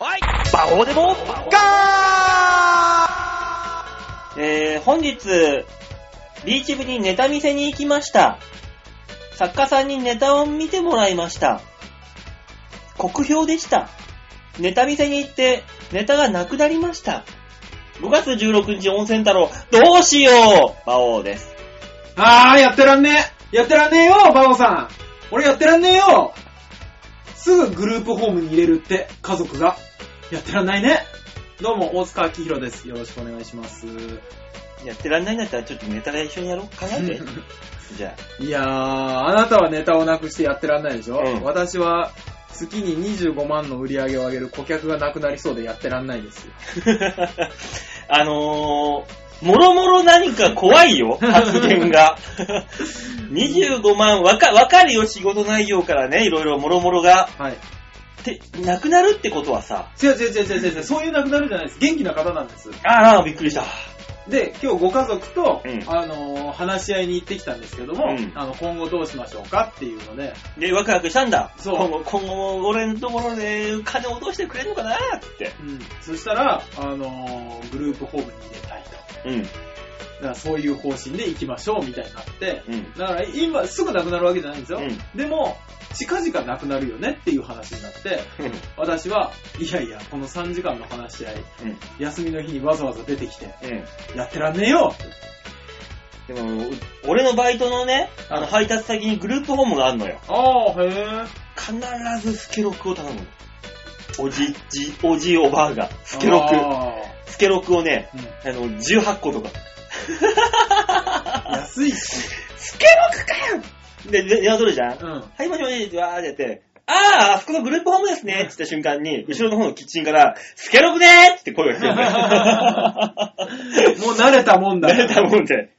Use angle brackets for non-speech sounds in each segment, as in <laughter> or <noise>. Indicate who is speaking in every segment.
Speaker 1: オーデモガーえー、本日、ビーチ部にネタ見せに行きました。作家さんにネタを見てもらいました。酷評でした。ネタ見せに行って、ネタがなくなりました。5月16日温泉太郎、どうしよう馬王です。
Speaker 2: あー、やってらんねえやってらんねえよ、バオさん俺やってらんねえよすぐグループホームに入れるって、家族が。やってらんないねどうも、大塚明宏です。よろしくお願いします。
Speaker 1: やってらんないんだったらちょっとネタで一緒にやろう考
Speaker 2: <laughs>
Speaker 1: えて。じゃ
Speaker 2: いやー、あなたはネタをなくしてやってらんないでしょ、
Speaker 1: うん
Speaker 2: 私は、月に25万の売り上げを上げる顧客がなくなりそうでやってらんないですよ。
Speaker 1: あ。 <laughs> あのー、もろもろ何か怖いよ、発言
Speaker 2: <laughs>
Speaker 1: が。25万、わか、わかるよ、仕事内容からね、いろいろもろもろが。
Speaker 2: はい。
Speaker 1: って、なくなるってことはさ。
Speaker 2: 違う違う違う違う違う、そういうなくなるじゃないです。元気な方なんです。
Speaker 1: ああ、びっくりした。
Speaker 2: で、今日ご家族と、
Speaker 1: うん
Speaker 2: あのー話し合いに行ってきたんですけども、
Speaker 1: うん
Speaker 2: あの、今後どうしましょうかっていうので、
Speaker 1: で、ワクワクしたんだ。
Speaker 2: そう
Speaker 1: 今後、今後も俺のところで金落としてくれるのかなって。
Speaker 2: うん。そしたら、あのーグループホームに入れたいと。だ
Speaker 1: うん、
Speaker 2: からそういう方針で行きましょうみたいになって、
Speaker 1: うん、
Speaker 2: だから今すぐなくなるわけじゃないんですよ。
Speaker 1: うん。
Speaker 2: でも、近々なくなるよねっていう話になって、私は、いやいや、この3時間の話し合い、
Speaker 1: うん、
Speaker 2: 休みの日にわざわざ出てきて、
Speaker 1: うん。
Speaker 2: やってらんねえよ
Speaker 1: でも、う俺のバイトのね、あの、配達先にグループホームがあるのよ。
Speaker 2: ああ、へえ。
Speaker 1: 必ずスケロクを頼むの。おじ、じ、おじおばあが、スケロク。
Speaker 2: あ
Speaker 1: スケロクをね、
Speaker 2: ーうん
Speaker 1: あの、18個とか。
Speaker 2: 安いし。
Speaker 1: スケロクかよで、で電話取るじゃん、
Speaker 2: うん。
Speaker 1: はい、もしもし、ってわーってやって、あー、あそこのグループホームですねって言った瞬間に、後ろの方のキッチンから、スケロクでーって声が聞こえるん
Speaker 2: <laughs>
Speaker 1: だよ
Speaker 2: もう慣れたもんだ。
Speaker 1: 慣れたもんで、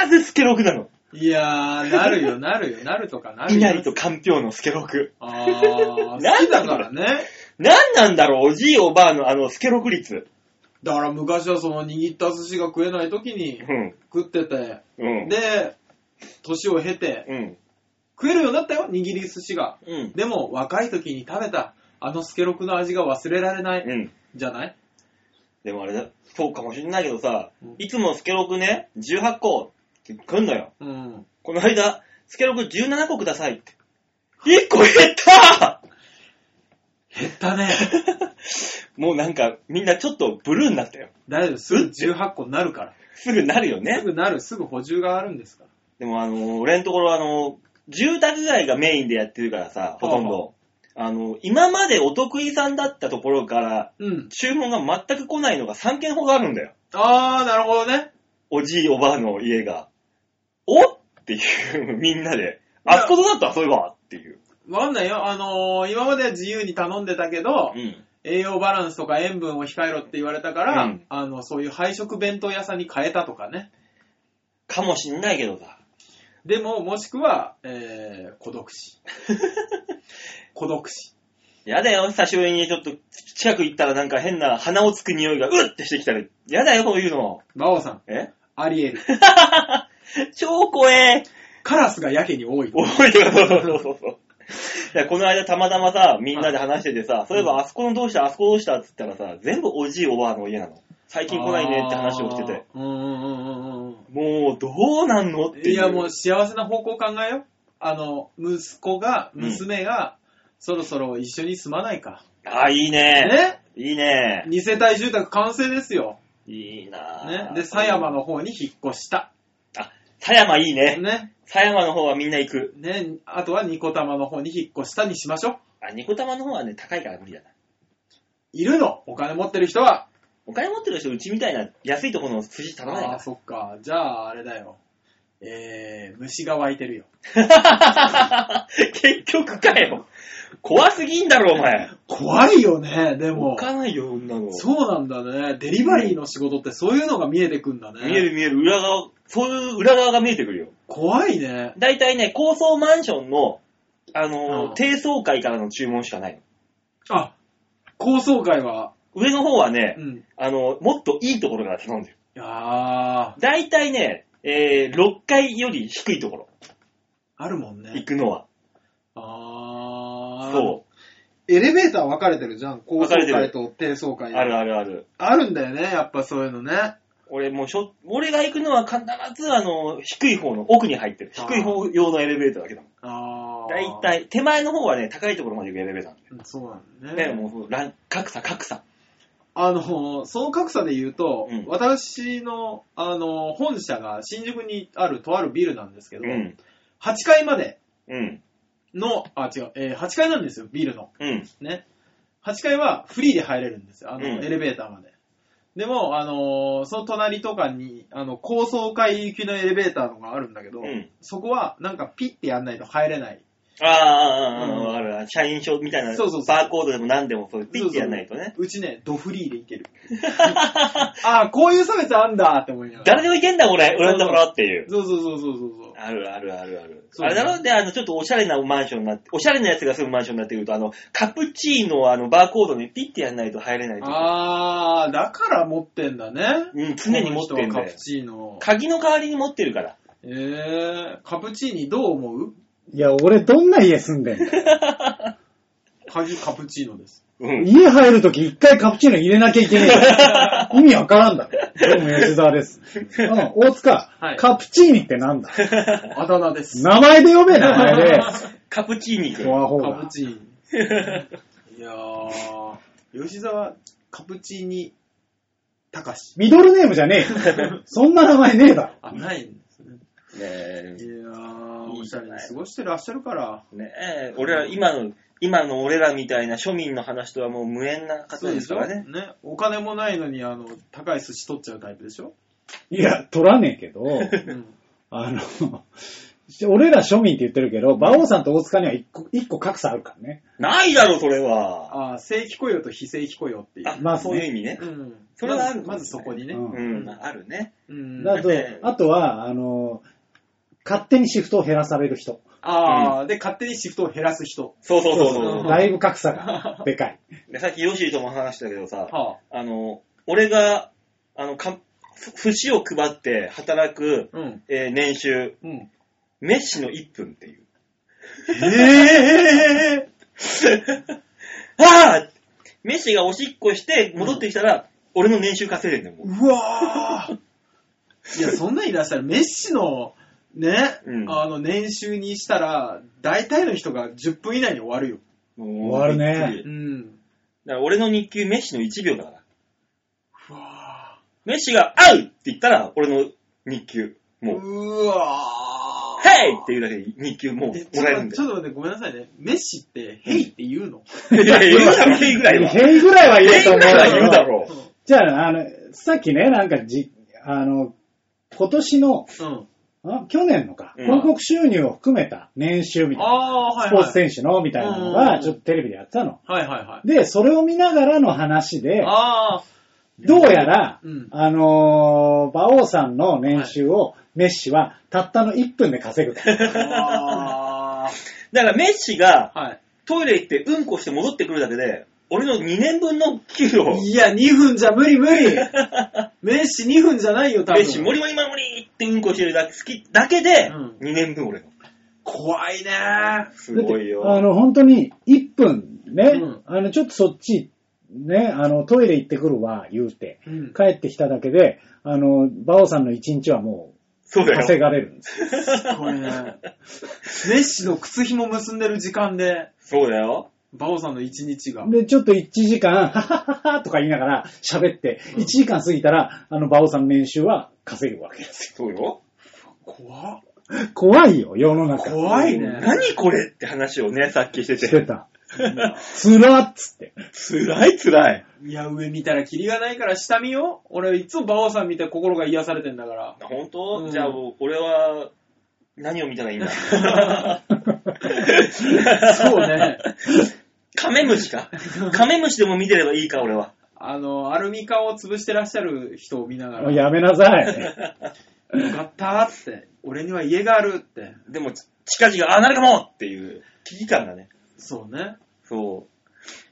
Speaker 1: 必ずスケロクなの。
Speaker 2: いやー、なる
Speaker 1: <laughs>
Speaker 2: よ、なるよ、なるとかなるよ。
Speaker 1: 稲荷とかんぴょうのスケロク。
Speaker 2: あー、好きだからね。
Speaker 1: なんなんだろう、おじいおばあのあの、スケロク率。
Speaker 2: だから昔はその握った寿司が食えない時に
Speaker 1: うん。
Speaker 2: 食ってて、
Speaker 1: うん。
Speaker 2: で、年を経て、
Speaker 1: うん。
Speaker 2: 食えるようになったよ、握り寿司が。
Speaker 1: うん。
Speaker 2: でも、若い時に食べた、あのスケロクの味が忘れられない、
Speaker 1: うん。
Speaker 2: じゃない
Speaker 1: でもあれだ、そうかもしんないけどさ
Speaker 2: うん、
Speaker 1: いつもスケロクね、18個って来んのよ。
Speaker 2: うん。
Speaker 1: この間、スケロク17個くださいって。1個減った
Speaker 2: 減ったね。
Speaker 1: もうなんか、みんなちょっとブルーになったよ。
Speaker 2: 大丈夫、すぐ18個になるから。
Speaker 1: すぐなるよ
Speaker 2: す
Speaker 1: ね。
Speaker 2: ぐなる、すぐ補充があるんですから。
Speaker 1: でもあのー、俺のところあのー、住宅街がメインでやってるからさ、ほとんど。あのー、今までお得意さんだったところから、
Speaker 2: うん。
Speaker 1: 注文が全く来ないのが3件ほどあるんだよ。
Speaker 2: あー、なるほどね。
Speaker 1: おじいおばあの家が。おっていう、みんなで。あっことだった、そういえばっていう。
Speaker 2: わかんないよ。あのー、今までは自由に頼んでたけど、
Speaker 1: うん。
Speaker 2: 栄養バランスとか塩分を控えろって言われたから、
Speaker 1: うん
Speaker 2: あの、そういう配食弁当屋さんに変えたとかね。
Speaker 1: かもしんないけどさ。
Speaker 2: でも、もしくは、えー、孤独
Speaker 1: <laughs>
Speaker 2: 死。孤独死。
Speaker 1: やだよ、久しぶりにちょっと近く行ったらなんか変な鼻をつく匂いがうっってしてきたら、やだよ、こういうの。
Speaker 2: 馬王さん、
Speaker 1: え
Speaker 2: ありえる。
Speaker 1: 超怖え。
Speaker 2: カラスがやけに多い。
Speaker 1: 覚えてるそうそうそうそう。いやこの間たまたまさ、みんなで話しててさ、そういえ
Speaker 2: う
Speaker 1: ばあそこのどうした、あそこどうしたって言ったらさ、全部おじいおばあの家なの。最近来ないねって話をしてて。
Speaker 2: あー。うんうんうんうんうん
Speaker 1: もう、どうなんのっていう。
Speaker 2: いや、もう幸せな方向考えよう。あの、息子が、
Speaker 1: うん
Speaker 2: 娘が、そろそろ一緒に住まないか。
Speaker 1: あ、いいね。
Speaker 2: ね
Speaker 1: いいね。
Speaker 2: 二世帯住宅完成ですよ。
Speaker 1: いいな
Speaker 2: ね。で、狭山。の方に引っ越した。
Speaker 1: 狭山いいね。
Speaker 2: ね。
Speaker 1: 狭山の方はみんな行く。
Speaker 2: ね、あとはニコ玉の方に引っ越したにしましょう。
Speaker 1: あ、ニコ玉の方はね、高いから無理だな。
Speaker 2: いるのお金持ってる人は。
Speaker 1: お金持ってる人、うちみたいな安いところの寿司頼まない
Speaker 2: ああ、そっか。じゃあ、あれだよ。えー、虫が湧いてるよ。
Speaker 1: から。 <laughs> 結局かよ。怖すぎんだろ、お前。
Speaker 2: 怖いよね、で
Speaker 1: 置
Speaker 2: も。
Speaker 1: かないよ、女の。
Speaker 2: そうなんだね。デリバリーの仕事ってそういうのが見えてくんだね。
Speaker 1: 見える見える、裏側、そういう裏側が見えてくるよ。
Speaker 2: 怖いね。
Speaker 1: だいたいね、高層マンションの、あのー
Speaker 2: うん
Speaker 1: 低層階からの注文しかないの。
Speaker 2: あ、高層階は、
Speaker 1: 上の方はね
Speaker 2: う、ん。い
Speaker 1: あのーもっといいところから頼んでる。
Speaker 2: やー、あ
Speaker 1: だいたいね、えー、6階より低いところ、
Speaker 2: るもん
Speaker 1: 行
Speaker 2: ね。
Speaker 1: くのは。
Speaker 2: あー。
Speaker 1: そう。
Speaker 2: エレベーター分かれてるじゃん。高
Speaker 1: 分
Speaker 2: 層
Speaker 1: かれて
Speaker 2: 階
Speaker 1: る
Speaker 2: と低層階で
Speaker 1: あるあるある。
Speaker 2: あるんだよね、やっぱそういうのね。
Speaker 1: 俺もうしょ、俺が行くのは必ずあの、低い方の奥に入ってる。
Speaker 2: あー
Speaker 1: 低い方用のエレベーターだけだもん。
Speaker 2: ああ。
Speaker 1: だいたい、手前の方はね、高いところまで行くエレベーターなん
Speaker 2: うん。そうなんだ
Speaker 1: だよ。
Speaker 2: ね。
Speaker 1: ね、もう、ラン格差格差。
Speaker 2: あの、その格差で言うと、
Speaker 1: うん
Speaker 2: 私の、あの、本社が新宿にあるとあるビルなんですけ
Speaker 1: う
Speaker 2: ど、
Speaker 1: ん。
Speaker 2: 8階まで
Speaker 1: うん。
Speaker 2: の、あ、違う、えー8階なんですよ、ビルの。
Speaker 1: うん。
Speaker 2: ね。8階はフリーで入れるんですよ、あの、
Speaker 1: うん
Speaker 2: エレベーターまで。でも、あのーその隣とかに、あの、高層階行きのエレベーターのがあるんだけど、
Speaker 1: うん
Speaker 2: そこは、なんかピッてやんないと入れない。
Speaker 1: あーあー、あーあー、
Speaker 2: うん
Speaker 1: わかるわ。社員証みたいな、
Speaker 2: そうそうそう
Speaker 1: バーコードでも何でも、そういうピッてやんないとね。
Speaker 2: <laughs> うちね、ドフリーでいける。 <laughs> ああ、こういう差別あんだって思いながら。
Speaker 1: 誰でもいけんだ、俺、俺のところっていう。
Speaker 2: そうそうそうそうそうそう。
Speaker 1: あるあるあるある。
Speaker 2: そう
Speaker 1: あれだろで、あの、ちょっとおしゃれなマンションになって、おしゃれなやつが住むマンションになってくると、あの、カプチーノはあの、バーコードにピッてやんないと入れないとか。
Speaker 2: あー、だから持ってんだね。
Speaker 1: うん、常に持ってん
Speaker 2: こ
Speaker 1: だ
Speaker 2: の人はカ
Speaker 1: よ
Speaker 2: プ。チーノ。
Speaker 1: 鍵の代わりに持ってるから。
Speaker 2: えー、カプチーニどう思う
Speaker 3: いや、俺どんな家住んでんの
Speaker 2: 鍵カプチーノです。
Speaker 1: うん。
Speaker 3: 家入るとき一回カプチーノ入れなきゃ
Speaker 2: <laughs>
Speaker 3: いけねえから。意味わからんだろ。どうも吉沢です。うん、大塚、
Speaker 2: はい
Speaker 3: カプチーニってなんだ
Speaker 2: あだ名です。
Speaker 3: 名前で呼べ、名
Speaker 2: <laughs>
Speaker 3: 前で。
Speaker 1: カプチーニく
Speaker 3: フォ
Speaker 1: ん。
Speaker 3: アホー
Speaker 2: カプ
Speaker 3: が。
Speaker 2: チーニ。いやー、吉沢、カプチーニ、たかし。
Speaker 3: ミドルネームじゃねえよ。そんな名前ねえだ
Speaker 2: あ、ないんですね。
Speaker 1: ね
Speaker 2: いやー、
Speaker 1: い
Speaker 2: お
Speaker 1: い
Speaker 2: し
Speaker 1: じ
Speaker 2: ゃ
Speaker 1: ゃ
Speaker 2: れ
Speaker 1: ない
Speaker 2: に過ごしてらっしゃるから。
Speaker 1: え、ねえ、俺ら今の、今の俺らみたいな庶民の話とはもう無縁な方ですからね。
Speaker 2: ね。お金もないのに、あの、高い寿司取っちゃうタイプでしょ
Speaker 3: ろ。いや、取らねえけ
Speaker 2: <laughs>
Speaker 3: ど、
Speaker 2: うん。
Speaker 3: あの、俺ら庶民って言ってるけど、馬王さんと大塚には一個一個格差あるからね。
Speaker 1: ないだろ、それは。
Speaker 2: あー、正規雇用と非正規雇用っていう。
Speaker 1: あ、
Speaker 3: ま
Speaker 1: ま
Speaker 3: あ
Speaker 1: あそういう意味ね
Speaker 2: う。ん。
Speaker 1: それはある
Speaker 2: まずまずそこにね。
Speaker 3: うん
Speaker 1: うん、あるね。
Speaker 2: うん
Speaker 3: だと
Speaker 1: ね、
Speaker 3: あとは、あの、勝手にシフトを減らされる人。
Speaker 2: ああ、で、勝手にシフトを減らす
Speaker 1: <laughs>
Speaker 2: 人。
Speaker 1: そうそうそうそう。
Speaker 3: だいぶ格差がでかい。
Speaker 1: でさっきヨシーとも話したけどさ、
Speaker 2: は
Speaker 1: あの、俺が、あの、か、ふ節を配って働く、
Speaker 2: あ。うん。
Speaker 1: えー年収、
Speaker 2: うん。
Speaker 1: メッシの1分っていう。
Speaker 2: ええ
Speaker 1: ああメッシがおしっこして戻ってきたら、俺の年収稼いでんだよ、もう。
Speaker 2: うわーいや、そんなんいらっしゃる。メッシの、ね、
Speaker 1: うん
Speaker 2: あの、年収にしたら、大体の人が10分以内に終わるよ。
Speaker 1: 終
Speaker 3: わるね
Speaker 2: うん。
Speaker 1: だから俺の日給メッシの1秒だから。
Speaker 2: うわ
Speaker 1: メッシが、あうって言ったら、俺の日給、
Speaker 2: ー
Speaker 1: もう、
Speaker 2: うわー
Speaker 1: ヘイっていうだけで日給もう
Speaker 2: え
Speaker 1: も
Speaker 2: ちょ
Speaker 1: らえる
Speaker 2: っ
Speaker 1: ん
Speaker 2: と
Speaker 1: だ
Speaker 2: ちょ
Speaker 1: よ。
Speaker 2: っと待って、ごめんなさいね。メッシって、ヘイって言うの、
Speaker 1: いやいや、言うだろ、ヘイぐらいは。
Speaker 3: 平ぐらいは言えると思う
Speaker 1: ヘイぐらいは言うだ
Speaker 3: よ。
Speaker 1: ろ。
Speaker 3: じゃあ、あの、さっきね、なんかじ、あの、今年の、
Speaker 2: うん。
Speaker 3: ん去年のか、
Speaker 1: うん
Speaker 3: 広告収入を含めた年収みたいな、
Speaker 2: ああー、はいはい。
Speaker 3: スポーツ選手のみたいなの
Speaker 2: う
Speaker 3: が、
Speaker 2: ん
Speaker 3: ちょっとテレビでやってたの。
Speaker 2: はいはいはい。
Speaker 3: で、それを見ながらの話で、
Speaker 2: ああ、
Speaker 3: どうやら、
Speaker 2: うん
Speaker 3: あのー、馬王さんの年収を、メッシはたったの1分で稼ぐ
Speaker 2: <laughs>
Speaker 3: と。
Speaker 2: あ
Speaker 1: だからメッシが、
Speaker 2: あ、はい。
Speaker 1: トイレ行ってうんこして戻ってくるだけで、俺の2年分の給料、メ
Speaker 2: いや、2分じゃ無理無理メッシ2分じゃないよ、多分。
Speaker 1: ッシ、モリモリモリモリってうんこしてるだけ好きだけで、
Speaker 2: うん
Speaker 1: 2年分俺の。
Speaker 2: 怖いね
Speaker 1: すごい
Speaker 3: あ
Speaker 1: よ。
Speaker 3: の、本当に、1分ね、
Speaker 2: うん
Speaker 3: あの、ちょっとそっち、ね、あの、トイレ行ってくるわ、言うて、
Speaker 2: うん
Speaker 3: 帰ってきただけで、あの、馬王さんの1日はも
Speaker 1: そう
Speaker 3: う、
Speaker 1: だ
Speaker 3: 稼
Speaker 1: よ。
Speaker 3: がれるんですよ。
Speaker 2: すごいね。メッシの靴紐結んでる時間で、
Speaker 1: そうだよ。
Speaker 2: バオさんの一日が。
Speaker 3: で、ちょっと1時間、ははははとか言いながら喋って、1時間過ぎたら、あの、馬王さんの年収は稼ぐわけです
Speaker 1: そうよ。
Speaker 2: 怖っ
Speaker 3: よ。怖いよ、世の中。
Speaker 2: 怖いね。
Speaker 1: 何これって話をね、さっきして
Speaker 3: して
Speaker 1: て。
Speaker 3: た。つらっつって。
Speaker 1: 辛い辛い。
Speaker 2: いや、上見たらキリがないから下見よ。俺、いつもバオさん見て心が癒されてんだから。
Speaker 1: 本当、
Speaker 2: うん
Speaker 1: じゃあもう俺は、何を見たらいいんだ
Speaker 2: そうね。
Speaker 1: <laughs> カメムシ <laughs> かカメムシでも見てればいいか、俺は。
Speaker 2: <laughs> あの、アルミ缶を潰してらっしゃる人を見なが
Speaker 3: もう
Speaker 2: ら、よ
Speaker 3: やめなさい。
Speaker 2: かったーって、俺には家があるって。
Speaker 1: でも、近々、あ、なるかもっていう危機感がね。
Speaker 2: そうね。
Speaker 1: そ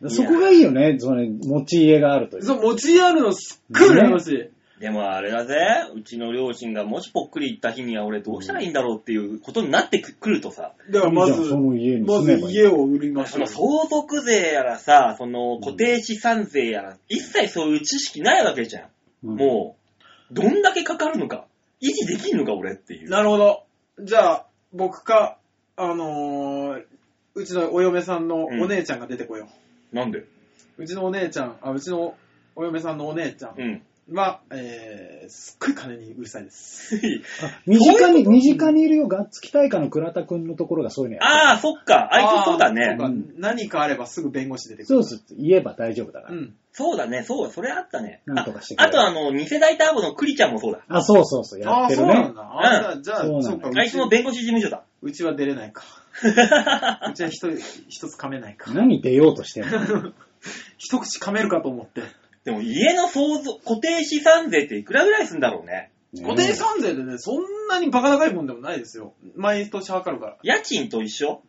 Speaker 1: う。
Speaker 3: そこがいいよね、その、持ち家があるという。
Speaker 2: そう、持ち家あるのすっごい羨ましい。
Speaker 1: でもあれだぜ、うちの両親がもしぽっくり行った日には俺どうしたらいいんだろうっていうことになってくくるとさ、
Speaker 2: だからま
Speaker 3: いいじゃん
Speaker 2: ず、
Speaker 3: その家に
Speaker 2: ま
Speaker 3: 住めばい
Speaker 2: ず
Speaker 3: い
Speaker 2: 家を売りまし
Speaker 1: そ
Speaker 2: ょう
Speaker 1: の。相続税やらさ、その固定資産税やら、一切そういう知識ないわけじゃん。
Speaker 3: うん
Speaker 1: もう、どんだけかかるのか、維持できんのか俺っていう。
Speaker 2: なるほど。じゃあ、僕か、あのー、うちのお嫁さんのお姉ちゃんが出てこよ
Speaker 1: なんで
Speaker 2: う。うちのお姉ちゃん、あ、うちのお嫁さんのお姉ちゃん
Speaker 1: うん。 <laughs>
Speaker 2: は、えー、すっごい金にうるさいです。
Speaker 3: あ身近に、身近にいるよ。ガッツキ大会の倉田くんのところがそういうのやってる
Speaker 1: ああ、そっか。あいつそうだ
Speaker 2: あー
Speaker 1: ね
Speaker 2: そ。うか
Speaker 3: うん
Speaker 2: 何かあればすぐ弁護士出てく
Speaker 3: そ
Speaker 2: る。
Speaker 3: うすると言えば大丈夫だか
Speaker 2: う
Speaker 3: ら。
Speaker 2: ん。
Speaker 1: そうだね、そう、それあったね。
Speaker 3: なんとかしてく
Speaker 1: あ
Speaker 3: れ
Speaker 1: あとあの、二世代ターボのクリちゃんもそうだ。
Speaker 3: あ、そうそうそう、や
Speaker 2: あ
Speaker 3: っ
Speaker 2: あー、
Speaker 3: て
Speaker 2: そ
Speaker 3: る
Speaker 2: うな
Speaker 3: ね
Speaker 2: ん。だ。あーじゃあ、じゃ
Speaker 3: う
Speaker 2: あ、
Speaker 3: ん
Speaker 2: そうか、
Speaker 3: そうう
Speaker 1: あいつも
Speaker 2: ち
Speaker 1: 弁護士事務所だ。
Speaker 2: うちは出れな
Speaker 1: <laughs>
Speaker 2: いか。うちは一人一つ噛めないか。
Speaker 3: 何出ようとして <laughs> んの
Speaker 2: 一口噛めるかと思って。
Speaker 1: でも家の相続、固定資産税っていくらぐらいすんだろうね。
Speaker 2: 固定資産税でね、そんなにバカ高いもんでもないですよ。毎年測るから。
Speaker 1: 家賃と一緒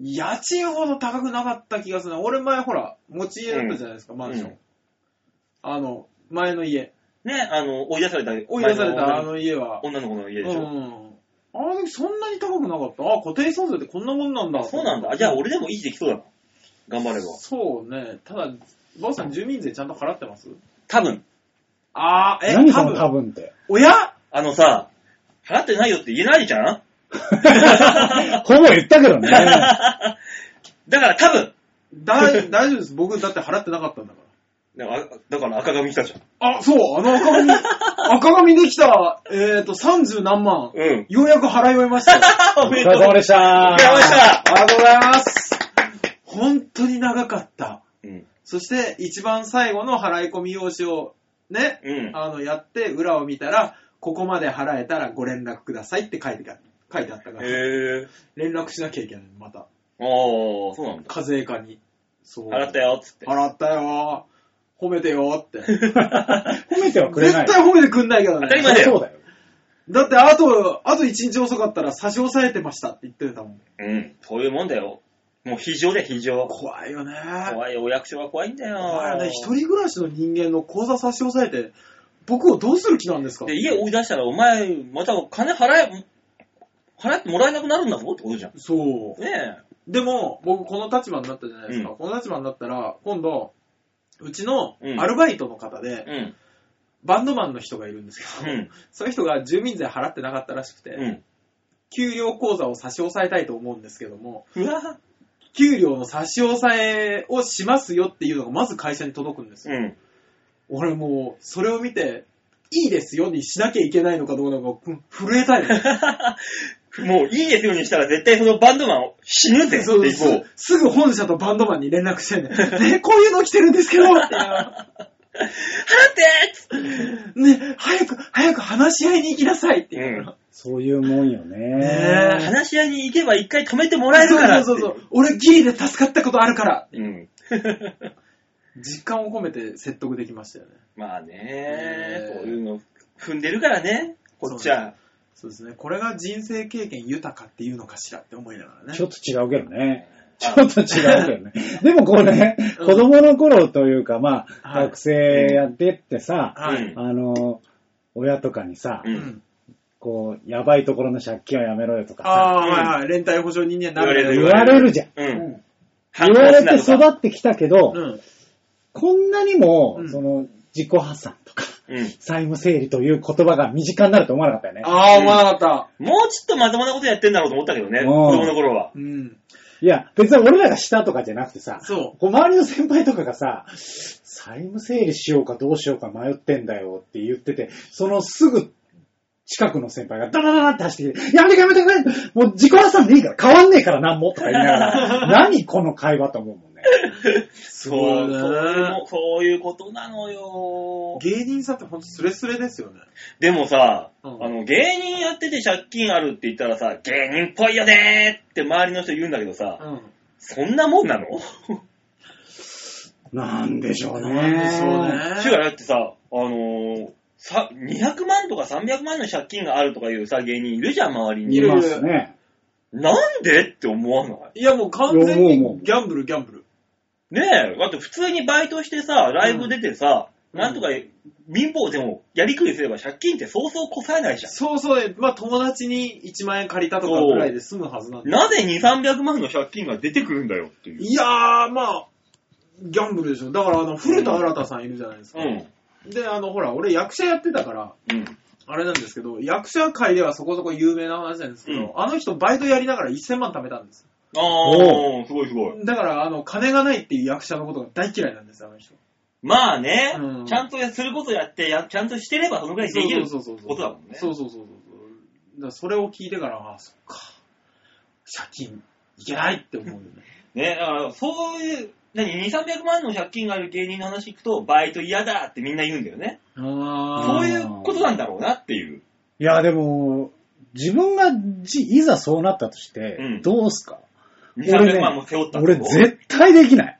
Speaker 2: 家賃ほど高くなかった気がするな。俺前ほら、持ち家だったじゃないですか、マンション。
Speaker 1: うん
Speaker 2: あの、前の家。
Speaker 1: ね、あの、追い出された。
Speaker 2: 追い出されたあ
Speaker 1: 前
Speaker 2: の家は。
Speaker 1: 女の女の子の家
Speaker 2: う
Speaker 1: でしょ。
Speaker 2: ん。あの時そんなに高くなかった。あ、固定資産税ってこんなもんなんだ。
Speaker 1: あそうなんだ。じゃあ俺でも維持できそうだな。頑張れば。
Speaker 2: そうね。ただ、ばあさん住民税ちゃんと払ってます
Speaker 1: 多分、
Speaker 2: あー、え、
Speaker 3: 何
Speaker 2: 多
Speaker 3: その多
Speaker 2: 分。
Speaker 3: 分って。
Speaker 2: 親
Speaker 1: あのさ、払ってないよって言えないじゃ
Speaker 2: <laughs>
Speaker 1: ん
Speaker 3: ほぼ言ったけどね。
Speaker 1: だから多分
Speaker 2: 大 <laughs> 大丈夫です。僕だって払ってなかったんだから。
Speaker 1: だからだから赤髪来たじゃん。
Speaker 2: あ、そう、あの赤 <laughs> 髪、赤髪できた、えっ、ー、と、30何万、
Speaker 1: うん。
Speaker 2: ようやく払い終え <laughs> ましたよ。
Speaker 1: お
Speaker 3: お疲
Speaker 1: めで
Speaker 3: れ
Speaker 1: とう。お疲
Speaker 3: 様でした。
Speaker 1: れ様でした。
Speaker 2: ありがとうございます。本当に長かった。
Speaker 1: うん。
Speaker 2: そして、一番最後の払い込み用紙をね、
Speaker 1: うん。
Speaker 2: あの、やって、裏を見たら、ここまで払えたらご連絡くださいって書いてあ書いてあったから、
Speaker 1: へえ。
Speaker 2: 連絡しなきゃいけない、また。
Speaker 1: ああ、そうなんだ。
Speaker 2: 課税課に。そう。
Speaker 1: 払ったよ、つって。
Speaker 2: 払ったよ。褒めてよって。絶
Speaker 3: 褒めてはくれな
Speaker 2: 対
Speaker 3: い。
Speaker 2: 褒めてくんないけどね。
Speaker 1: 当たり前だよ
Speaker 3: そうだよ。
Speaker 2: だって、あと、あと一日遅かったら差し押さえてましたって言ってたもん。
Speaker 1: うん。そういうもんだよ。もう非常だよ、非常。
Speaker 2: 怖いよね。
Speaker 1: 怖いよお役所は怖いんだよ。
Speaker 2: 怖いよね。一人暮らしの人間の口座差し押さえて、僕をどうする気なんですか
Speaker 1: で、家追い出したら、お前、また金払え、払ってもらえなくなるんだぞってことじゃん。
Speaker 2: そう。
Speaker 1: ね
Speaker 2: でも、僕この立場になったじゃないですか。
Speaker 1: うん
Speaker 2: この立場になったら、今度、うちの
Speaker 1: うん
Speaker 2: アルバイトの方で、
Speaker 1: え。
Speaker 2: バンドマンの人がいるんです
Speaker 1: う
Speaker 2: け
Speaker 1: ん。
Speaker 2: ど、
Speaker 1: うん。
Speaker 2: その人が住民税払ってなかったらしくて、
Speaker 1: うん。
Speaker 2: 給料口座を差し押さえたいと思うんですけども、
Speaker 1: うわ
Speaker 2: 給料の差し押さえをしますよっていうのがまず会社に届くんですよ
Speaker 1: うん。 <laughs>
Speaker 2: 俺もう、それを見て、いいですよにしなきゃいけないのかどうなのか、うん震えたいの。
Speaker 1: もういいですようにしたら絶対そのバンドマン死ぬぜって
Speaker 2: そう
Speaker 1: 言
Speaker 2: そ
Speaker 1: こ
Speaker 2: うすぐ本社とバンドマンに連
Speaker 1: <laughs>
Speaker 2: 絡してね、ね、こういうの来てるんですけど、って
Speaker 1: 払ってっつって
Speaker 2: ね、早く、早く話し合いに行きなさいっていう。
Speaker 1: うん
Speaker 3: そういうもんよ
Speaker 2: ねえ
Speaker 3: ね。
Speaker 1: 話し合いに行けば一回止めてもらえるからって
Speaker 2: そ
Speaker 1: いう
Speaker 2: そうそうそう。俺ギリで助かったことあるから。
Speaker 1: うん。 <laughs>
Speaker 2: 実感を込めて説得できましたよね。
Speaker 1: まあね
Speaker 2: ね、
Speaker 1: こういうの踏んでるからね、こっちは。
Speaker 2: そうですね。これが人生経験豊かっていうのかしらって思いながらね。
Speaker 3: ちょっと違うけどね。ち
Speaker 1: あ
Speaker 3: ょっと違うけど
Speaker 2: <laughs>
Speaker 3: ね。でもこうね、
Speaker 2: うん
Speaker 3: 子供の頃というか、まあ、
Speaker 2: はい
Speaker 3: 学生やってってさ、
Speaker 2: はい。
Speaker 1: うん
Speaker 3: あの、親とかにさ
Speaker 1: う、ん
Speaker 2: うん
Speaker 3: こう、やばいところの借金はやめろよとかさ、
Speaker 2: ああ、
Speaker 1: うん
Speaker 2: はいはい。連帯保証人にはなる
Speaker 1: あ
Speaker 3: 言
Speaker 1: 言
Speaker 3: わ
Speaker 1: われ
Speaker 3: れ
Speaker 1: る
Speaker 3: るじゃん。
Speaker 1: うん。
Speaker 3: 言われて
Speaker 1: 反抗しな
Speaker 3: 育
Speaker 1: とか
Speaker 3: ってきたけど、
Speaker 2: うん。うん。
Speaker 3: こんなにも、
Speaker 2: うん
Speaker 3: その、自己破産とか、
Speaker 1: うん。
Speaker 3: 債務整理という言葉が身近になると思わなかったよね。
Speaker 2: ああ、思わなかった。
Speaker 1: もうちょっとまともなことやってんだろうと思ったけどね、
Speaker 3: うん
Speaker 1: 子供の頃は。
Speaker 2: うん。
Speaker 3: いや、別に俺らがしたとかじゃなくてさ、
Speaker 2: そう。
Speaker 3: こう周りの先輩とかがさ、債務整理しようかどうしようか迷ってんだよって言ってて、そのすぐ近くの先輩がダダダダって走ってきて、やめてくれやめてくれもう自己破産でいいから変わんねえからなんもとか言いながら、何この会話と思うもんね。
Speaker 1: そう、そういう
Speaker 2: ね。
Speaker 1: のそういうことなのよ。
Speaker 2: 芸人さんってほんとスレスレですよね。
Speaker 1: でもさ、
Speaker 2: うん
Speaker 1: あの、芸人やってて借金あるって言ったらさ、芸人っぽいよねーって周りの人言うんだけどさ、
Speaker 2: ん。
Speaker 1: そんなもんなの
Speaker 3: なんでしょうね。
Speaker 1: 違うだってさ、あのーさ、200万とか300万の借金があるとかいうさ、芸人いるじゃん、周り
Speaker 3: い
Speaker 1: に。
Speaker 2: る
Speaker 3: ますね。
Speaker 1: なんでって思わない
Speaker 2: いやもう完全
Speaker 3: いやもうも
Speaker 2: に
Speaker 3: う
Speaker 2: ギャンブルギャンブル。
Speaker 1: ねえ、だって普通にバイトしてさ、ライブ出てさ、なんとか、民法でもやりくりすれば借金ってそうそうこさえないじゃん。
Speaker 2: そうそうで、まあ友達に1万円借りたとかぐらいで済むはずなんで。
Speaker 1: なぜ2、300万の借金が出てくるんだよっていう。
Speaker 2: いやー、まあ、ギャンブルでしょ。だからあの、古田新太さんいるじゃないです
Speaker 1: う
Speaker 2: か。
Speaker 1: ん。
Speaker 2: で、あの、ほら、俺役者やってたから、
Speaker 1: うん。
Speaker 2: あれなんですけど、役者界ではそこそこ有名な話なんですけど、
Speaker 1: うん
Speaker 2: あの人バイトやりながら1000万貯めたんです。
Speaker 1: ああ、すごいすごい。
Speaker 2: だから、あの、金がないっていう役者のことが大嫌いなんですよ、あの人。
Speaker 1: まあね、
Speaker 2: うん
Speaker 1: ちゃんとやすることやってや、ちゃんとしてればそのぐらいできる
Speaker 2: そうそうそうそう
Speaker 1: ことだもんね
Speaker 2: そうそうそうそう。だからそれを聞いてから、あ、そっか。借金、いけないって思うよね。
Speaker 1: ね、だからそういう、何、2、300万の借金がある芸人の話聞くと、バイト嫌だってみんな言 <laughs> うんだよね。
Speaker 2: あ
Speaker 1: そうい
Speaker 2: ー
Speaker 1: うことなんだろうなっていう。
Speaker 3: いや、でも、自分がじ、いざそうなったとして、
Speaker 1: うん
Speaker 3: どうすか
Speaker 1: 2、
Speaker 3: 俺ね
Speaker 1: 300万も背負ったって
Speaker 3: 俺、
Speaker 1: こと
Speaker 3: 絶対できない。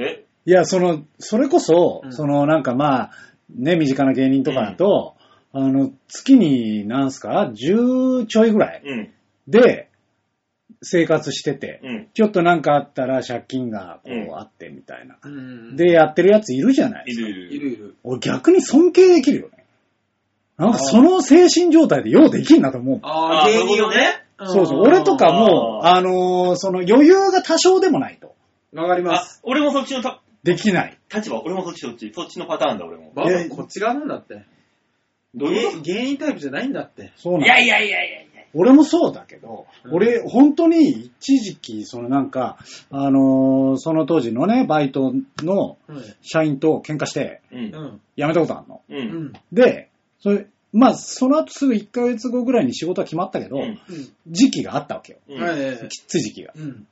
Speaker 1: え
Speaker 3: いや、その、それこそ、
Speaker 2: うん
Speaker 3: その、なんかまあ、ね、身近な芸人とかだと、あの、月に、なんすか、10ちょいぐらい
Speaker 1: うん、
Speaker 3: で、生活してて、
Speaker 1: うん、
Speaker 3: ちょっとなんかあったら借金がこ
Speaker 1: うん
Speaker 3: うあってみたいな。
Speaker 2: うん。
Speaker 3: で、やってるやついるじゃない
Speaker 1: い
Speaker 3: ですか。
Speaker 1: るいる
Speaker 2: い
Speaker 1: いる。
Speaker 2: るいる。
Speaker 3: 俺逆に尊敬できるよね。なんかその精神状態でようできんなと思う。
Speaker 2: あ
Speaker 1: あ
Speaker 2: あ、
Speaker 1: ー
Speaker 2: 芸人をね。
Speaker 3: そうそう。俺とかもう、
Speaker 1: あ
Speaker 3: あのーその余裕が多少でもないと。
Speaker 2: うん。わかりま
Speaker 1: あ
Speaker 2: す。、
Speaker 1: 俺もそっちのた
Speaker 3: できない。
Speaker 1: 立場、俺もそっちそっち、そっちのパターンだ俺も。
Speaker 2: ババ
Speaker 3: え
Speaker 2: こっち側なんだって。
Speaker 1: どういうこ
Speaker 2: 芸芸人タイプじゃないんだって。
Speaker 3: そうな
Speaker 1: と
Speaker 3: の
Speaker 1: いやいやいやいやいや。
Speaker 3: 俺もそうだけど、
Speaker 2: うん
Speaker 3: 俺、本当に一時期、そのなんか、あのーその当時のね、バイトの
Speaker 2: うん。
Speaker 3: 社員と喧嘩して、
Speaker 1: うん
Speaker 2: う。ん。
Speaker 3: 辞めたことあんの。
Speaker 1: う。
Speaker 2: うんん。
Speaker 3: で、それ、まあ、その後すぐ1ヶ月後ぐらいに仕事は決まったけど、
Speaker 1: うん
Speaker 3: 時期があったわけよ。
Speaker 1: うん。
Speaker 2: はいはいはい
Speaker 3: きつい時期が。
Speaker 2: うん。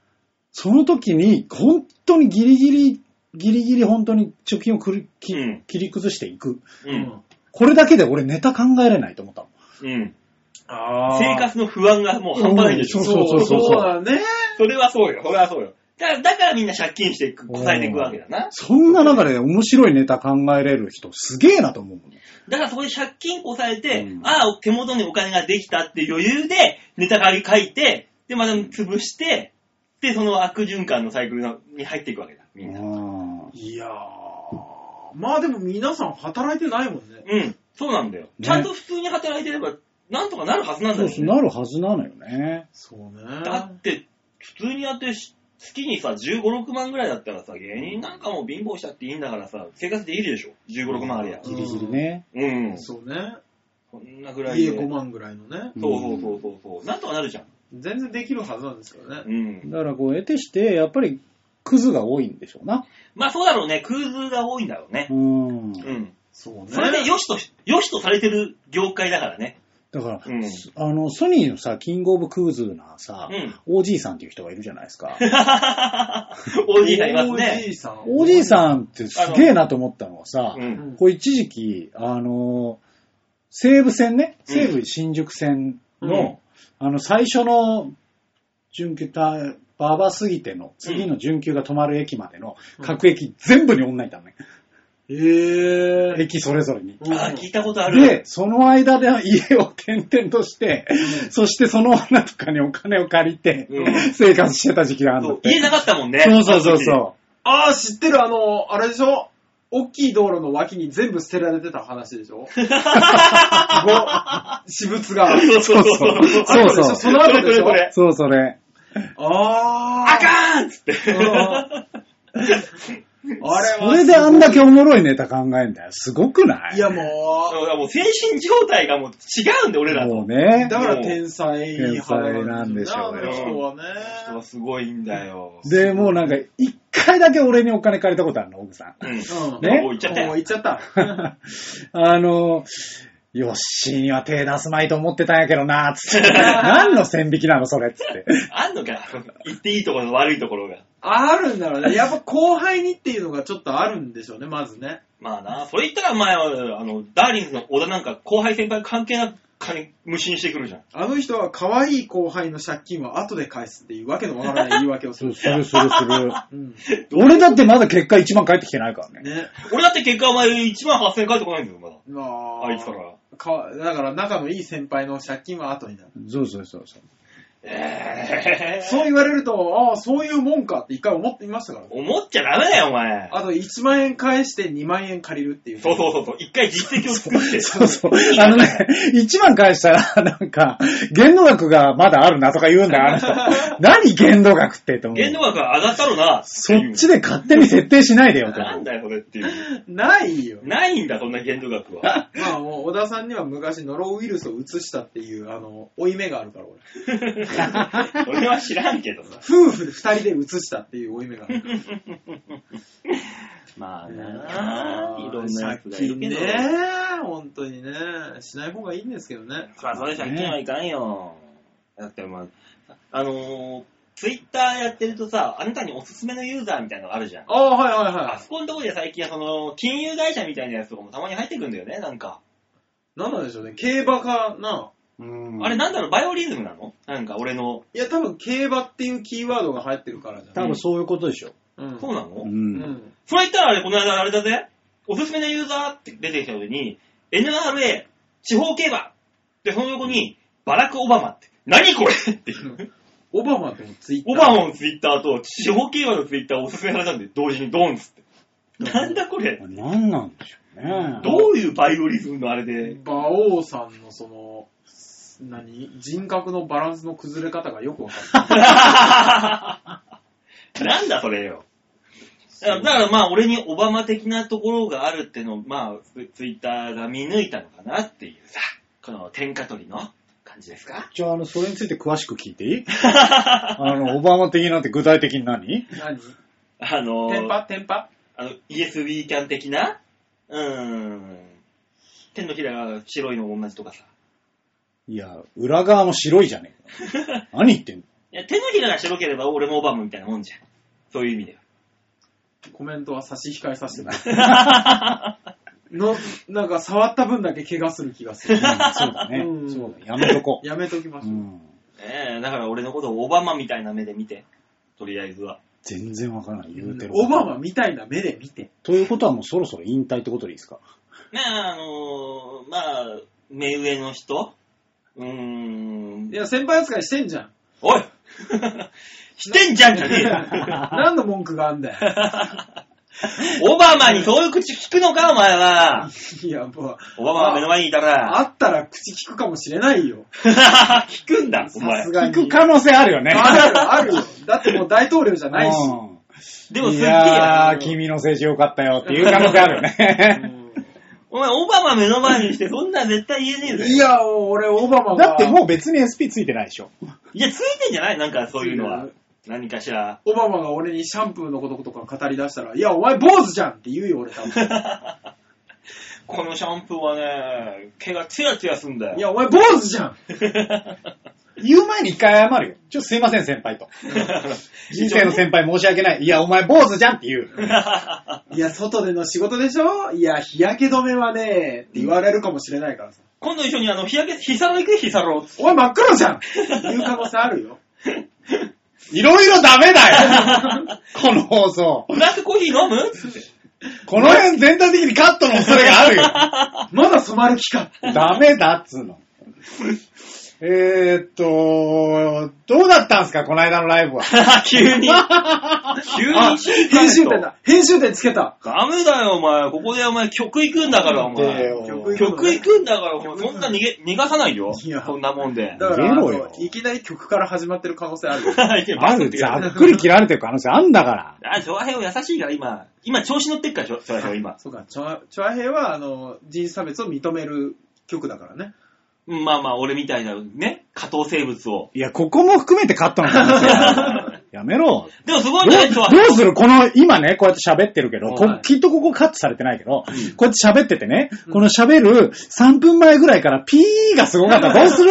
Speaker 3: その時に、本当にギリギリ、ギリギリ本当に貯金をくるき
Speaker 1: うん
Speaker 3: 切り崩していく。
Speaker 1: うん。
Speaker 3: これだけで俺ネタ考えれないと思ったもん。
Speaker 1: うん。
Speaker 2: ああ。
Speaker 1: 生活の不安がもう半端ないでしょ。
Speaker 3: うんそうそうそうそう
Speaker 2: そうだね。
Speaker 1: それはそうよ。それはそうよ。だから、だからみんな借金していく、こさえていくわけだな。
Speaker 3: そんな中で面白いネタ考えれる人すげえなと思うもんね。
Speaker 1: だからそこで借金こさえて、
Speaker 3: うん
Speaker 1: ああ、手元にお金ができたっていう余裕で、ネタ借り書いて、で、また潰して、で、その悪循環のサイクルのに入っていくわけだ、みんな。
Speaker 3: あ
Speaker 2: いやー。まあでも皆さん働いてないもんね。
Speaker 1: うん、そうなんだよ。ちゃんと普通に働いてれば、なんとかなるはずなん
Speaker 3: あ
Speaker 1: だ
Speaker 3: そ
Speaker 1: よ、
Speaker 3: うそうなるはずなのよね。
Speaker 2: そう
Speaker 1: だ
Speaker 2: ね
Speaker 1: っ。て、普通にやってし、月にさ、15、6万ぐらいだったらさ、芸人なんかもう貧乏しちゃっていいんだからさ、生活できるでしょ。15、6万あれや。
Speaker 3: ギリギリね。
Speaker 1: うん。そ
Speaker 2: そうね。
Speaker 1: んなぐらいで。
Speaker 2: 家5万ぐらいのね。
Speaker 1: そうそうそうそうそう。なんとかなるじゃん。
Speaker 2: 全然できるはずなんですけどね。
Speaker 1: うん。
Speaker 3: だからこう得てして、やっぱりクズが多いんでしょうな。
Speaker 1: まあそうだろうね。空数が多いんだろうね
Speaker 3: う。ん。
Speaker 1: うん。
Speaker 2: そうね。
Speaker 1: それで良しとし、良しとされてる業界だからね。 <laughs>
Speaker 3: だから、
Speaker 1: うん
Speaker 3: あの、ソニーのさ、キングオブクズなさ、
Speaker 1: うん。
Speaker 3: おじいさんっていう人がいるじゃないですか。
Speaker 1: おじいさんいます
Speaker 2: お
Speaker 1: ね。
Speaker 2: じいさん。
Speaker 3: おじいさんってすげえなと思ったのはさ
Speaker 1: う、。
Speaker 2: うんん。
Speaker 3: こう一時期、あのー西武線ね、
Speaker 1: うん
Speaker 3: 西武新宿線の、あの、最初の、準急た、ババすぎての、次の準急が止まる駅までの、
Speaker 2: うん
Speaker 3: 各駅全部に女いたのね。
Speaker 2: えー。
Speaker 3: 駅それぞれに。
Speaker 1: あー聞いたことあ
Speaker 3: で
Speaker 1: る。、
Speaker 3: その間で家を転々として、そしてその女とかにお金を借りて、
Speaker 1: うん
Speaker 3: 生活してた時期があるん
Speaker 1: そ
Speaker 3: だ
Speaker 1: う
Speaker 3: って。
Speaker 1: 家なかったもんね。
Speaker 3: そうそうそうそ
Speaker 2: ああ、知ってる、あの、あれでしょ大きい道路の脇に全部捨てられてた話
Speaker 1: <laughs>
Speaker 2: でしょご私物が。
Speaker 1: そうそうそう。
Speaker 3: そうそう
Speaker 2: あれでしょその後でしょ
Speaker 1: これこれこ
Speaker 3: う。そう、それ。
Speaker 2: ああ。
Speaker 1: あかーんっつって。
Speaker 2: あれは。
Speaker 3: それであんだけ。おもろいネタ考えんだよ。すごくない
Speaker 2: いやも
Speaker 1: そうだもう精神状態がもう違うんで、俺らと。
Speaker 3: もうね
Speaker 2: う、だ。から天才
Speaker 3: 天才なんでしょう
Speaker 2: ね。あ
Speaker 3: ね
Speaker 2: の人はね。
Speaker 1: 人はすごいんだよ。
Speaker 3: で、もうなんか、一回だけ俺にお金借りたことあるの、奥 <laughs> さん。
Speaker 1: うん。
Speaker 2: うん
Speaker 3: ね
Speaker 1: もう行っちゃったよ
Speaker 2: もう行っちゃった。
Speaker 3: あの、ヨッシーには手出すまいと思ってたんやけどな、つって。何の線引きなの、それ、つって。
Speaker 1: あんのか言っていいところと悪いところが。
Speaker 2: <laughs> あるんだろうね。やっぱ後輩にっていうのがちょっとあるんでしょうね、まずね。
Speaker 1: まあな、それ言ったらお前は、あの、ダーリンズの小田なんか後輩先輩関係なく金無視にしてくるじゃん。
Speaker 2: あの人は可愛い後輩の借金は後で返すっていうわけのわからない言い訳をす
Speaker 3: そう、
Speaker 2: る。
Speaker 3: するするする。
Speaker 2: うん。
Speaker 3: 俺だってまだ結果1万返ってきてないからね。
Speaker 2: ね。
Speaker 1: 俺だって結果お前1万8000円返ってこないんだよ、まだ。
Speaker 2: まあ、
Speaker 1: あいつから。
Speaker 2: かだから仲のいい先輩の借金は後になる。
Speaker 3: そうそうそうそう。
Speaker 1: えー、
Speaker 2: そう言われると、ああ、そういうもんかって一回思っていましたからね。
Speaker 1: 思っちゃダメだよ、お前。
Speaker 2: あと1万円返して2万円借りるっていう。
Speaker 1: そうそうそうそう。一回実績を作って。
Speaker 3: そうそう。あのね、1万返したら、なんか、限度額がまだあるなとか言うんだよ、あの <laughs> 人。何限度額ってと思う。
Speaker 1: 限度額が上がったろな。
Speaker 3: そっち
Speaker 1: で。
Speaker 3: で勝手に設定しないでよ、と
Speaker 1: なんだよ、それっていう。
Speaker 2: ないよ。
Speaker 1: ないんだ、そんな限度額 <laughs> は。
Speaker 2: まあもう、小田さんには昔ノロウイルスを移したっていう、あの、負い目があるから、俺。
Speaker 1: 俺は知らんけどさ。
Speaker 2: 夫婦二人で移したっていう負い目がある。
Speaker 1: まあなあいろんなやつがい
Speaker 2: 借
Speaker 1: るけ
Speaker 2: 金ね
Speaker 1: ど。
Speaker 2: 本当にね、しない方がいいんですけどね。
Speaker 1: まあ、それ借金はいかんよ。だって、まあ、あのー、ツイッターやってるとさ、あなたにおすすめのユーザーみたいなのがあるじゃん。
Speaker 2: ああ、はいはい
Speaker 1: あ
Speaker 2: は
Speaker 1: そこのとこで最近はその、金融会社みたいなやつとかもたまに入ってくるんだよね、なんか。
Speaker 2: い。なんなんでしょうね、競馬かな。
Speaker 3: うん
Speaker 1: あれなんだろう、バイオリズムなのなんか俺の。
Speaker 2: いや、多分競馬っていうキーワードが入ってるからじゃ
Speaker 3: 多分そういうことでしょ。。
Speaker 2: ん。うん。
Speaker 1: そうなの、
Speaker 2: うんん。
Speaker 1: それ言ったらあれ、この間あれだぜ。おすすめのユーザーって出てきた時に、NRA、地方競馬。で、その横に、バラク・オバマって。何これっていう。
Speaker 2: <laughs> オバマってもツイッター。
Speaker 1: オバマのツイッターと、地方競馬のツイッターをおすすめされたんで、同時にドーンっつって。なんだこれ
Speaker 3: 何なんでしょうね。
Speaker 1: どういうバイオリズムのあれで、
Speaker 2: 馬王さんのその、何人格のバランスの崩れ方がよくわかる。
Speaker 1: なんだそれよ。だからまあ俺にオバマ的なところがあるってのを、まあツツイッターが見抜いたのかなっていうさ、この天下取りの感じですか
Speaker 3: じゃあ、あの、それについて詳しく聞いてい <laughs> いあの、オバマ的なんて具体的に何
Speaker 2: 何
Speaker 1: あの
Speaker 2: テンパテンパ
Speaker 1: あの、イエス・ウィーキャン的なうーん。天のひらが白いのも同じとかさ。
Speaker 3: いや、裏側も白いじゃねえか。何言ってんの
Speaker 1: いや、手のひらが白ければ俺もオバマみたいなもんじゃん。そういう意味では。
Speaker 2: コメントは差し控えさせてない。 <laughs> の、なんか触った分だけ怪我する気がする。
Speaker 3: うんそうだね
Speaker 2: う。ん
Speaker 3: そうだ。やめとこ
Speaker 2: やめときま
Speaker 3: う。
Speaker 2: し
Speaker 3: う
Speaker 2: ょう。
Speaker 3: ん。
Speaker 1: ええだから俺のことをオバマみたいな目で見て。とりあえずは。
Speaker 3: 全然わからない、言うてる。
Speaker 2: オバマみたいな目で見て。
Speaker 3: ということはもうそろそろ引退ってことでいいですか
Speaker 1: ねえ、あのーまあ、目上の人うーん
Speaker 2: い。や、先輩扱いして
Speaker 1: <laughs>
Speaker 2: んじゃん。
Speaker 1: おいしてんじゃんじゃ <laughs> ねえよ
Speaker 2: 何の文句があんだよ。
Speaker 1: オバマにそういう口聞くのかお前は。
Speaker 2: いや、もう、
Speaker 1: オバマが目の前にいたら。
Speaker 2: あったら口聞くかもしれないよ。
Speaker 1: <laughs> 聞くんだ、お
Speaker 2: さ
Speaker 1: 前
Speaker 2: す。が
Speaker 3: 行
Speaker 2: に。
Speaker 3: く可能性あるよね。
Speaker 2: あるあるよ。だってもう大統領じゃないし。
Speaker 3: うん
Speaker 1: でもすっ
Speaker 3: い
Speaker 1: げえな。
Speaker 3: やー、君の政治良かったよっていう可能性あるよね。
Speaker 2: <laughs>
Speaker 1: お前、オバマ目の前にして、そんなん絶対言えねえ
Speaker 2: うん
Speaker 1: ぜ。
Speaker 2: いや、俺、オバマが。
Speaker 3: だってもう別に SP ついてないでしょ。
Speaker 1: いや、ついてんじゃないなんかそういうのは
Speaker 2: ついて。
Speaker 1: 何かしら。
Speaker 2: オバマが俺にシャンプーのこととか語り出したら、いや、お前坊主じゃんって言うよ、俺多分。
Speaker 3: <laughs>
Speaker 1: このシャンプーはね、毛がツヤツヤすんだよ。 <laughs>
Speaker 2: いや、お前坊主じゃん
Speaker 3: 言う前に一回謝るよ。ちょっとすいません、先輩と。 <laughs> 人生の先輩申し訳ない。いや、お前坊主じゃんって言う。
Speaker 2: いや、外での仕事でしょいや、日焼け止めはねって言われるかもしれないからさ。
Speaker 1: <laughs> 今度一緒にあの、日焼け、日サロ行く日サロ。 <laughs>
Speaker 2: お前真っ黒じゃん言う可能性あるよ。
Speaker 3: いろいろダ
Speaker 1: <laughs>
Speaker 3: メだよこの放送。
Speaker 1: ブラックコーヒー飲むつって。
Speaker 3: この辺全体的にカットの恐れがあるよ。
Speaker 2: まだ染まる気か。
Speaker 3: ダメだっつうの。えーっと、どうだったんすかこの間のライブは。
Speaker 1: <laughs> 急 <laughs> に。急
Speaker 2: あ
Speaker 1: に新
Speaker 2: 編集点
Speaker 1: だ。
Speaker 2: だ。編集点つけた。
Speaker 1: ダメだよ、お前。ここでお前曲行くんだから、お
Speaker 3: で
Speaker 1: 前。
Speaker 2: 曲
Speaker 1: 曲行くんだから、お前。そんな逃げ、逃がさないよ。
Speaker 2: いや
Speaker 1: そんなもんで。
Speaker 2: だから、あ
Speaker 3: 出ろよ
Speaker 2: のいきなり曲から始まってる可能性あるよ。
Speaker 1: <laughs> はいで
Speaker 3: あ
Speaker 1: バスっ
Speaker 3: る、
Speaker 1: て
Speaker 3: ざっくり切られてる可能性あんだから。
Speaker 1: あ、ジョアヘオ優しいから、今。今、調子乗ってっから、ジョジョアヘオ、今。
Speaker 2: そうか、チョアチョアヘイは、あの、人種差別を認める曲だからね。
Speaker 1: うんまあまあ、俺みたいな、ね、下等生物を。
Speaker 3: いや、ここも含めてカットの可能性ある。やめろ。
Speaker 1: でもすご
Speaker 3: ど
Speaker 1: いね、ジョア
Speaker 3: う
Speaker 1: ヘ
Speaker 3: どうするこの、今ね、こうやって喋ってるけど、こ
Speaker 1: はい
Speaker 3: きっとここカットされてないけど、こうやって喋っててね、この喋る3分前ぐらいからピーがすごかった。どうする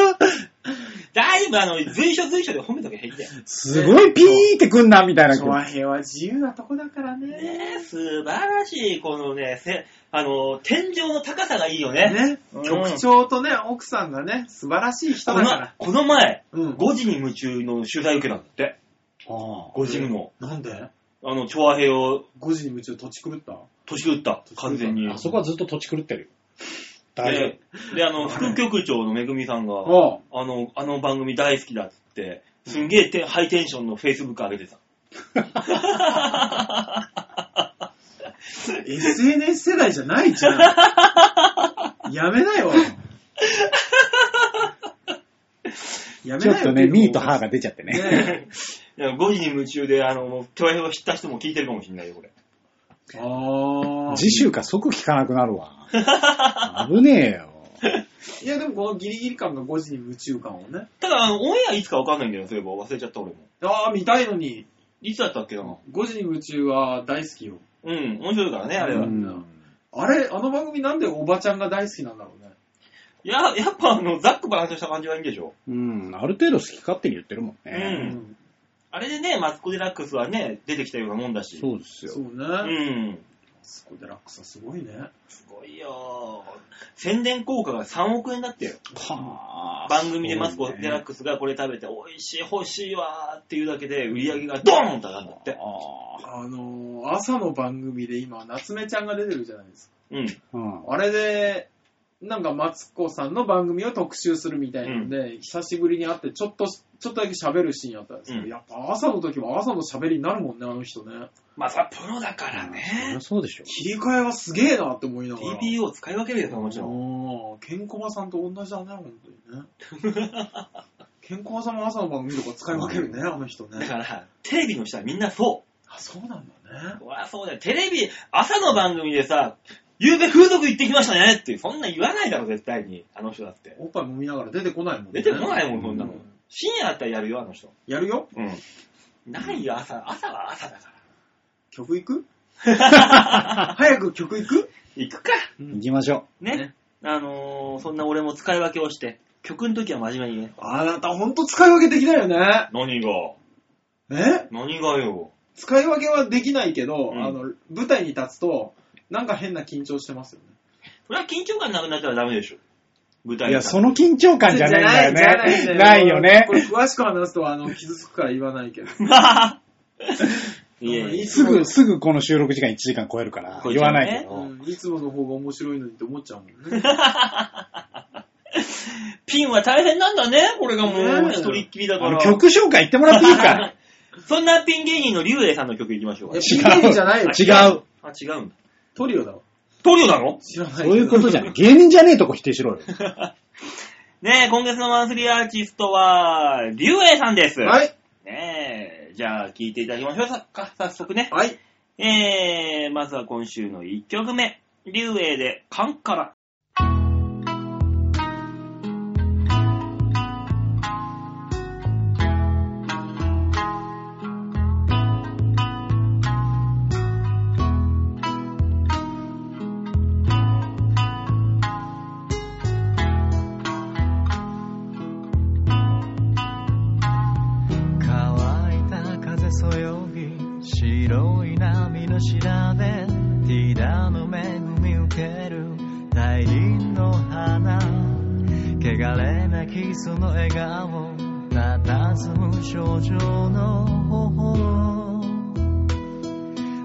Speaker 1: 大丈夫、あの、随所随所で褒めとけ平気だよ。
Speaker 3: すごいピーってくんな、みたいな
Speaker 2: チ。ョアヘイは自由なとこだからね。
Speaker 1: ねえ、素晴らしい、このね、せ、あの、天井の高さがいいよね。
Speaker 2: ね、
Speaker 1: うん
Speaker 2: 局長とね、奥さんがね、素晴らしい人
Speaker 1: こ
Speaker 2: だ
Speaker 1: の
Speaker 2: から。、
Speaker 1: この前、
Speaker 2: うん。
Speaker 1: 5時に夢中の取材受けたんだって。
Speaker 3: ああ
Speaker 1: 5時にも。
Speaker 2: なんで
Speaker 1: あの、調和兵を
Speaker 2: ?5 時に夢中土地狂った
Speaker 1: 年打った。完全に。
Speaker 3: あそこはずっと土地狂ってるよ。大丈夫
Speaker 1: で。、で、あの、副局長のめぐみさんが、
Speaker 2: ああ
Speaker 1: あの、あの番組大好きだっつっ
Speaker 4: って、
Speaker 1: すんげえてハイテンションの Facebook 上げてた。
Speaker 2: SNS 世代じゃない
Speaker 3: <laughs>
Speaker 2: じゃん。やめなよ。やめ
Speaker 3: ちょ
Speaker 2: なよ。
Speaker 3: っとね、ミーとハーが出ちゃってね。
Speaker 2: ね
Speaker 1: いや5時に夢中で、あの、もう共演を知った人も聞いてるかもしれないよ、これ。
Speaker 2: え。
Speaker 3: <laughs>
Speaker 2: ああ。
Speaker 3: 次週か即聞かなくなる <laughs> わ。危ねえよ。
Speaker 2: いや、でもこのギリギリ感が5時に夢中感をね。
Speaker 1: ただ、あの、オンエアいつかわかんないんだよ、そういえば。忘れちゃった、俺も。
Speaker 2: ああ、見たいのに。
Speaker 1: いつだったっけな。
Speaker 2: 5時に夢中は大好きよ。
Speaker 1: うん、面白いからね、あれは。い
Speaker 3: うん
Speaker 2: あれ、あの番組なんでおばちゃんが大好きなんだろうね。
Speaker 1: や、やっぱあの、ざっくばらんとした感じがいいんでしょ。
Speaker 3: うん、ある程度好き勝手に言ってるもんね。
Speaker 1: うんあれでね、マツコ・デラックスはね、出てきたようなもんだし。
Speaker 3: そうです
Speaker 2: そう
Speaker 3: よ。
Speaker 1: う
Speaker 2: ね。
Speaker 1: ん。
Speaker 2: そこでラックスはすごいね。
Speaker 1: すごいよ宣伝効果が3億円だってよ。
Speaker 3: はあ
Speaker 1: 番組でマツコ・デラッ
Speaker 3: く
Speaker 1: クスがこれ食べて、美味しい、欲しいわーっていうだけで、売り上げがドーンと上がるんだって。
Speaker 3: ああ。
Speaker 2: あのー、朝の番組で今、夏目ちゃんが出てるじゃないです
Speaker 1: うん。
Speaker 3: うん
Speaker 2: か。あれで、なんかマツコさんの番組を特集するみたいなんで、久しぶりに会って、ちょっと、ちょっとだけ喋るシーンやったんですけど、
Speaker 1: うん
Speaker 2: やっぱ朝の時は朝の喋りになるもんね、あの人ね。
Speaker 1: まあ、さ、プロだから
Speaker 3: そり
Speaker 1: ね
Speaker 3: ゃ。そうでしょ。
Speaker 2: 切り替えはすげえなって思いながら。
Speaker 1: TPO 使い分けるよ、それはもちろん。
Speaker 2: おーケンコバさんと同じだね、本当にね。
Speaker 1: <laughs>
Speaker 2: ケンコバさんも朝の番組とか使い分けるね、あの人
Speaker 1: だ
Speaker 2: ね。
Speaker 1: から、テレビの人はみんなそ
Speaker 2: あ、そうなんだ
Speaker 1: う。
Speaker 2: ね。
Speaker 1: そりゃそうだよ。テレビ、朝の番組でさ、夕べ風俗行ってきましたねって、そんなん言わないだろ、絶対に。あの人だって。
Speaker 2: おっぱい揉みながら出てこないもんね。
Speaker 1: 出てこない
Speaker 2: ん。
Speaker 1: もん、そんなの。深夜だったらやるよ、あの人。
Speaker 2: やるよ
Speaker 1: うん。ないよ、朝。朝は朝だから。
Speaker 2: 曲行
Speaker 3: <laughs>
Speaker 2: く早く曲行く
Speaker 1: 行くか。
Speaker 3: 行きましょ
Speaker 1: ね。
Speaker 2: ね
Speaker 1: あのー、そんな俺も使い分けをして、曲の時は真面目にね。
Speaker 2: あなたほんと使い分けできないよね。
Speaker 1: 何が
Speaker 2: え
Speaker 1: 何がよ。
Speaker 2: 使い分けはできないけど、
Speaker 1: うん
Speaker 2: あの、舞台に立つと、なんか変な緊張してますよね。
Speaker 1: それは緊張感なくなったらダメでしょ。舞
Speaker 3: う。
Speaker 1: 台
Speaker 3: い
Speaker 1: に
Speaker 3: や、
Speaker 1: 立つ
Speaker 3: その緊張感じゃないんだよ
Speaker 2: じゃ
Speaker 3: ね。
Speaker 2: じゃ
Speaker 3: ないよね
Speaker 2: こ。れ詳しく話すと、あの、傷つくから言わない
Speaker 3: <laughs>
Speaker 2: けど。
Speaker 1: <laughs> いやいや
Speaker 3: すぐ、すぐこの収録時間1時間超えるから、
Speaker 1: 超え
Speaker 3: 言
Speaker 1: ちゃう
Speaker 3: わ
Speaker 1: ね
Speaker 3: ないけ
Speaker 2: う
Speaker 3: ど。
Speaker 2: ん、いつもの方が面白いのにって思っちゃうもんね。
Speaker 1: ピンは大変なんだね。これがもう
Speaker 2: ねえ
Speaker 1: 一人っきりだか
Speaker 3: あの
Speaker 1: ら。
Speaker 3: 曲紹介言ってもらっていいか
Speaker 1: そんなピン芸人のリュウエイさんの曲いきましょうか
Speaker 2: いや。ピン芸人じゃないよ
Speaker 3: 違う。
Speaker 1: あ、違うんだ。
Speaker 2: トリオだわ。
Speaker 1: トリオなの
Speaker 2: 知らないけ
Speaker 3: そ
Speaker 2: ど
Speaker 3: ういうことじゃない。芸人じゃねえとこ否定しろよ。
Speaker 1: ねえ、今月のマンスリーアーティストは、リュウエイさんです。
Speaker 2: はい。
Speaker 1: ねえ、じゃあ聞いていただきましょうさか、早速ね。
Speaker 2: はい。
Speaker 1: えー、まずは今週の1曲目。リュウエイで、カンカラ。
Speaker 5: 乾いた風そよぎ白い波の白でティダの恵み受ける大輪の花汚れなきその笑顔佇む少女の頬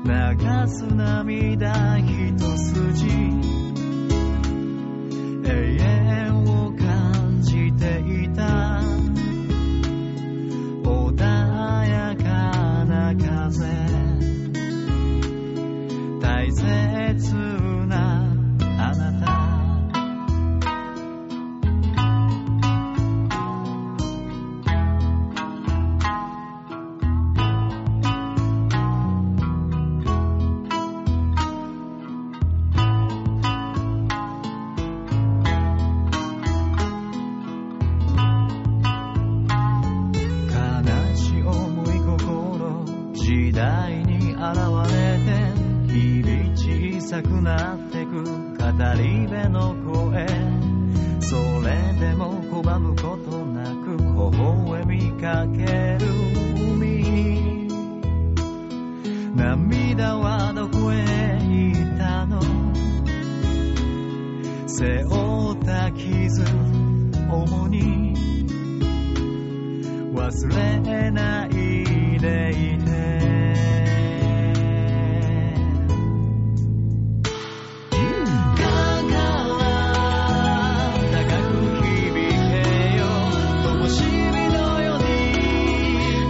Speaker 5: 流す涙一筋永遠を感じていた穏やかな風大切なあなた悲しい思い心時代に現れて日々小さくなってく語り部の声それでも拒むことなく微笑みかける海涙はどこへ行ったの背負った傷重に忘れないでいて「だから高く響けよ灯火のように」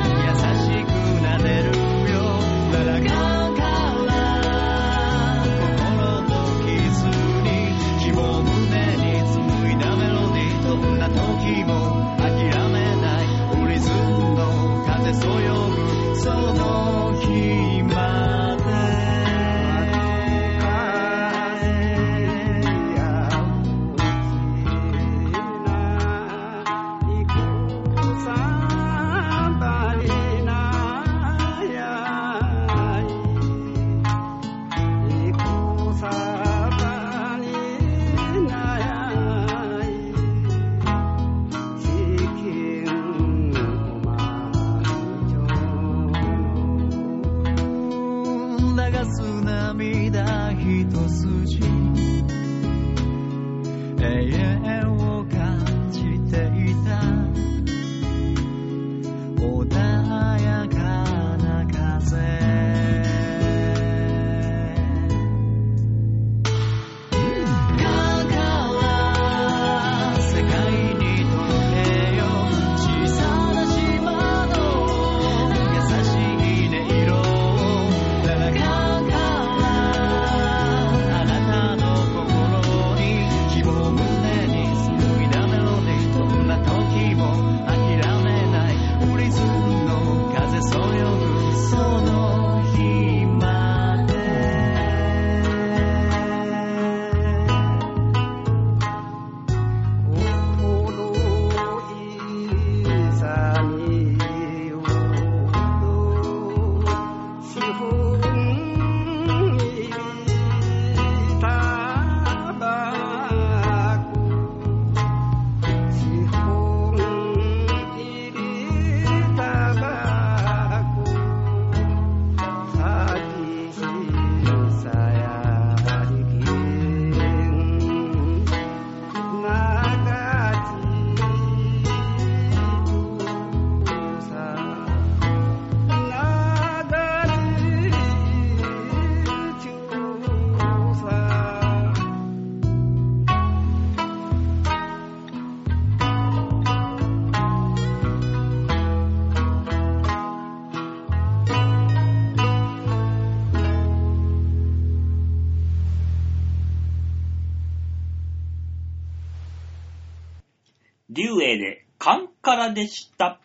Speaker 1: 竜英で、カンカラでした。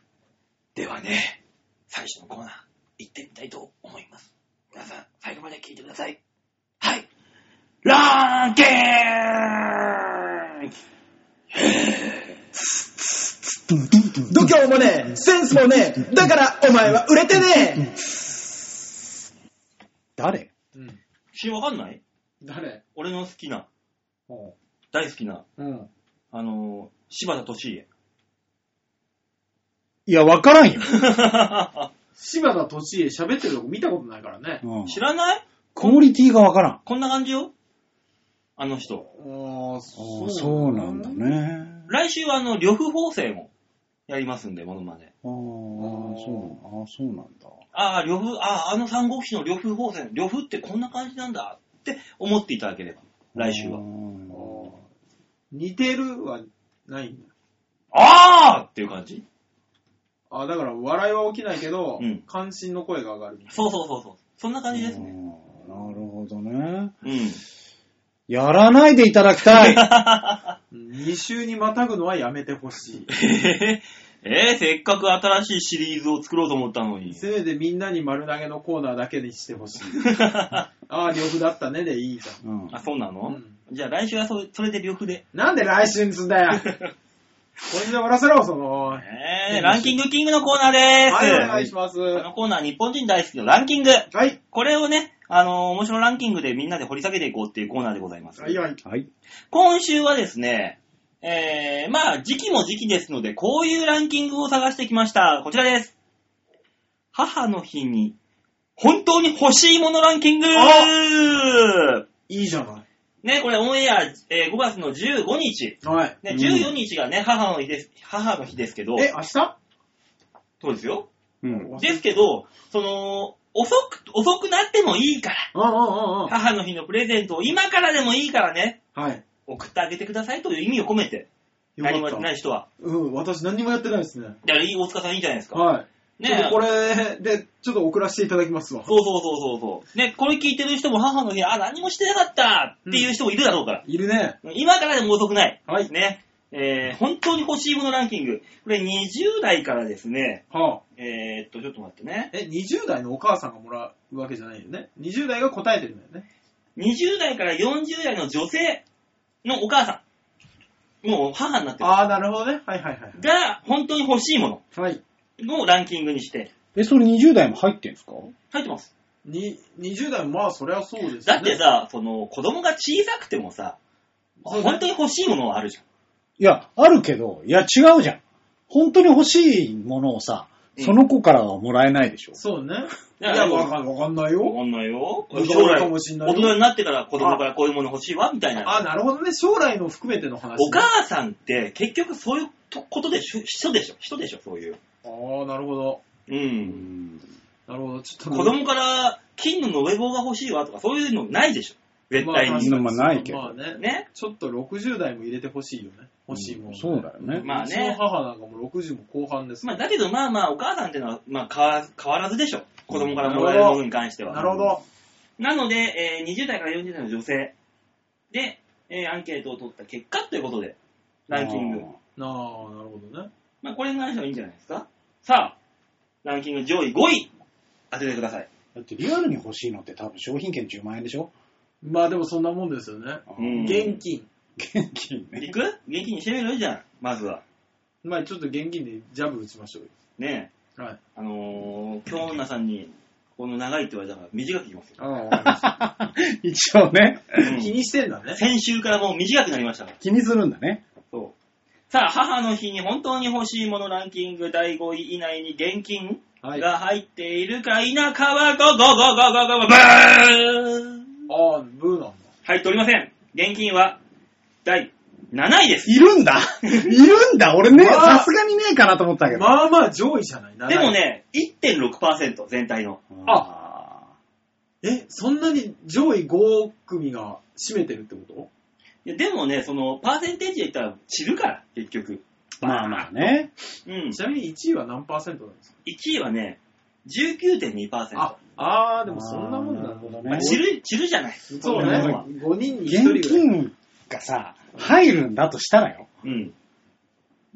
Speaker 6: ではね、最初のコーナー、行ってみたいと思います。皆さん、最後まで聞いてください。はい。ランキング
Speaker 7: 度胸もねえ、センスもねえ、だからお前は売れてねえ。
Speaker 3: 誰
Speaker 2: うん。
Speaker 1: し、わかんない
Speaker 2: 誰
Speaker 1: 俺の好きな、
Speaker 2: うん。
Speaker 1: 大好きな、
Speaker 2: うん。
Speaker 1: あのー、柴田敏
Speaker 6: <laughs>
Speaker 1: 家。
Speaker 3: いや、わからんよ。
Speaker 2: 柴田敏恵喋ってるとこ見たことないからね。
Speaker 3: うん
Speaker 1: 知らない
Speaker 3: クオリティがわからん。
Speaker 1: こんな感じよあの人。
Speaker 2: ああ、
Speaker 3: ああそうなんだ。ね。
Speaker 1: 来週はあの、呂布法制もやりますんで、ものまね。
Speaker 3: ああ、そう、ああ、そうなんだ。
Speaker 1: ああ、呂布、ああ、あの三国志の呂布法制、呂布ってこんな感じなんだって思っていただければ、来週
Speaker 3: あ
Speaker 1: は。
Speaker 2: あ
Speaker 3: ー
Speaker 2: ー似てるはないんだ。
Speaker 1: あーっていう感じ
Speaker 2: あだから笑いは起きないけど、
Speaker 1: うん
Speaker 2: 関心の声が上がる。
Speaker 1: そうそうそうそう。そんな感じですね。
Speaker 3: あーなるほどね。
Speaker 1: うん。 <laughs>
Speaker 3: やらないでいただきたい。
Speaker 2: 2週にまたぐのはやめてほし
Speaker 1: えへへえー、せっかく新しいシリーズを作ろうと思ったの
Speaker 2: い。
Speaker 1: に。 <laughs>
Speaker 2: せめてみんなに丸投げのコーナーだけにしてほしい。ああ、呂布だったねでいいじ
Speaker 3: うん
Speaker 1: あ、そうな
Speaker 2: ゃん。
Speaker 1: の、
Speaker 2: うん
Speaker 1: じゃあ来週はそそれで呂布で。
Speaker 2: なんで来週にすんだよ。これで終わらせろ、その。
Speaker 1: <laughs> えー、ランキングキングのコーナーでーす。
Speaker 2: はい、お願いします。
Speaker 1: こ
Speaker 2: は
Speaker 1: のコーナー、日本人大好きのランキング。
Speaker 2: い。
Speaker 1: これをね、あのー面白ランキングでみんなで掘り下げていこうっていうコーナーでございます。
Speaker 2: はい、はい。
Speaker 3: はい。
Speaker 1: 今週はですね、えー、まあ、時期も時期ですので、こういうランキングを探してきました。こちらです。母の日に、本当に欲しいものランキング
Speaker 2: いいじゃな
Speaker 1: ね、これオンエア、えー5月の15日。
Speaker 2: い。はい。
Speaker 1: ね、14日がね、母の日です、母の日ですけど、
Speaker 2: え、明日
Speaker 1: そうですよ。
Speaker 3: うん。
Speaker 1: ですけど、その、遅く、遅くなってもいいから、
Speaker 2: うんうんうんうん。
Speaker 1: 母の日のプレゼントを今からでもいいからね、
Speaker 2: はい。
Speaker 1: 送ってあげてくださいという意味を込めて、
Speaker 2: よか
Speaker 1: 何も
Speaker 2: っ
Speaker 1: やってな
Speaker 2: た。
Speaker 1: い人は。
Speaker 2: うん、私何もやってないですね。
Speaker 1: だから、いい大塚さんいいじゃないですか。
Speaker 2: はい。
Speaker 1: ね
Speaker 2: ちょっとこれで、ちょっと送らせていただきますわ。
Speaker 1: そうそうそうそうそう。ね、これ聞いてる人も母の日、あ、何もしてなかったっていう人もいるだろうから。
Speaker 2: いるね。
Speaker 1: 今からでも遅くない。
Speaker 2: はい。
Speaker 1: ね。えー、本当に欲しいものランキング。これ20代からですね、
Speaker 2: はあ。
Speaker 1: えー、っと、ちょっと待ってね。
Speaker 2: え、20代のお母さんがもらうわけじゃないよね。20代が答えてるんだよね。
Speaker 1: 20代から40代の女性のお母さん、もう母になってる。
Speaker 2: ああ、なるほどね。はいはいはい。
Speaker 1: が、本当に欲しいも
Speaker 2: はい。
Speaker 1: のをランキングにして、
Speaker 3: え、それ20代も入ってんすか
Speaker 1: 入ってます。
Speaker 2: に、20代もまあそりゃそうですよ
Speaker 1: だ
Speaker 2: ね。
Speaker 1: って、さ、その、子供が小さくてもさ、
Speaker 2: そうね
Speaker 1: 本当に欲しいものはあるじゃん。
Speaker 3: いや、あるけど、いや、違うじゃん。本当に欲しいものをさ、
Speaker 1: うん
Speaker 3: その子からはもらえないでしょ。
Speaker 2: そうね。い
Speaker 1: だから
Speaker 2: や、わかんわかんないよ。
Speaker 1: わかんないよ。
Speaker 2: わかんない
Speaker 1: 将来、
Speaker 2: か
Speaker 1: 大
Speaker 2: もしんないよ
Speaker 1: 人になってから子供からこういうもの欲しいわ、みたい
Speaker 2: あ
Speaker 1: な。
Speaker 2: あ、なるほどね。将来の含めての話、ね。
Speaker 1: お母さんって結局そういうことでしょ、人でしょ、人でしょ、そういう。
Speaker 2: ああ、なるほど。
Speaker 1: う。
Speaker 3: うんん。
Speaker 2: なるほど。ちょっと。
Speaker 1: 子供から金の延べ棒が欲しいわとか、そういうのないでしょ、絶対
Speaker 3: まあ
Speaker 1: に。
Speaker 3: まあないけど
Speaker 2: まあね。
Speaker 1: ね。
Speaker 2: ちょっと60代も入れてほしいよね。欲しいもん、
Speaker 3: そうだよね。
Speaker 1: まあね
Speaker 2: うちの母なんかもう60も後半です。
Speaker 1: まあ、だけどまあまあ、お母さんっていうのは、まあ変わ、変わらずでしょ。子供からもらえるものに関しては。
Speaker 2: なるほど。
Speaker 1: なので、えー20代から40代の女性で、えーアンケートを取った結果ということで、ランキング。
Speaker 2: なあ、なるほどね。
Speaker 1: まあ、これに関してはいいんじゃないですか。さあ、ランキング上位5位、当ててください。
Speaker 3: だってリアルに欲しいのって多分商品券10万円でしょ
Speaker 2: まあでもそんなもんですよね。
Speaker 1: うん
Speaker 2: 現金。
Speaker 3: 現金ね。 <laughs>
Speaker 1: いく現金にしてみるじゃん、まずは。
Speaker 2: まあちょっと現金でジャブ打ちましょうよ。
Speaker 1: ね
Speaker 2: はい。
Speaker 1: え、あのー、京女さんに、この長いって言われたから短くいきますよ。
Speaker 2: ああわかりました、
Speaker 3: 一応ね、
Speaker 1: うん
Speaker 2: <laughs> 気にしてんだね。
Speaker 1: 先週からもう短くなりましたから。
Speaker 3: 気にするんだね。
Speaker 1: そう。さあ、母の日に本当に欲しいものランキング第5位以内に現金
Speaker 2: はい。あ
Speaker 1: が入っているか否かは、ゴゴゴゴゴゴゴブーン
Speaker 2: あ、ブーなんだ。
Speaker 1: 入っておりません。現金は第7位です。
Speaker 3: いるんだいるんだ俺ね、
Speaker 2: うわ
Speaker 3: さすがにねえかなと思ったけど。
Speaker 2: まあまあ上位じゃない。
Speaker 1: でも
Speaker 2: ね。
Speaker 1: ね、1.6%全体の。
Speaker 3: あ
Speaker 2: え、そんなに上位5組が占めてるってこと
Speaker 1: いやでもね、その、パーセンテージで言ったら散るから、結局。
Speaker 3: まあまあね。
Speaker 1: うん。
Speaker 2: ちなみに1位は何パーセントなんですか
Speaker 1: 1位はね、19.2%。
Speaker 2: あ、ああ、でもそんなもんなんだ
Speaker 3: あーなるほど
Speaker 1: まあ
Speaker 3: ね
Speaker 1: 散る、散るじゃない。
Speaker 2: そうね。
Speaker 3: なるほ
Speaker 2: 5人に1人
Speaker 3: 現
Speaker 2: ぐらい。
Speaker 3: 金がさ、入るんだとしたらよ。
Speaker 1: うん。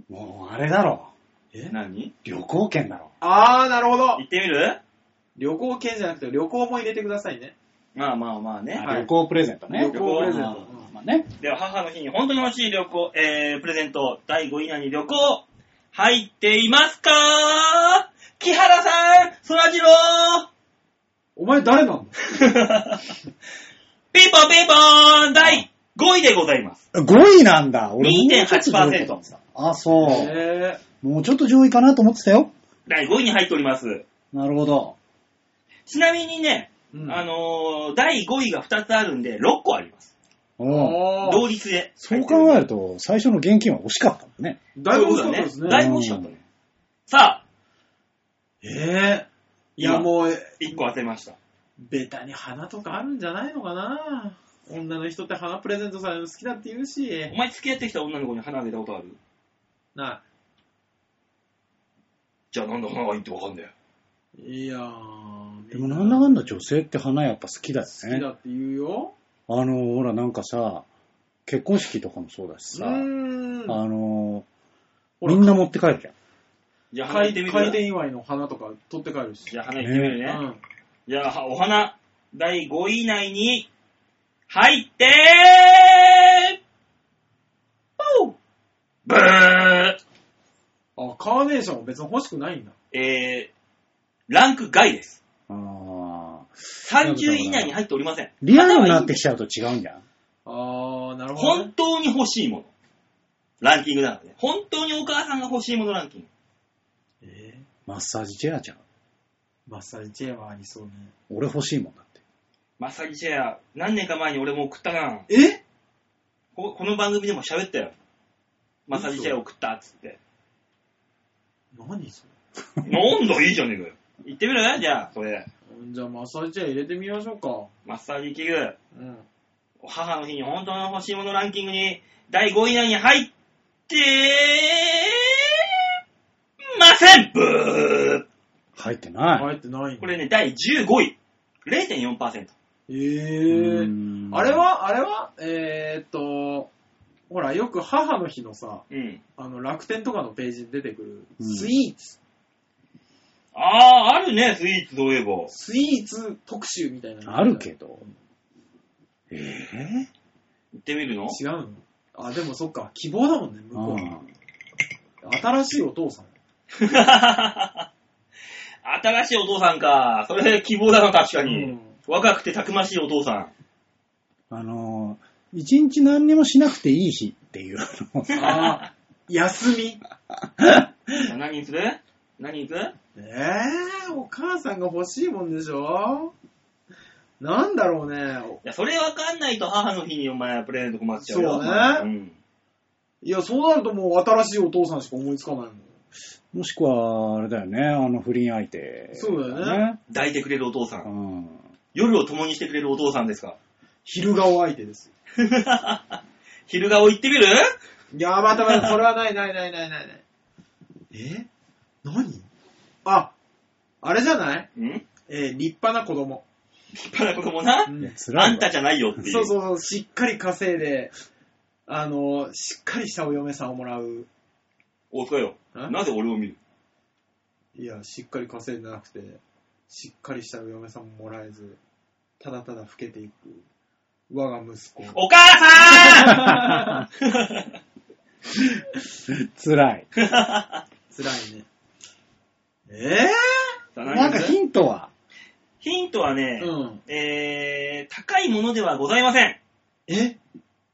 Speaker 3: もうあれだろ。
Speaker 2: え
Speaker 1: 何
Speaker 3: 旅行券だろ。
Speaker 2: あー、なるほど
Speaker 1: 行。ってみる
Speaker 2: 旅行券じゃなくて旅行も入れてくださいね。
Speaker 1: まあまあまあね。
Speaker 3: あ旅行プレゼントね。
Speaker 2: 旅行プレゼント。
Speaker 3: あまあね。
Speaker 1: では、母の日に本当に欲しい旅行、えー、プレゼント、第5位以内に旅行、入っていますか木原さんそらジロ
Speaker 2: <laughs>
Speaker 1: ー
Speaker 2: お前誰なの
Speaker 1: ピンポンピンポーン第5位でございます。
Speaker 3: 5位なんだ。俺もうちょっと上位かと思っ
Speaker 1: 2.8%
Speaker 3: てた。あ、そう。
Speaker 2: え
Speaker 3: もうちょっと上位かなと思ってたよ。
Speaker 1: 第5位に入っております。
Speaker 3: なるほど。
Speaker 1: ちなみにね、
Speaker 2: ーうん
Speaker 1: あのー、第5位が2つあるんで、6個あります。
Speaker 3: うん。
Speaker 2: あー
Speaker 1: 同率で。
Speaker 3: そう考えると、最初の現金は惜しかったもんね。
Speaker 2: だいぶ遅かったです
Speaker 1: そういうこと
Speaker 2: ね。
Speaker 1: だいぶ惜しかったね。さあ、
Speaker 2: えー、いや
Speaker 1: 今
Speaker 2: もう、
Speaker 1: 1個当てました。
Speaker 2: ベタに花とかあるんじゃないのかな女の人って花プレゼントされるの好きだって言うし
Speaker 1: お、前付き合ってきた女の子に花あげたことある
Speaker 2: なあ
Speaker 1: じゃあなんで花がいいってわかんねえ。
Speaker 2: いやー、
Speaker 3: でもなんだか
Speaker 2: ん
Speaker 3: んだ女性って花やっぱ好きだよ
Speaker 2: 好き
Speaker 3: ね
Speaker 2: だ。って言うよ。
Speaker 3: あの、ほらなんかさ、結婚式とかもそうだ
Speaker 2: う
Speaker 3: しさ、あ
Speaker 2: ーん。
Speaker 3: の、
Speaker 2: ほら
Speaker 3: みんな持って帰るじゃん。
Speaker 1: じゃあ花
Speaker 2: 開
Speaker 1: 行ってみる
Speaker 2: 店祝いの花とか取って帰るし。
Speaker 1: じゃあ花行ってみる
Speaker 2: う
Speaker 1: ね。
Speaker 2: ん。
Speaker 1: じゃあ、お花、第5位以内に、入ってポーブー
Speaker 2: あ、カーネーションは別に欲しくないんだ。
Speaker 1: えー、ランク外です。
Speaker 3: あー
Speaker 1: 30位以内に入っておりません。
Speaker 3: リアルになってきちゃうと違うんじゃん。
Speaker 2: あー、なるほど、
Speaker 1: 本
Speaker 2: ね。
Speaker 1: 当に欲しいもの。ランキングなので、本当にお母さんが欲しいものランキング。
Speaker 2: えー
Speaker 3: マッサージチェアじゃん。
Speaker 2: マッサージチェアはありそうね。
Speaker 3: 俺欲しいもんだって。
Speaker 1: マッサージチェア、何年か前に俺も送ったな。
Speaker 2: え
Speaker 1: ここの番組でも喋ったよ。マッサージチェア送ったっつって。
Speaker 2: 何それ
Speaker 1: なんだ、いいじゃねえかよ。行ってみるじゃあ、それ。
Speaker 2: じゃあマッサージチェア入れてみましょうか。
Speaker 1: マッサージ器具。
Speaker 2: うん。
Speaker 1: 母の日に本当の欲しいものランキングに第5位以内に入ってませんブー
Speaker 3: 入ってない。
Speaker 2: 入ってないね
Speaker 1: これね、第15位。0.4%。
Speaker 2: え
Speaker 3: う
Speaker 2: ー。
Speaker 3: ーん
Speaker 2: あれは、あれは、えー、っと、ほら、よく母の日のさ、
Speaker 1: うん。
Speaker 2: あの、楽天とかのページに出てく
Speaker 3: う
Speaker 2: る、
Speaker 3: ん
Speaker 2: スイーツ、
Speaker 1: ああー、あるね、スイーツといえば。
Speaker 2: スイーツ特集みたいなの
Speaker 3: あるけど。ええ
Speaker 1: 行ってみる <laughs> の
Speaker 2: 違うのあ、でもそっか、希望だもんね、向こうは。
Speaker 3: う
Speaker 2: 新しいお父さん。
Speaker 1: 新しいお父さんか。それ希望だな、確かに。
Speaker 2: うん
Speaker 1: 若くてたくましいお父さん。
Speaker 3: んあのー、一日何にもしなくていい日っていうのを
Speaker 2: あ
Speaker 3: さ
Speaker 2: ー休み。
Speaker 1: 何にする何にする
Speaker 2: えー、お母さんが欲しいもんでしょなんだろうね。
Speaker 1: いや、それわかんないと母の日にお前プレゼント困っちゃうよ。
Speaker 2: そうね
Speaker 1: うん
Speaker 2: いや、そうなるともう新しいお父さんしか思いつかないもん。
Speaker 3: <laughs> もしくは、あれだよね、あの不倫相手、
Speaker 2: そうだよ
Speaker 3: ね。
Speaker 1: 抱いてくれるお父さ。
Speaker 3: うんん。
Speaker 1: 夜を共にしてくれるお父さんですか。 <laughs>
Speaker 2: 昼顔相手です。
Speaker 1: 昼顔行ってみる
Speaker 2: いや、またまた、それはないないないないないない。え何あ、あれじゃない
Speaker 1: <laughs> ん立
Speaker 2: えー立派な子供。
Speaker 1: 派な子供な。
Speaker 2: うん
Speaker 3: 辛
Speaker 1: あ
Speaker 3: い
Speaker 1: ん
Speaker 3: わ
Speaker 1: たじゃないよっていう。
Speaker 2: そうそうそう、しっかり稼いで、あの、しっかりしたお嫁さんをもらう。
Speaker 1: 大塚よ。
Speaker 2: え
Speaker 1: なぜ俺を見る
Speaker 2: いや、しっかり稼いでなくて、しっかりしたお嫁さんももらえず、ただただ老けていく。我が息子。
Speaker 1: お母さ
Speaker 3: 辛い。
Speaker 2: 辛いね。え
Speaker 1: ん
Speaker 3: なんかヒントは、
Speaker 1: ヒントはね
Speaker 2: ー、、うん。
Speaker 1: えー、高いものではございません。
Speaker 2: え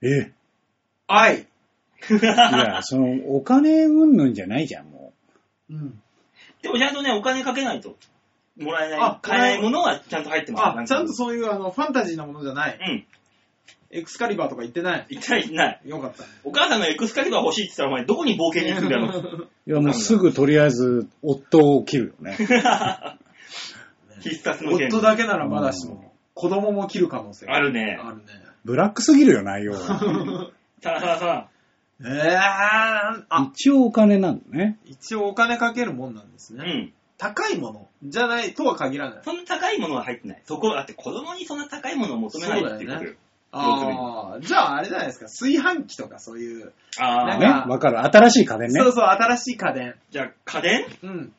Speaker 3: え、
Speaker 2: 愛。
Speaker 3: いや、その、お金うんぬんじゃないじゃん、も
Speaker 2: うん。
Speaker 1: でもちゃんとね、お金かけないと。もらえない
Speaker 2: あ。
Speaker 1: 買えないものはちゃんと入ってます。。
Speaker 2: あ、ちゃんとそういうあのファンタジーなものじゃないう
Speaker 1: ん。
Speaker 2: エクスカリバーとか言ってない。
Speaker 1: 行ったら行ってない。
Speaker 2: よかった。
Speaker 1: お母さんのエクスカリバー欲しいって言ったらお前どこに冒険に行くんだろう。
Speaker 3: う。いや、もうすぐとりあえず、夫を切るよ
Speaker 2: <laughs>
Speaker 3: ね。
Speaker 1: 必殺の剣。
Speaker 2: 夫だけならまだしも、子供も切る可能性が
Speaker 1: あるね。
Speaker 2: あるね。
Speaker 3: ブラックすぎるよ、内
Speaker 2: <laughs>
Speaker 3: 容は。
Speaker 1: さあさあさ
Speaker 2: えー、あ、
Speaker 3: 一応お金なんだね。
Speaker 2: 一応お金かけるもんなんです
Speaker 1: あ。う
Speaker 2: ね。
Speaker 1: ん。
Speaker 2: 高いものじゃないとは限らない。
Speaker 1: そんな高いものは入ってない。そこ、だって子供にそんな高いものを求めないっていうことよ。
Speaker 2: ああ、じゃああれじゃないですか、炊飯器とかそういう。
Speaker 1: あ
Speaker 2: な
Speaker 1: あ、
Speaker 2: ん
Speaker 3: ね、
Speaker 2: か
Speaker 3: わかる。新しい家電ね
Speaker 2: そ。うそう、新しい家電。
Speaker 1: じゃあ家電
Speaker 2: うん。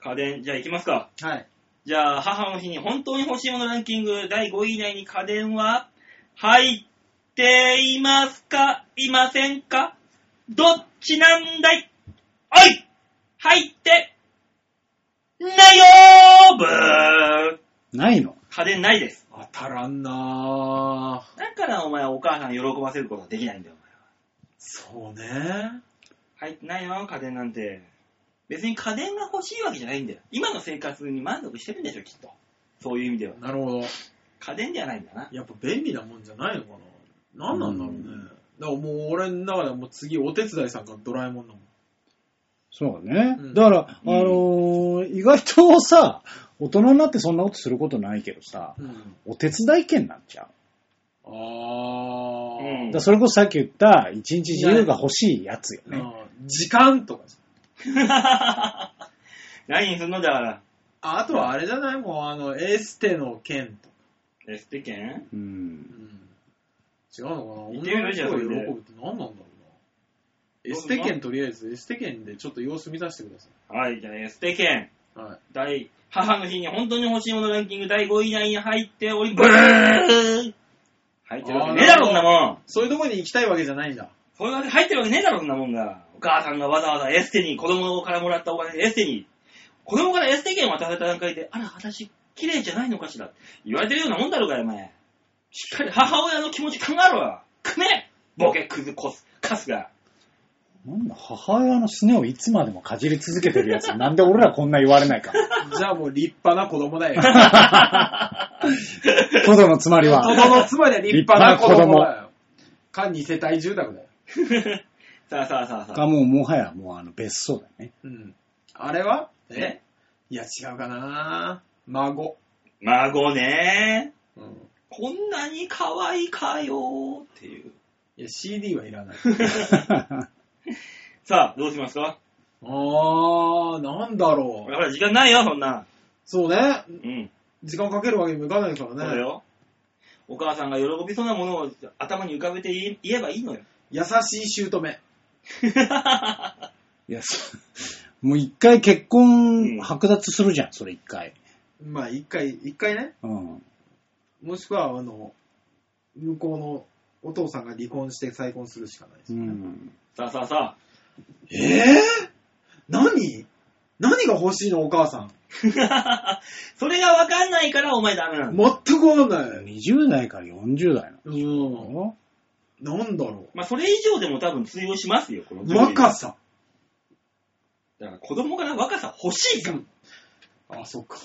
Speaker 1: 家電、じゃあ行きますか。
Speaker 2: はい。
Speaker 1: じゃあ、母の日に本当に欲しいものランキング第5位以内に家電は入っていますかいませんかどっちなんだいおい入ってなよーぶー
Speaker 3: ないの。
Speaker 1: 家電ないです。
Speaker 2: 当たらんなぁ。
Speaker 1: だからお前はお母さん喜ばせることはできないんだよ、
Speaker 2: そうね。
Speaker 1: お前は。入ってないよ、家電なんて。別に家電が欲しいわけじゃないんだよ。今の生活に満足してるんでしょ、きっと。そういう意味では。
Speaker 2: なるほど。
Speaker 1: 家電ではないんだな。
Speaker 2: やっぱ便利なもんじゃないのかな。なんなんだろうね。だからもう俺の中ではもう次お手伝いさんがドラえもんだもん。
Speaker 3: そうね
Speaker 2: うん。
Speaker 3: だから、
Speaker 1: うん
Speaker 3: あのー意外とさ、大人になってそんなことすることないけどさ、
Speaker 2: うん。
Speaker 3: お手伝い券なんちゃう。
Speaker 2: あー。
Speaker 1: うん
Speaker 3: だからそれこそさっき言った、一日自由が欲しいやつよ
Speaker 2: あ
Speaker 3: ね。
Speaker 2: ー時間とかじゃん
Speaker 1: 何にすんのだから。
Speaker 2: ああとはあれじゃないもうあの、エステの件とか。
Speaker 1: エステ券
Speaker 3: うん
Speaker 2: う。ん。違うのかな
Speaker 1: 言ってみるじゃん
Speaker 2: 女の
Speaker 1: それ
Speaker 2: 子
Speaker 1: で
Speaker 2: が喜ぶって何なんだろうな。エステ券とりあえず、エステ券でちょっと様子見させてくださ
Speaker 1: はい、じゃあエステ券。
Speaker 2: い。はい。
Speaker 1: 第、母の日に本当に欲しいものランキング第5位以内に入っており、ブー入ってるわけねえだろ、そんなもん。
Speaker 2: そういうとこに行きたいわけじゃ <laughs> ないんだ。
Speaker 1: そういうわけ入ってるわけねえだろ、そんなもんが。お母さんがわざわざエステに、子供からもらったお金でエステに。子供からエステ券渡された段階で、あら、私、綺麗じゃないのかしら。言われてるようなもんだろうがよ、お前。しっかり母親の気持ち考えろよ。くめボケ、クズ、コス、カスが。
Speaker 3: なんだ、母親のすねをいつまでもかじり続けてるやつ、なんで俺らこんな言われないか。 <laughs>
Speaker 2: じゃあもう立派な子供 <laughs> だよ。
Speaker 3: トドのつまり
Speaker 2: <laughs>
Speaker 3: は。
Speaker 2: 子供のつまりは立派な子供だよ。か二世帯住宅だよ。
Speaker 1: さあさあさあさあ。
Speaker 3: がもうもはやもうあの別荘だよね。 <laughs>
Speaker 2: うん。あれは
Speaker 1: え
Speaker 2: いや違うかな孫。
Speaker 1: 孫ね
Speaker 2: うん。
Speaker 1: こんなに可愛いかよーっていう。
Speaker 2: いや CD はい <laughs> らない。
Speaker 1: さあ、どうしますか
Speaker 2: あー、なんだろ
Speaker 1: ほ
Speaker 2: う。
Speaker 1: ら、時間ないよ、そんな。そう
Speaker 2: ね。
Speaker 1: うん。
Speaker 2: 時間かけるわけにもいかないから
Speaker 1: そう
Speaker 2: ね。
Speaker 1: だよ。お母さんが喜びそうなものを頭に浮かべて言え言えばいい
Speaker 2: <laughs>
Speaker 1: のよ。
Speaker 2: 優しい姑。
Speaker 3: いや、そもう一回結婚剥奪するじゃん、それ一回。
Speaker 2: まあ一回、一回ね。
Speaker 3: うん。
Speaker 2: もしくは、あの、向こうのお父さんが離婚して再婚するしかないです
Speaker 3: う
Speaker 2: よね。
Speaker 3: ん。
Speaker 1: さあさあさ
Speaker 2: えぇ、何何が欲しいのお母さん。
Speaker 1: あ。 <laughs> それがわかんないからお前ダメなの。
Speaker 2: 全くわかんない。
Speaker 3: 20代から40代な
Speaker 2: うん。
Speaker 3: の。
Speaker 2: なんだろ
Speaker 1: まあ、それ以上でも多分通用しますよ、この
Speaker 2: う。若
Speaker 1: さ。
Speaker 2: さ。
Speaker 1: だから子供から若さ欲しいか。
Speaker 2: あ、そっか。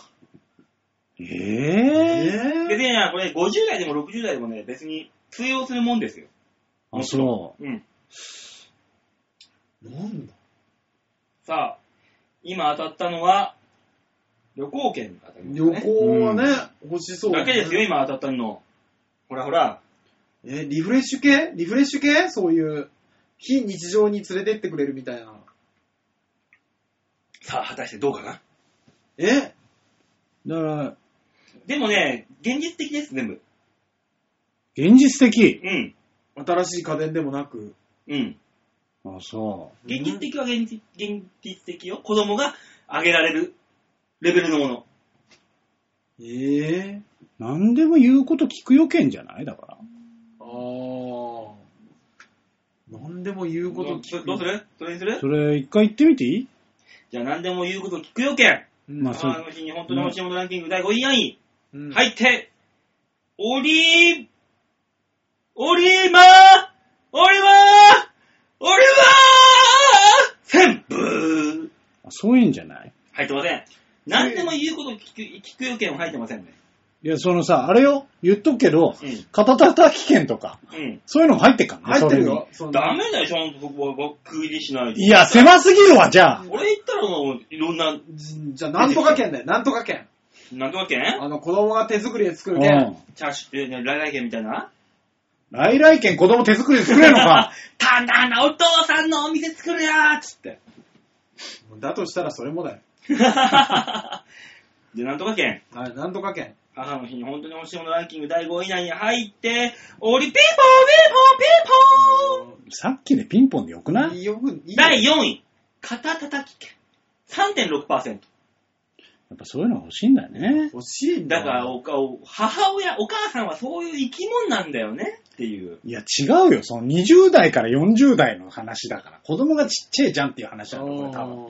Speaker 3: え
Speaker 2: え
Speaker 3: え
Speaker 1: 別にねこれ50代でも60代でもね、別に通用するもんですよ。
Speaker 3: あ、そ
Speaker 1: うん。
Speaker 2: なんだ
Speaker 1: さあ、今当たったのは、旅行券が当たりました
Speaker 2: 旅
Speaker 1: ね。
Speaker 2: 行はね、欲しそう
Speaker 1: だ
Speaker 2: だ
Speaker 1: け
Speaker 2: ね、
Speaker 1: ですよ、今当たったの。ほらほら。
Speaker 2: え、リフレッシュ系リフレッシュ系そういう、非日常に連れてってくれるみたいな。
Speaker 1: さあ、果たしてどうかな。
Speaker 2: え
Speaker 3: う。だから、
Speaker 1: でもね、現実的です、全部。
Speaker 3: 現実的。
Speaker 1: うん。
Speaker 2: 新しい家電でもなく。
Speaker 1: うん。
Speaker 3: あ、そ
Speaker 1: 現実的は現実現実的よ。子供があげられるレベルのもの。
Speaker 2: ええ
Speaker 3: う。何でも言うこと聞く予見じゃないだから。
Speaker 2: ああ。何でも言うこと聞く。
Speaker 1: どうするそれにする
Speaker 3: それ一回言ってみていい
Speaker 1: じゃあ何でも言うこと聞くよけん。
Speaker 2: うん
Speaker 3: まあそう
Speaker 1: あの日に本当に欲しいものランキング第5位4位。
Speaker 2: うん
Speaker 1: 入って、おりー、おりーまー、おりまー、おりまー、せんぶー。
Speaker 3: あそういうんじゃない
Speaker 1: 入ってません。何でも言うこと聞く、聞く要件は入ってませんね。
Speaker 3: いや、そのさ、あれよ、言っとくけど、
Speaker 1: うん
Speaker 3: 肩叩き券とか、
Speaker 1: うん。
Speaker 3: そういうのも入ってっかんね
Speaker 2: 入ってる
Speaker 3: それに
Speaker 2: よ。そんな
Speaker 1: ダメだよ、ちゃんとそこはバック入りしないで。
Speaker 3: いや、狭すぎるわ、じゃあ。
Speaker 1: 俺言ったらもう、いろんな、
Speaker 2: じじゃあ、なんとか券だよ。なんとか券。
Speaker 1: なんとか券
Speaker 2: あの、子供が手作りで作
Speaker 3: う
Speaker 2: る券。
Speaker 3: ん。
Speaker 1: チャーシュー、ね、来来券みたいな。
Speaker 3: 来来券子供手作りで作れるのか。
Speaker 1: <laughs>
Speaker 3: <laughs>
Speaker 1: ただなお父さんのお店作る <laughs> やーっつって。
Speaker 2: だとしたらそれもだよ。
Speaker 1: で、なんとか県、
Speaker 2: はい、なんとか県。
Speaker 1: 母の日に本当に欲しいものランキング第5位以内に入って、オリピーポー、ピーポー、ピーポー
Speaker 3: さっきでピンポンでよくない
Speaker 2: よく、いいよ
Speaker 1: 第4位、肩叩き券。3.6%。
Speaker 3: やっぱそういうのが欲しいんだよね。
Speaker 2: 欲しいん
Speaker 1: だからお
Speaker 2: お
Speaker 1: お母親、お母さんはそういう生き物なんだよねっていう。
Speaker 3: いや、違うよ。その20代から40代の話だから。子供がちっちゃいじゃんっていう話だとこれ多分。
Speaker 1: い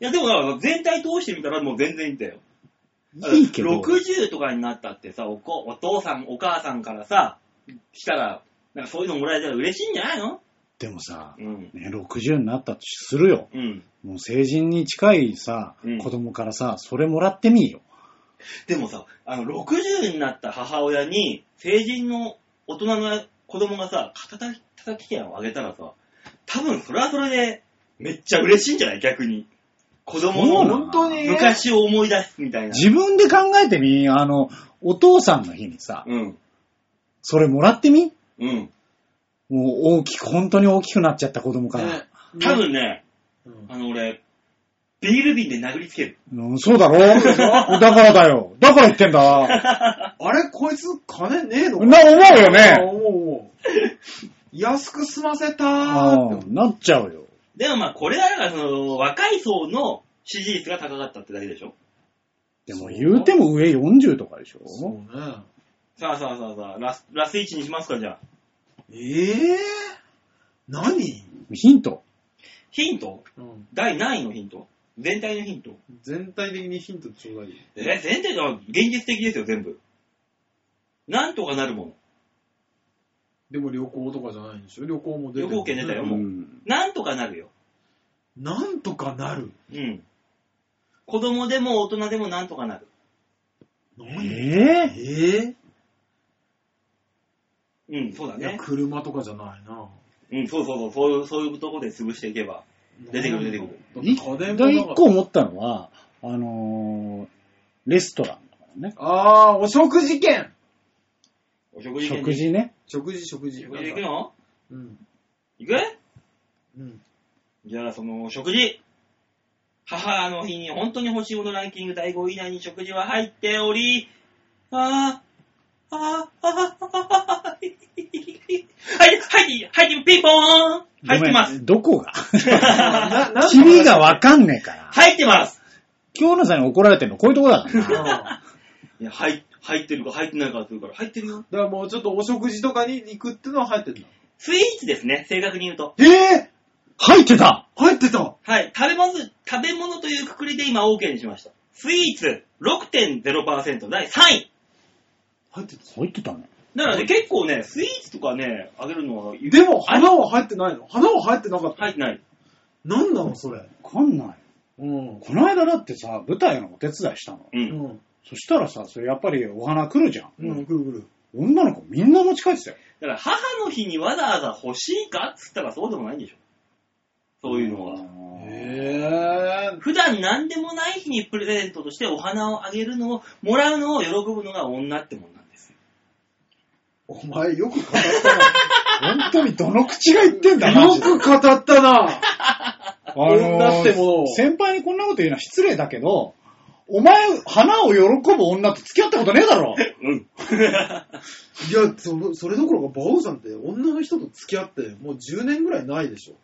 Speaker 1: や、でもだから全体通してみたらもう全然いいんだよ。
Speaker 3: いいけど。
Speaker 1: 60とかになったってさおこ、お父さん、お母さんからさ、したら、なんかそういうのもらえたら嬉しいんじゃないの
Speaker 3: でもさ、
Speaker 1: うん。
Speaker 3: ね、60になったとするよ。
Speaker 1: うん。
Speaker 3: もう成人に近いさ、
Speaker 1: うん
Speaker 3: 子供からさ、それもらってみいよ。
Speaker 1: でもさ、あの、60になった母親に、成人の大人の子供がさ、肩叩き券をあげたらさ、多分それはそれで、めっちゃ嬉しいんじゃない逆に。子供
Speaker 3: そ
Speaker 1: の
Speaker 3: うなの
Speaker 2: 本当に
Speaker 1: 昔を思い出すみたいな。
Speaker 3: 自分で考えてみ、あの、お父さんの日にさ、
Speaker 1: うん。
Speaker 3: それもらってみ
Speaker 1: うん。
Speaker 3: もう大きく、本当に大きくなっちゃった子供から。
Speaker 2: ね
Speaker 1: 多分ね、
Speaker 2: うん
Speaker 1: あの俺、ビール瓶で殴りつける。
Speaker 3: うん、そうだろだからだよ。だから言ってんだ。
Speaker 2: あれ、こいつ、金ねえの
Speaker 3: な、思うよ
Speaker 2: あ
Speaker 3: ね。
Speaker 2: 思う思う。安く済ませたーって
Speaker 3: うん、なっちゃうよ。
Speaker 1: でもまあ、これはだからその、若い層の支持率が高かったってだけでしょ。
Speaker 3: でも言うても上40とかでし
Speaker 2: そう
Speaker 3: ょ
Speaker 2: ね。
Speaker 1: さあさあさあさあ、ラス、ラス1にしますか、じゃあ。
Speaker 2: ええー、何、
Speaker 3: ヒント。
Speaker 1: ヒント第何位のヒント全体のヒント
Speaker 2: 全体的にヒントちょうだいよ。
Speaker 1: えー、全体が現実的ですよ、全部。なんとかなるもの。
Speaker 2: でも旅行とかじゃないんでしょ旅行も出てる
Speaker 1: 旅行券出たよ
Speaker 3: う
Speaker 1: も
Speaker 3: ん。
Speaker 1: なんとかなるよ。
Speaker 2: なんとかなる。
Speaker 1: うん。子供でも大人でもなんとかなる。
Speaker 2: 何
Speaker 3: え
Speaker 2: えー
Speaker 1: うん、そうだ
Speaker 2: いや
Speaker 1: ね。
Speaker 2: 車とかじゃないな。
Speaker 1: うん、そうそうそう、そういう、そういうとこで潰していけば。出てくる出てくる
Speaker 2: だっ
Speaker 3: ぇ、い
Speaker 2: て
Speaker 3: 一
Speaker 2: 家電もなかった
Speaker 3: 個思ったのは、あのー、レストランとかね。
Speaker 2: あー、お食事券
Speaker 1: お食事券
Speaker 3: 食事ね。
Speaker 2: 食事、食事。
Speaker 1: 食事行くの
Speaker 2: うん。
Speaker 1: 行く
Speaker 2: うん。
Speaker 1: じゃあ、その、食事。母の日に本当に欲しいものランキング第5位以内に食事は入っており、あー、あー、あー、あー、 <laughs> はい、はい、はい、ピンポーン入ってます。
Speaker 3: す。どこ <laughs> が
Speaker 2: な、なん
Speaker 3: 君がわかんねえから。
Speaker 1: 入ってます
Speaker 3: 今日のさんに怒られてるのこういうとこだからな。
Speaker 2: うん
Speaker 3: <laughs>
Speaker 2: だか
Speaker 1: いや、入入ってるか入ってないかするから、入ってるよ。
Speaker 2: らもうちょっとお食事とかに行くってのは入ってんだ。
Speaker 1: スイーツですね、正確に言うと。
Speaker 2: え
Speaker 3: 入ってた
Speaker 2: ー、入ってた
Speaker 1: はい、食べ物、食べ物というくくりで今 OK にしました。スイーツ6.0%第3位。
Speaker 2: 入ってた。
Speaker 3: 入ってたね。
Speaker 1: だからね、結構ね、スイーツとかね、あげるのは
Speaker 2: でも、花は入ってないの花は入ってなかった。
Speaker 1: 入ってない。
Speaker 2: なんなのそれ。
Speaker 3: わかんない。
Speaker 2: うん。
Speaker 3: この間だってさ、舞台のお手伝いしたの。
Speaker 1: う。
Speaker 2: うんん。
Speaker 3: そしたらさ、それやっぱりお花来るじゃん。
Speaker 2: うん、ぐるぐる。
Speaker 3: 女の子みんな持ち帰ってたよ。
Speaker 1: だから母の日にわざわざ欲しいかっつったらそうでもないんでしょ。そういうのは。
Speaker 3: は。
Speaker 2: へ
Speaker 1: 普段何でもない日にプレゼントとしてお花をあげるのを、もらうのを喜ぶのが女ってもんなんですよ。
Speaker 2: お前よく語 <laughs> った
Speaker 3: 本当にどの口が言ってんだ
Speaker 2: な。
Speaker 3: マ
Speaker 2: よ
Speaker 3: ジで
Speaker 2: く語ったな。
Speaker 3: あ
Speaker 2: 女ってものを
Speaker 3: 先輩にこんなこと言うのは失礼だけど、お前、花を喜ぶ女と付き合ったことねえだろ。
Speaker 1: うん。
Speaker 2: いや、そのそれどころか、馬王さんって女の人と付き合って、もう10年ぐらいないでしょ。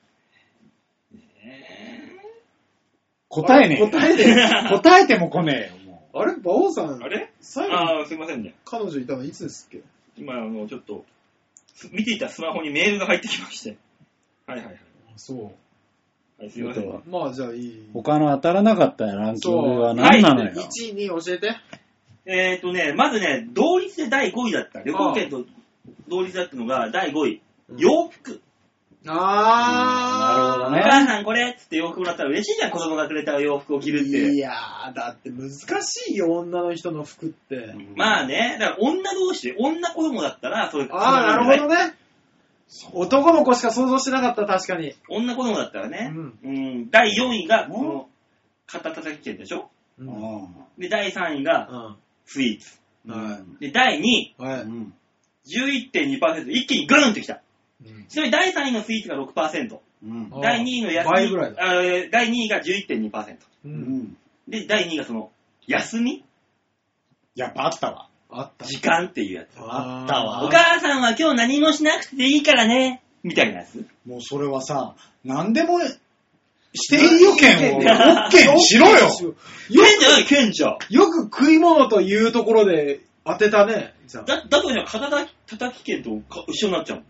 Speaker 3: 答えねえよ。
Speaker 2: 答えねえ。
Speaker 3: 答えても来ねえよ、も。。
Speaker 2: あれ、馬王さん、
Speaker 1: <laughs> あ <laughs> れ
Speaker 2: 最後、
Speaker 1: ああ、すいませんね。
Speaker 2: 彼女いたのいつですっけ
Speaker 1: 今、あの、ちょっと、す見ていたスマホにメールが入ってきまして。はいはいはい。
Speaker 2: そ
Speaker 1: はい、すいません。
Speaker 2: う。まあ、じゃあいいう
Speaker 3: 他の当たらなかったランキング
Speaker 2: そう
Speaker 3: は何なのよ。
Speaker 2: 1位、2位教えて。
Speaker 1: えっ、ー、とね、まずね、同率で第5位だった。旅行券と同率だったのが第5位。
Speaker 2: うん
Speaker 1: 洋服。
Speaker 2: あー。
Speaker 3: うん
Speaker 1: お
Speaker 3: なるほどね
Speaker 1: 母さんこれっつって洋服もらったら嬉しいじゃん、子供がくれた洋服を着るって。
Speaker 2: いやー、だって難しいよ、女の人の服って。
Speaker 1: まあね、だから女同士で、女子供だったら、そういう、
Speaker 2: あー、なるほどね。男の子しか想像してなかった、確かに。
Speaker 1: 女子供だったらね、
Speaker 2: うん
Speaker 1: うん第4位が、この、肩叩き券でしょ
Speaker 2: うん。うん。
Speaker 1: で、第3位が、スイーツ。
Speaker 2: は
Speaker 1: で、第2位、
Speaker 2: い。はい。
Speaker 3: うん
Speaker 1: 11.2%、一気にグーンときた。
Speaker 2: うん
Speaker 1: ちなみに第3位のスイーツが6%。
Speaker 3: うん
Speaker 2: あー
Speaker 1: 第2位の休み。
Speaker 2: 倍ぐらいだ。
Speaker 1: あー第2位が11.2%。
Speaker 2: う。
Speaker 3: うんん
Speaker 1: で、第2位がその、休み
Speaker 3: やっぱあったわ。
Speaker 2: あった。
Speaker 1: 時間っていうやつ。
Speaker 3: あったわ
Speaker 1: お母さんは今日何もしなくていいからね、みたいなやつ。
Speaker 3: もうそれはさ、何でもしていいよ券を、オッケーにしろよ
Speaker 1: ケンじゃない、ケンじゃ。
Speaker 2: よく食い物というところで当てたね。じゃあ
Speaker 1: だ、だとね、肩た叩き剣とか一緒になっちゃうもん。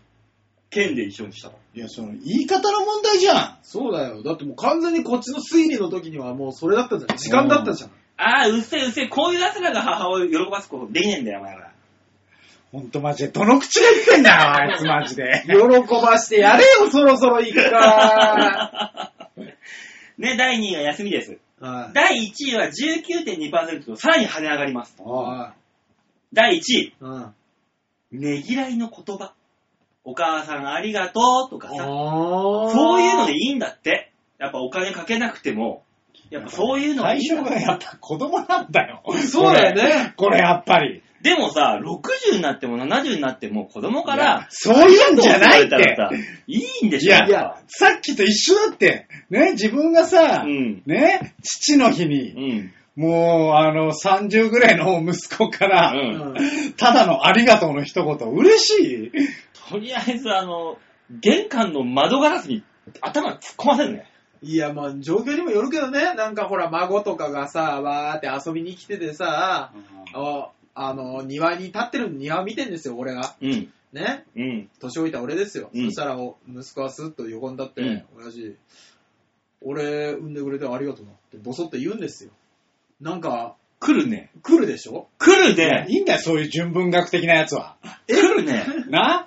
Speaker 1: 剣で一緒にしたから。
Speaker 3: いや、その、言い方の問題じゃ
Speaker 2: そうだよ。だってもう完全にこっちの推理の時にはもうそれだったじゃん。時間だったじゃん。
Speaker 1: ああ、うっせえうっせえ、こういう奴らが母を喜ばすことできねえんだよ、お前は。
Speaker 3: ん。ほんとマジで、どの口が言ってんだよ、あいつマジで。
Speaker 2: 喜ばしてやれよ、そろそろ一回。
Speaker 1: <laughs> ね、第2位は休みです。
Speaker 2: はい。
Speaker 1: 第1位は19.2%とさらに跳ね上がります。
Speaker 2: は
Speaker 1: 第1位、
Speaker 2: い。うん。
Speaker 1: ねぎらいの言葉。お母さんありがとうとかさ、
Speaker 2: そ
Speaker 1: そういうのでいいんだって。やっぱお金かけなくても、やっぱそういうのがい
Speaker 3: 最
Speaker 1: いん
Speaker 3: 初
Speaker 1: だ <laughs>
Speaker 3: がやっぱ子供なんだよ。
Speaker 2: そうだよね。
Speaker 3: これ。これやっぱり。
Speaker 1: でもさ、60になっても70になっても子供から、
Speaker 3: そういうんじゃないって。
Speaker 1: いいんで
Speaker 3: い
Speaker 1: しょ
Speaker 3: や、
Speaker 2: いや
Speaker 3: さっきと一緒だって。ね、自分がさ、
Speaker 1: うん
Speaker 3: ね、父の日
Speaker 1: う
Speaker 3: に、
Speaker 1: ん。
Speaker 3: もう、あの、30ぐらいの息子か
Speaker 1: う。
Speaker 3: ら、
Speaker 2: うんん
Speaker 3: ただのありがとうの一言、嬉しい
Speaker 1: とりあえず、あの、玄関の窓ガラスに頭突っ込ませるね。
Speaker 2: いや、まあ、状況にもよるけどね。なんかほら、孫とかがさ、わーって遊びに来ててさ、ああの、庭に立ってる庭見てんですよ、俺が。
Speaker 1: うん。
Speaker 2: ね。
Speaker 1: うん。
Speaker 2: 年老いた俺ですよ。
Speaker 1: うん
Speaker 2: そしたら、お息子はスッと横に立って、
Speaker 1: うん
Speaker 2: 親父、俺、産んでくれてありがとうなって、ボソって言うんですよ。なんか、
Speaker 1: 来るね。
Speaker 2: 来るでしょ
Speaker 1: 来る
Speaker 3: い
Speaker 1: ね。
Speaker 3: やいいんだよ、そういう純文学的なやつは。
Speaker 1: 来るね。
Speaker 3: な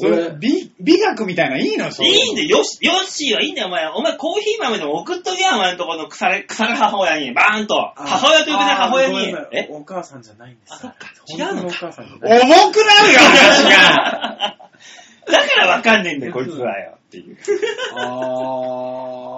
Speaker 3: それ
Speaker 2: 俺
Speaker 3: 美、美学みたいなのいいのよ、そういうの
Speaker 1: いいんだよ、よし、よっしーはいいんだよ、お前。お前、コーヒー豆でも送っとけよ、お前のとこの腐れ、 <laughs> 腐る母親に。バーンと。母親と呼べない母親に。え
Speaker 8: お母さんじゃないんです。
Speaker 1: あそっか
Speaker 8: 本当
Speaker 1: 違うの
Speaker 8: お
Speaker 1: か
Speaker 8: 母さんじゃない。
Speaker 3: 重くなるよ、話が。
Speaker 1: だからわかんねえんだよ、こいつはよ。っていう。
Speaker 2: <laughs> あ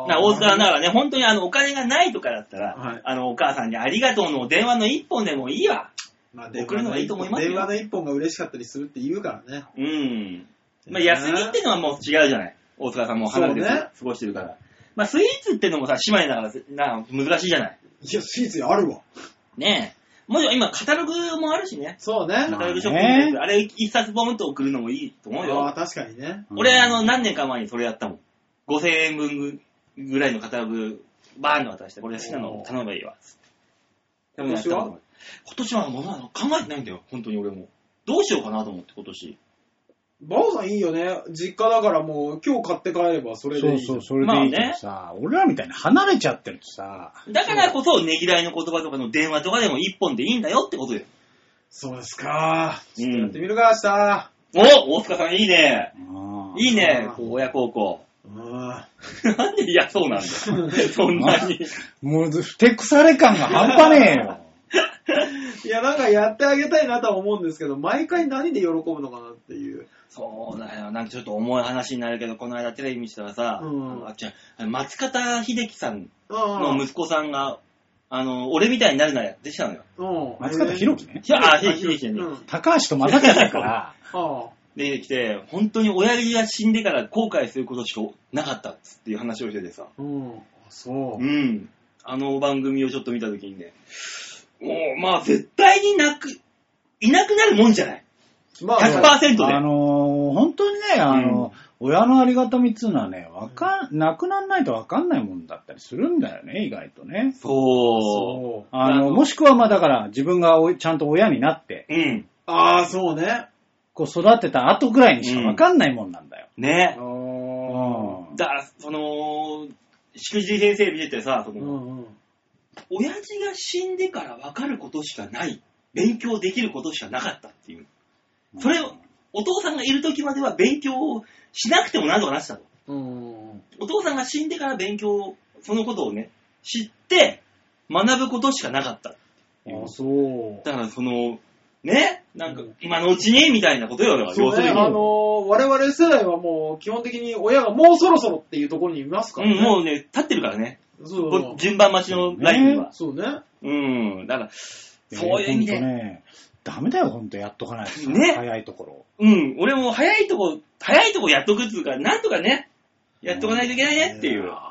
Speaker 1: な大塚はだからね、本当にあの、お金がないとかだったら、
Speaker 2: はい
Speaker 1: あの、お母さんにありがとうの電話の一本でもいいわ。
Speaker 2: まあ、
Speaker 1: 送るのがいいと思いますよ
Speaker 2: 電話の一本が嬉しかったりするって言うからね。
Speaker 1: うん。まあ、
Speaker 2: ね
Speaker 1: 安
Speaker 2: <laughs>
Speaker 1: 木ってのはもう違うじゃない。大塚さんも離れて
Speaker 2: そうね
Speaker 1: 過ごしてるから。まあ、スイーツってのもさ、姉妹だからな、難しいじゃない。
Speaker 2: いや、スイーツあるわ。
Speaker 1: ねえ。もちろん今、カタログもあるしね。
Speaker 2: そうね。
Speaker 1: カタログ
Speaker 3: ね
Speaker 1: ショップみたいなやつあれ一冊ボンと送るのもいいと思う
Speaker 2: ああ、
Speaker 1: よ。
Speaker 2: 確かにね。
Speaker 1: 俺、あの、何年か前にそれやったもん。5000円分ぐらいのカタログ、バーンと渡して、これ好きなの頼めばいいわ。つってでもやったことない今年はもうなんか考えてないんだよ、本当に俺も。どうしようかなと思って、今年。
Speaker 2: バオさんいいよね。実家だからもう、今日買って帰ればそれでいい
Speaker 3: そ
Speaker 2: じゃ。
Speaker 3: うんそう、それでいいけどさ、俺らみたいに離れちゃってるとさ、
Speaker 1: だからこそ、ねぎらいの言葉とかの電話とかでも一本でいいんだよってことよ。
Speaker 2: そうですか。
Speaker 1: う
Speaker 2: やっ
Speaker 1: ん
Speaker 2: て、みるか、明日。
Speaker 1: お大塚さん、いいね。
Speaker 3: うん
Speaker 1: いいね、こう親孝行。
Speaker 2: うん。
Speaker 1: <laughs> なんで嫌そうなんだよ。 <laughs> そんなに。
Speaker 3: もう、ふてくされ感が半端ねえ <laughs> よ。
Speaker 2: いや、なんかやってあげたいなとは思うんですけど、毎回何で喜ぶのかなっていう。
Speaker 1: そうだよ。なんかちょっと重い話になるけど、この間テレビ見てたらさ、
Speaker 2: うん
Speaker 1: あのあっちゃんあの松方秀樹さん
Speaker 2: うん。
Speaker 1: の息子さんが、あの、俺みたいになるならやってきたのよ。
Speaker 2: うん。
Speaker 3: 松方
Speaker 2: 広
Speaker 3: 弘樹ね。
Speaker 1: ひあ、秀樹
Speaker 2: う
Speaker 1: 秀樹
Speaker 2: ん。
Speaker 1: に。
Speaker 2: あ
Speaker 3: 高橋と混ざっちゃったから、
Speaker 2: あ。
Speaker 1: で、来て、本当に親父が死んでから後悔することしかなかったっつっていう話をしててさ、
Speaker 2: うん。あそ
Speaker 1: う。
Speaker 2: う
Speaker 1: ん。あの番組をちょっと見たときにね、もう、まあ、絶対になく、いなくなるもんじゃない。
Speaker 2: まあ、
Speaker 1: 100%で。
Speaker 3: あのー本当にね、あの、親のありがたみっつうのはね、わかん、なくならないとわかんないもんだったりするんだよね、意外とね。
Speaker 1: そう。
Speaker 2: そう。
Speaker 3: あ
Speaker 1: あの
Speaker 3: の、もしくはまあだから、自分がおいちゃんと親になって、
Speaker 1: うん。
Speaker 2: ああ、そうね。
Speaker 3: こう育てた後ぐらいにしかわかんないもんなんだよ。
Speaker 1: ね。
Speaker 2: あ
Speaker 3: うん
Speaker 1: だから、その、しくじり先生見ててさ、そ
Speaker 2: あ。う
Speaker 1: の、
Speaker 2: んうん。
Speaker 1: 親父が死んでから分かることしかない、勉強できることしかなかったっていう。それを、お父さんがいる時までは勉強をしなくてもなんとかなってたの。
Speaker 2: うん。
Speaker 1: お父さんが死んでから勉強を、そのことをね、知って、学ぶことしかなかった。
Speaker 2: ああ、そう。
Speaker 1: だから、その、ね、なんか、今のうちに、みたいなことよ、だから、
Speaker 2: そうね、あのー我々世代はもう基本的に親がもうそろそろっていうところにいますからね。
Speaker 1: うん、もうね、立ってるからね。
Speaker 2: そう
Speaker 1: こ順番待ちのラインは。
Speaker 2: そうね。
Speaker 1: うん、だから、
Speaker 3: や
Speaker 1: そういう意味で
Speaker 3: ほんとね、ダメだよ、ほんと、やっとかないとさ。
Speaker 1: ね
Speaker 3: 早いところ。
Speaker 1: うん、俺も早いとこ、早いとこやっとくっつうか、なんとかね、やっとかないといけないねっていう。
Speaker 2: あー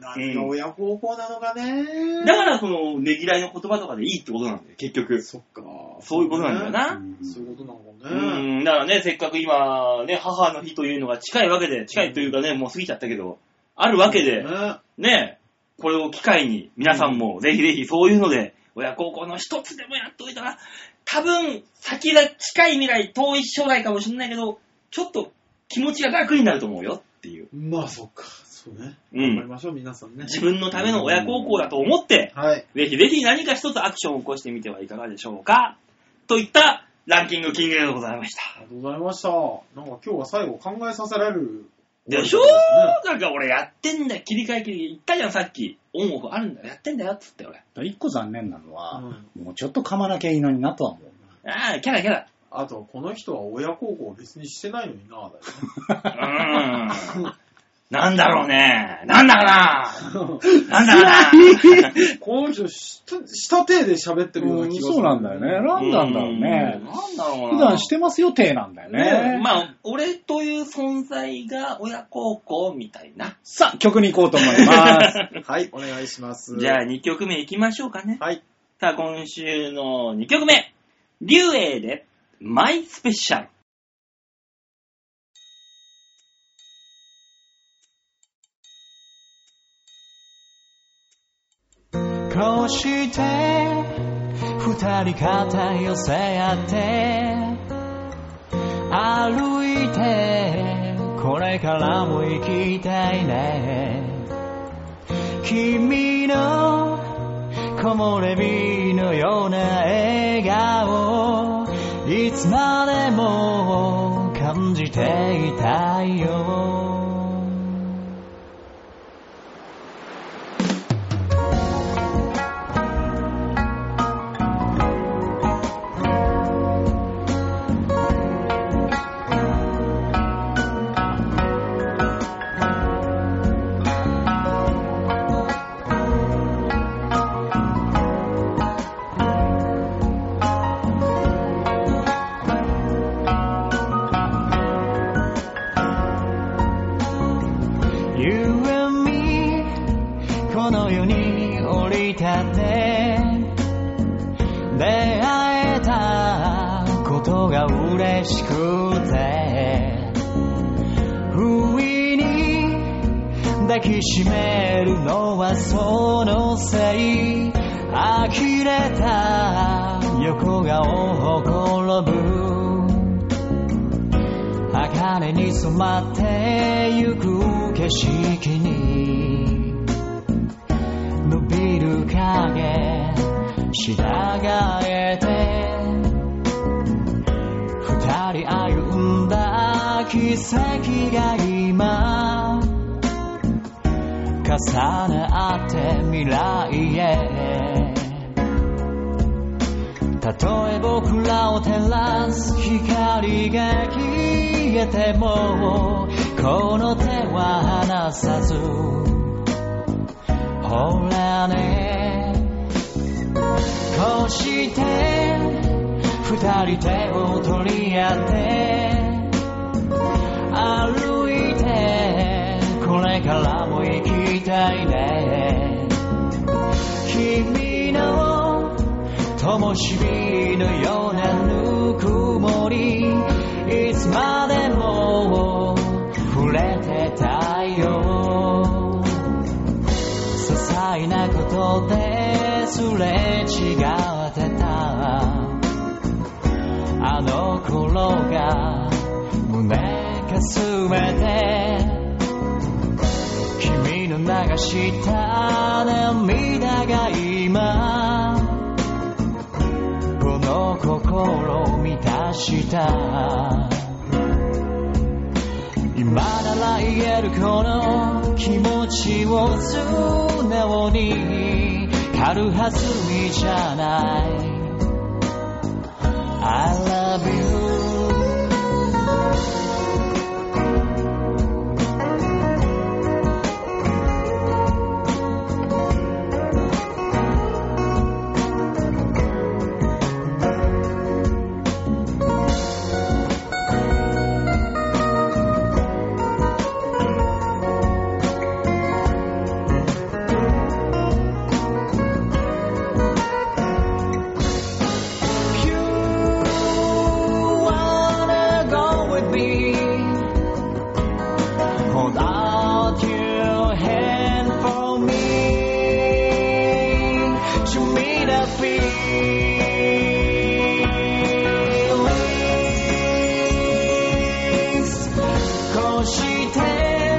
Speaker 2: 何が親孝行なのかね。
Speaker 1: だから、その、ねぎらいの言葉とかでいいってことなんだよ、結局。
Speaker 2: そっか。
Speaker 1: そういうことなんだよな。
Speaker 2: そういうことなのか
Speaker 1: う
Speaker 2: ね。
Speaker 1: ん、だからね、せっかく今、ね、母の日というのが近いわけで、近いというかね、もう過ぎちゃったけど、あるわけで、
Speaker 2: ね
Speaker 1: ね、これを機会に、皆さんもぜひぜひそういうので、親孝行の一つでもやっといたら、多分、先が近い未来、遠い将来かもしれないけど、ちょっと気持ちが楽になると思うよっていう。
Speaker 2: まあ、そっか。そうね。
Speaker 1: う
Speaker 2: 頑張り
Speaker 1: ん。
Speaker 2: ましょう、皆さんね。
Speaker 1: 自分のための親孝行だと思って、
Speaker 2: はい。
Speaker 1: ぜひぜひ何か一つアクションを起こしてみてはいかがでしょうかといったランキング金額でございました。
Speaker 2: ありがとうございました。なんか今日は最後考えさせられる。
Speaker 1: でしょ
Speaker 2: ね
Speaker 1: なんか俺やってんだよ。切り替え切り替え。言ったじゃん、さっき。オンオフあるんだよ。やってんだよ、つって俺。
Speaker 3: ら一個残念なのは、もうちょっと噛まなきゃいいのになとは思う。
Speaker 1: ああ、キャラキャラ。
Speaker 2: あと、この人は親孝行を別にしてないのにな、だよ
Speaker 1: <laughs>
Speaker 2: ね。
Speaker 1: うーん。なんだろうね。なんだかな。なんだ <laughs> かな。
Speaker 2: この人した、した手で喋ってるような気がする。
Speaker 3: そうなんだよね。なんなんだろう
Speaker 1: うーん
Speaker 3: ね。
Speaker 1: なんだろうな。
Speaker 3: 普段してますよ、体なんだよね。
Speaker 1: まあ、俺という存在が親孝行みたいな。
Speaker 3: さあ、曲に行こうと思い
Speaker 1: <laughs>
Speaker 3: ます。
Speaker 2: はい、お願いします。
Speaker 1: じゃあ2曲目いきましょうかね。
Speaker 2: はい。
Speaker 1: さあ、今週の2曲目。竜英で、マイスペシャル。
Speaker 5: こうして二人肩寄せ合って歩いてこれからも生きたいね君の木漏れ日のような笑顔いつまでも感じていたいよYou and me この世に降り立って出会えたことが嬉しくて不意に抱きしめるのはそのせい呆れた横顔をほころぶ茜に染まってゆく景色に伸びる影従えて二人歩んだ奇跡が今重なって未来へたとえ僕らを照らす光が消えてもこの手は離さずほらねこうして二人手を取り合って歩いてこれからも行きたいね君の灯火のようなぬくもりいつまでも触れてたいよ些細なことですれ違ってたあの頃が胸かすめて君の流した涙が今この心を満たした今なら言えるこの気持ちを素直に軽はずみじゃない I love you
Speaker 2: あ
Speaker 5: 皆 Peace こうして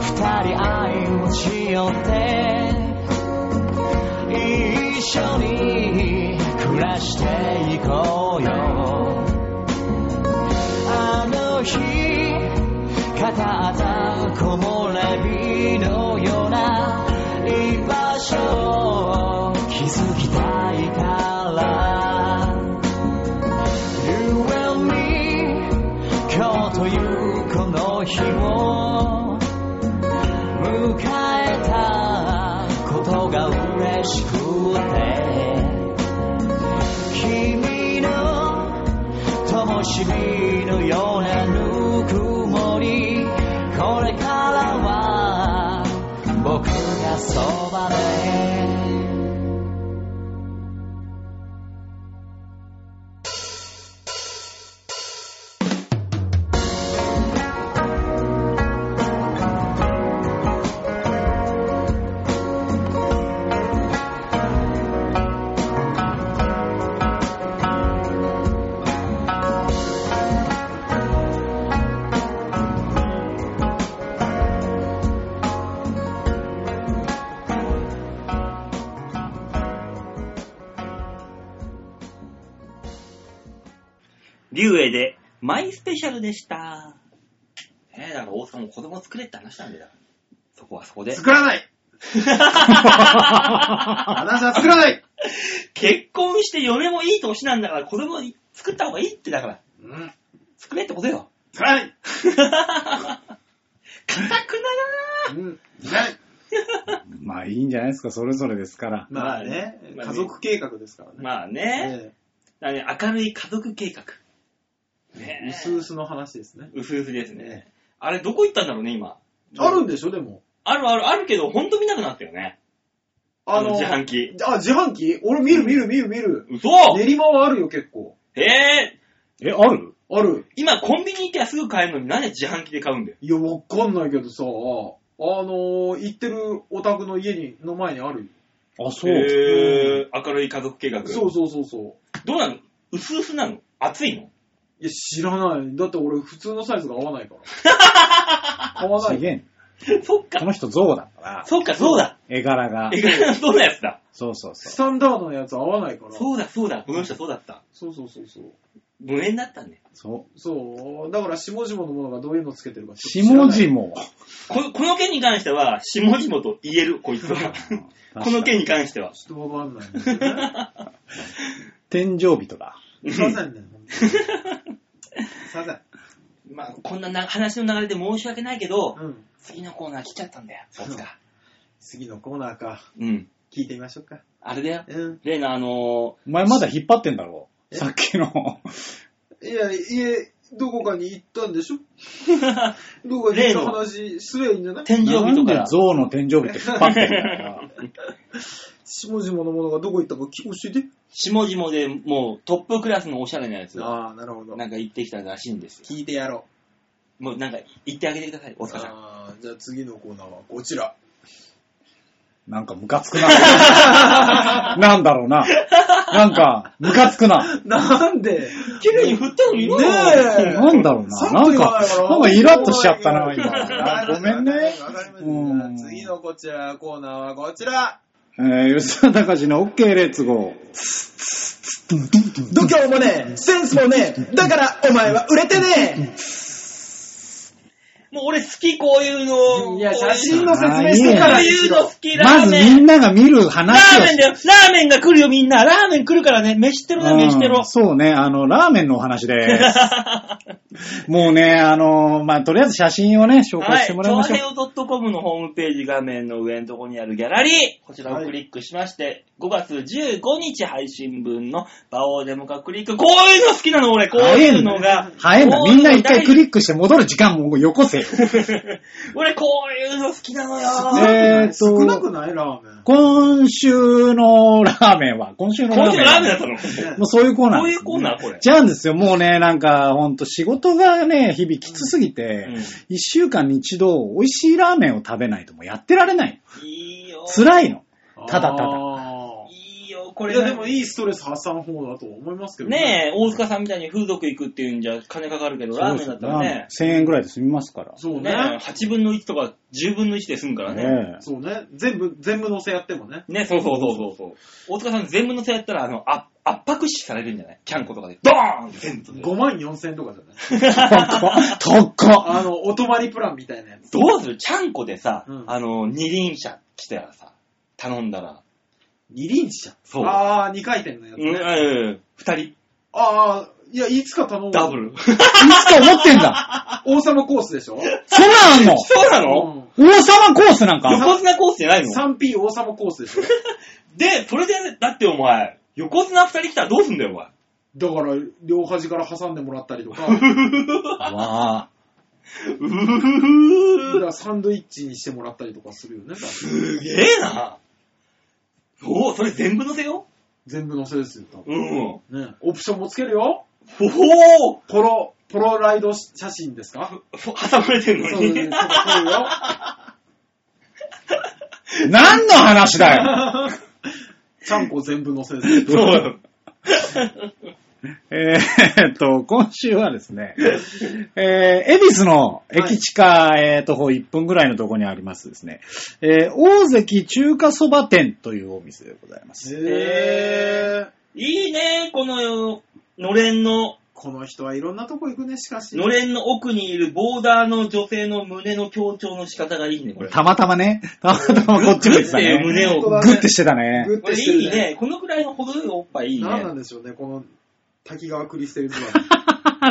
Speaker 5: 二人愛をしよって一緒に暮らしていこうよあの日片った木漏れ日のような居場所を築きたいから You and me 今日というこの日を迎えたことが嬉しくて君の灯火のようなぬくもりこれからは僕がそばで
Speaker 1: 竜英で、マイスペシャルでした。
Speaker 9: ねえ、だから大塚も子供作れって話なんだよ。そこはそこ
Speaker 1: <laughs>
Speaker 9: で。
Speaker 2: 作らない話は作らない
Speaker 1: 結婚して嫁もいい年なんだから、子供作った方がいいってだから。
Speaker 2: うん。
Speaker 1: 作れってこと <laughs> よ。
Speaker 2: 作らない
Speaker 1: 固くならな
Speaker 2: うん。いない
Speaker 3: まあいいんじゃないですか、それぞれですから。
Speaker 2: まあね、
Speaker 1: まあ
Speaker 2: 家族計画ですからね。
Speaker 1: まあね。
Speaker 2: え
Speaker 1: だからね明るい家族計画。ね
Speaker 2: え
Speaker 1: え
Speaker 2: うすうすの話ですね。
Speaker 1: うふうふですね。あれ、どこ行ったんだろうね、今。
Speaker 2: あるんでしょ、でも。
Speaker 1: あるあるあるけど、ほんと見なくなったよね。
Speaker 2: あ
Speaker 1: あの
Speaker 2: の、
Speaker 1: 自販機。
Speaker 2: あ、自販機俺見る見る見る見る。
Speaker 1: 嘘
Speaker 2: 練馬はあるよ、結構。
Speaker 1: へえ
Speaker 3: え、ある
Speaker 2: ある。
Speaker 1: 今コンビニ行けばすぐ買えるのになんで自販機で買うんだよ。
Speaker 2: いや、わかんないけどさ、あのー、行ってるお宅の家に、の前にあるよ。
Speaker 3: あ、そう。
Speaker 1: へえ明るい家族計画。
Speaker 2: そうそうそうそう。
Speaker 1: どうなのうすうすなの熱いの
Speaker 2: いや、知らない。だって俺、普通のサイズが合わないから。
Speaker 1: <laughs>
Speaker 2: 買わな
Speaker 3: 資
Speaker 2: い。
Speaker 3: 源。
Speaker 1: そっ
Speaker 3: こ
Speaker 1: か。
Speaker 3: の人象だから、
Speaker 1: そっか、そうだ。
Speaker 3: 絵柄が
Speaker 1: え。が、そうなやつだ。
Speaker 3: そうそう
Speaker 2: ス
Speaker 3: そ
Speaker 2: タンダードのやつ合わないから。
Speaker 1: そうだ、そうだ。この人そうだった。
Speaker 2: そうそうそうそう。
Speaker 1: 無縁だったんだよ。
Speaker 3: う。そう。
Speaker 2: そう。だから、下々のものがどういうのつけてるかちょっと知らない
Speaker 3: 下地も。
Speaker 1: ここの件に関しては、下々と言える、こいつ
Speaker 3: <laughs>
Speaker 1: は。この件に関しては。
Speaker 2: ちょっとわかんないんですよね。
Speaker 3: 天井人だ。
Speaker 2: サザンだよ。サザン。
Speaker 1: まあ、こんなな話の流れで申し訳ないけど、
Speaker 2: うん。
Speaker 1: 次のコーナー来ちゃったんだよ。そっか。
Speaker 2: 次のコーナーか。
Speaker 1: うん。
Speaker 2: 聞いてみましょうか。
Speaker 1: あれだよ。
Speaker 2: うん。
Speaker 1: 例のあの
Speaker 3: お前まだ引っ張ってんだろ。
Speaker 2: え
Speaker 3: さっきの。
Speaker 2: いや、家、どこかに行ったんでしょ
Speaker 1: ー <laughs>
Speaker 2: どこかに行った話すりゃいいんじゃない
Speaker 1: 天井
Speaker 3: な
Speaker 1: 日と
Speaker 3: んで
Speaker 1: か。
Speaker 3: 象の天井人って引っ張ってんだよ。
Speaker 2: 下々のものがどこ行ったか教えて。
Speaker 1: 下々でもうトップクラスのおしゃれなやつ、
Speaker 2: ああ、なるほど。
Speaker 1: なんか行ってきたらしいんですよ。
Speaker 2: 聞いてやろ
Speaker 1: もうなんか行ってあげてください、大
Speaker 2: う。
Speaker 1: 塚さん。
Speaker 2: あーじゃあ次のコーナーはこちら。
Speaker 3: なんかムカつくな。なんだろうな。なんか、ムカつくな。
Speaker 2: なんで
Speaker 1: 綺麗に振ったのに
Speaker 2: ね
Speaker 1: な
Speaker 2: え
Speaker 3: なんだろう
Speaker 2: さ
Speaker 3: な。
Speaker 2: っと
Speaker 3: なん
Speaker 2: 言わ
Speaker 3: か
Speaker 2: ない、から
Speaker 3: なんかイラッとしちゃったな、
Speaker 2: わかり <laughs>
Speaker 3: 今。
Speaker 2: ま
Speaker 3: ご
Speaker 2: し
Speaker 3: め
Speaker 2: た
Speaker 3: んね。
Speaker 2: わかりました
Speaker 3: うん
Speaker 2: 次のこちらコーナーはこちら。
Speaker 3: えー、吉田隆の OK レッツゴー。
Speaker 10: 度胸もねえ、センスもねえ、だからお前は売れてね
Speaker 1: もう俺好き、こういうの。
Speaker 2: いや、
Speaker 1: こういう
Speaker 2: 写真の説明して
Speaker 1: こ
Speaker 2: から
Speaker 1: う
Speaker 2: に
Speaker 1: い
Speaker 2: し
Speaker 1: うの
Speaker 2: ろ
Speaker 1: 好。き、ラ
Speaker 3: ま
Speaker 1: ー
Speaker 3: ず
Speaker 1: メ
Speaker 3: みん
Speaker 1: ン。
Speaker 3: なが見る
Speaker 1: ラー
Speaker 3: 話を
Speaker 1: メン
Speaker 3: し
Speaker 1: だよ。ラーメンが来るよ、みんな。ラーメン来るからね。飯テロだ、飯テ
Speaker 3: う
Speaker 1: ロ
Speaker 3: ん。そうね、あの、ラーメンのお話です。もうね、あの、まあ、とりあえず写真をね、紹介
Speaker 1: は
Speaker 3: し
Speaker 1: い。
Speaker 3: てもらいましょう。
Speaker 1: 平洋 .com のホームページ画面の上のところにあるギャラリー、こちらをクリックしまして、5月15日配信分のバオーデモカクリック。こういうの好きなの、俺。こういうのが。
Speaker 3: 早いんだ。みんな一回ク
Speaker 1: ッ
Speaker 3: リックして戻る時間もよこせよ。
Speaker 1: ク。 <laughs> 俺、こういうの好きなのよ。
Speaker 3: えーっ
Speaker 2: 少なく
Speaker 3: と、
Speaker 2: ないラーメン。
Speaker 3: 今週のラーメンは、今週の
Speaker 1: 今
Speaker 3: ラー
Speaker 1: 週の
Speaker 3: メン
Speaker 1: ラー
Speaker 3: は
Speaker 1: メンだったの
Speaker 3: もうそういうコーナー
Speaker 1: こう
Speaker 3: で
Speaker 1: い
Speaker 3: す
Speaker 1: うコーナー、これ。
Speaker 3: じゃあですよ、もうね、なんか、ほんと仕事がね、日々きつすぎて、一、週間に一度美味しいラーメンを食べないともうやってられない。
Speaker 1: いいよ。
Speaker 3: 辛いの。ただただ
Speaker 2: だ
Speaker 1: いいよ。の、こ
Speaker 2: い
Speaker 1: れ
Speaker 2: や、でもいいストレス発散の方だと思いますけど
Speaker 1: ねえ、大塚さんみたいに風俗行くっていうんじゃ金かかるけど、ラーメンだったらね、
Speaker 3: 1000円ぐらいで済みますから。
Speaker 2: そう
Speaker 1: ね
Speaker 2: ね。
Speaker 1: 8分の1とか10分の1で済むからね。ね
Speaker 3: ねえ
Speaker 2: そうね。全部、全部乗せやってもね。
Speaker 1: そうそうそうそうそう。大塚さん全部のせやったら、あの、あ圧迫視されるんじゃないキャンコとかで、ドーンって全部で。
Speaker 2: 5万4千とかじゃない
Speaker 3: 高っ高っ
Speaker 2: あの、お泊まりプランみたいなやつ。
Speaker 1: どうするちゃんこでさ、
Speaker 2: うん
Speaker 1: あの、二輪車来たらさ、頼んだら、
Speaker 2: 二輪車
Speaker 1: そう。
Speaker 2: ああ、二回転のやつ
Speaker 1: うん、
Speaker 2: ね。
Speaker 1: うん二人、
Speaker 2: ああ、いや、いつか頼む。
Speaker 1: ダブル。 <laughs>
Speaker 3: いつか思ってんだ
Speaker 2: 王様コースでしょ
Speaker 3: そんなんあんの
Speaker 1: そうなの、
Speaker 3: 王様コースなんか
Speaker 1: 横綱コースじゃないの
Speaker 2: ?3P 王様コースで
Speaker 1: <laughs>
Speaker 2: しょ
Speaker 1: で、それで、だってお前、横綱二人来たらどうすんだよ、お前。
Speaker 2: だから、両端から挟んでもらったりと
Speaker 1: <laughs>
Speaker 2: か、
Speaker 3: あ
Speaker 1: うー
Speaker 2: だからサンドイッチにしてもらったりとかするよね。多分
Speaker 1: すげえな。おお、それ全部乗せよ
Speaker 2: 全部乗せですよ、多分。
Speaker 1: うん。
Speaker 2: ね、オプションもつけるよ。
Speaker 1: ほほ
Speaker 2: ポロ、ポロライド写真ですか
Speaker 1: ーそ挟まれてんの
Speaker 2: そう
Speaker 1: に。
Speaker 2: ね、そうよ。
Speaker 3: 何の話だよ
Speaker 2: ちゃんこ全部乗せです
Speaker 1: そうよ。
Speaker 3: えーっと、今週はですね、えー、恵比寿の駅地下、えー、徒歩1分ぐらいのところにありますですね、えー、大関中華そば店というお店でございます。
Speaker 2: へー。
Speaker 1: いいね、この、のれんの、
Speaker 2: この人はいろんなとこ行くね、しかし。
Speaker 1: のれんの奥にいるボーダーの女性の胸の強調の仕方がいいね、これ。
Speaker 3: たまたまね、たまたまこっち向いてた
Speaker 1: グッて
Speaker 3: ね。
Speaker 1: 胸を。
Speaker 2: 本当
Speaker 1: こ
Speaker 2: だ
Speaker 3: グッてしてたね <laughs>
Speaker 2: グ。ッ
Speaker 1: れ
Speaker 2: てしてる
Speaker 1: いい。ね。このくらいの程よいおっぱいいいね。
Speaker 2: 何なんでしょうね、この滝川クリステルズは。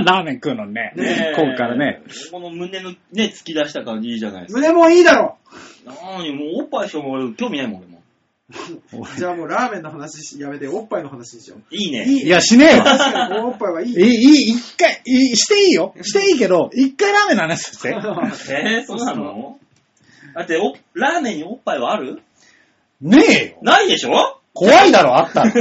Speaker 3: ラーメン食うのにね、
Speaker 1: ねえ
Speaker 3: ここからね。。
Speaker 1: この胸のね、突き出した感じいいじゃないですか。
Speaker 2: 胸もいいだろ
Speaker 1: なーに、もうおっぱいしかも俺興味ないもん、俺も。
Speaker 2: じゃあもうラーメンの話しやめて、おっぱいの話にしよう。
Speaker 1: いいね。
Speaker 2: いい
Speaker 3: いや、しねえ
Speaker 2: 確
Speaker 3: わ。
Speaker 2: かにこのおっぱいはいい。
Speaker 3: いい、いい、一回、いいしていいよ。していいけど、一回ラーメンの話
Speaker 1: <laughs>
Speaker 3: して。
Speaker 1: えー、そうなのだってお、ラーメンにおっぱいはある
Speaker 3: ねえよ。
Speaker 1: ないでしょ
Speaker 3: 怖いだろ、あったら。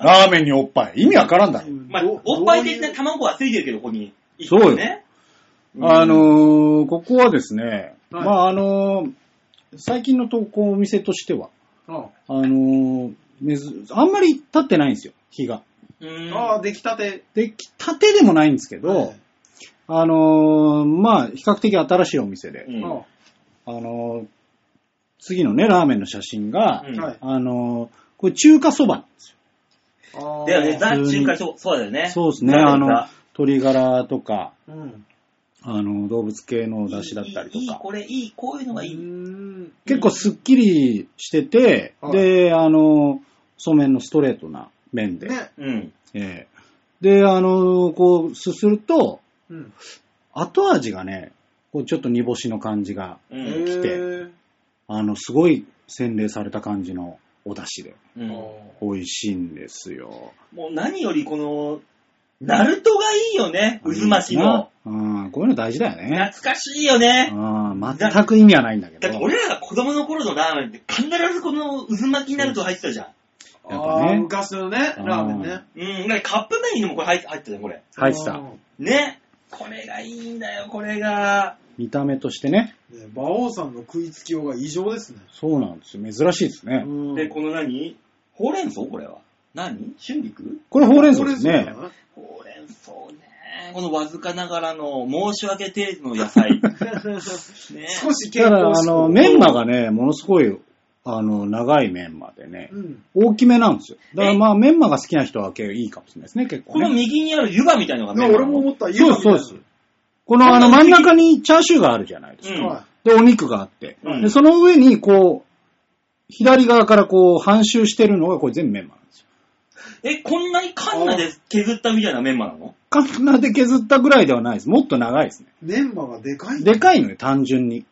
Speaker 3: ラーメンにおっぱい。意味わからんだろ。
Speaker 2: うん
Speaker 1: まあ
Speaker 2: どう、
Speaker 1: おっぱい的な
Speaker 2: どういう
Speaker 1: 卵はついてるけど、ここに。
Speaker 3: そうよ
Speaker 1: ね。
Speaker 3: あのー、ここはですね、
Speaker 2: はい
Speaker 3: まああのー、最近の投稿お店としては、
Speaker 2: あ
Speaker 3: あのー、めずあんまり立ってないんですよ、日が。
Speaker 1: うん。
Speaker 2: あ、出来たて。
Speaker 3: で、きたてでもないんですけど、
Speaker 2: はい
Speaker 3: あのー、まあ比較的新しいお店で、
Speaker 1: うん
Speaker 2: あ
Speaker 3: あのー、次のね、ラーメンの写真が、
Speaker 1: うん
Speaker 2: はい
Speaker 3: あのー、これ中華そばなんですよ。
Speaker 2: あ
Speaker 1: だよね、ザ・
Speaker 3: 普通
Speaker 1: 中
Speaker 3: に
Speaker 1: 華そそうだよね。
Speaker 3: そうですね、
Speaker 1: ザ
Speaker 3: あの、鶏ガラとか、
Speaker 2: うん。
Speaker 3: あの、動物系の
Speaker 1: ザ
Speaker 3: 出汁だったりと
Speaker 1: いいいい、
Speaker 3: か。
Speaker 1: これいい、こういうのがいい。
Speaker 2: うん
Speaker 3: 結構すっきりしてて、
Speaker 2: はい
Speaker 3: で、あの、細麺のストレートな麺で、
Speaker 2: ね。
Speaker 1: うん。
Speaker 3: ええで、あの、こう、すすると、
Speaker 2: うん。
Speaker 3: 後味がね、こうちょっと煮干しの感じが、
Speaker 1: う
Speaker 2: へ
Speaker 1: ん。
Speaker 2: ー
Speaker 3: あの、すごい洗練された感じのお出汁で、
Speaker 1: うん
Speaker 3: 美味しいんですよ。
Speaker 1: もう何よりこの、ナルトがいいよね、渦巻きの。
Speaker 3: うん、こういうの大事だよね。
Speaker 1: 懐かしいよね。
Speaker 3: うん、全く意味はないんだけ
Speaker 1: だ
Speaker 3: ど。
Speaker 1: って俺らが子供の頃のラーメンって必ずこの渦巻きになると入ってたじゃん。
Speaker 3: やっぱね
Speaker 2: あー昔のね、ラーメンね。
Speaker 1: うん、だからカップ麺にもこれ入って入ってたね、これ。
Speaker 3: 入ってた
Speaker 2: あー。ね
Speaker 1: ね。これがいいんだよ、これが。
Speaker 3: 見た目としてね。
Speaker 2: 馬王さんの食いつきようが異常ですね。
Speaker 3: そうなんですよ。珍しいですね。
Speaker 2: うん
Speaker 1: で、この何ほうれん草これは。何春菊
Speaker 3: これほうれん草です
Speaker 2: ほうれん
Speaker 3: ね
Speaker 2: 草。じゃない
Speaker 1: ほうれん草ね。このわずかながらの申し訳程度の野 <laughs> 菜。ね。
Speaker 2: 少し
Speaker 3: だ
Speaker 2: 健
Speaker 3: か
Speaker 2: 康
Speaker 3: ら、あ
Speaker 2: 志向
Speaker 3: の、メンマがね、ものすごい、あの、長いメンマでね
Speaker 2: う、ん。
Speaker 3: 大きめなんですよ。だから
Speaker 1: え
Speaker 3: まあ、メンマが好きな人は結構いいかもしれないですね、結
Speaker 1: こ
Speaker 3: 構
Speaker 1: の
Speaker 3: ね。
Speaker 1: 右にある湯葉みたいなのが
Speaker 2: ね
Speaker 1: 麺な
Speaker 2: 俺
Speaker 1: の
Speaker 2: も思った、湯
Speaker 3: そう
Speaker 2: 葉
Speaker 3: です
Speaker 2: みた
Speaker 3: そ
Speaker 2: い
Speaker 3: うで
Speaker 2: な
Speaker 3: す。この、あの、真ん中にチャーシューがあるじゃないですか。
Speaker 1: うん
Speaker 2: はい
Speaker 3: で、お肉があって。
Speaker 1: うん
Speaker 3: で、その上に、こう、左側からこう、半周してるのが、これ全部メンマなんですよ。
Speaker 1: え、こんなにカンナで削ったみたいなメンマなの
Speaker 3: カンナで削ったぐらいではないです。もっと長いですね。
Speaker 2: メンマがでかい
Speaker 3: でかいのよ、単純に。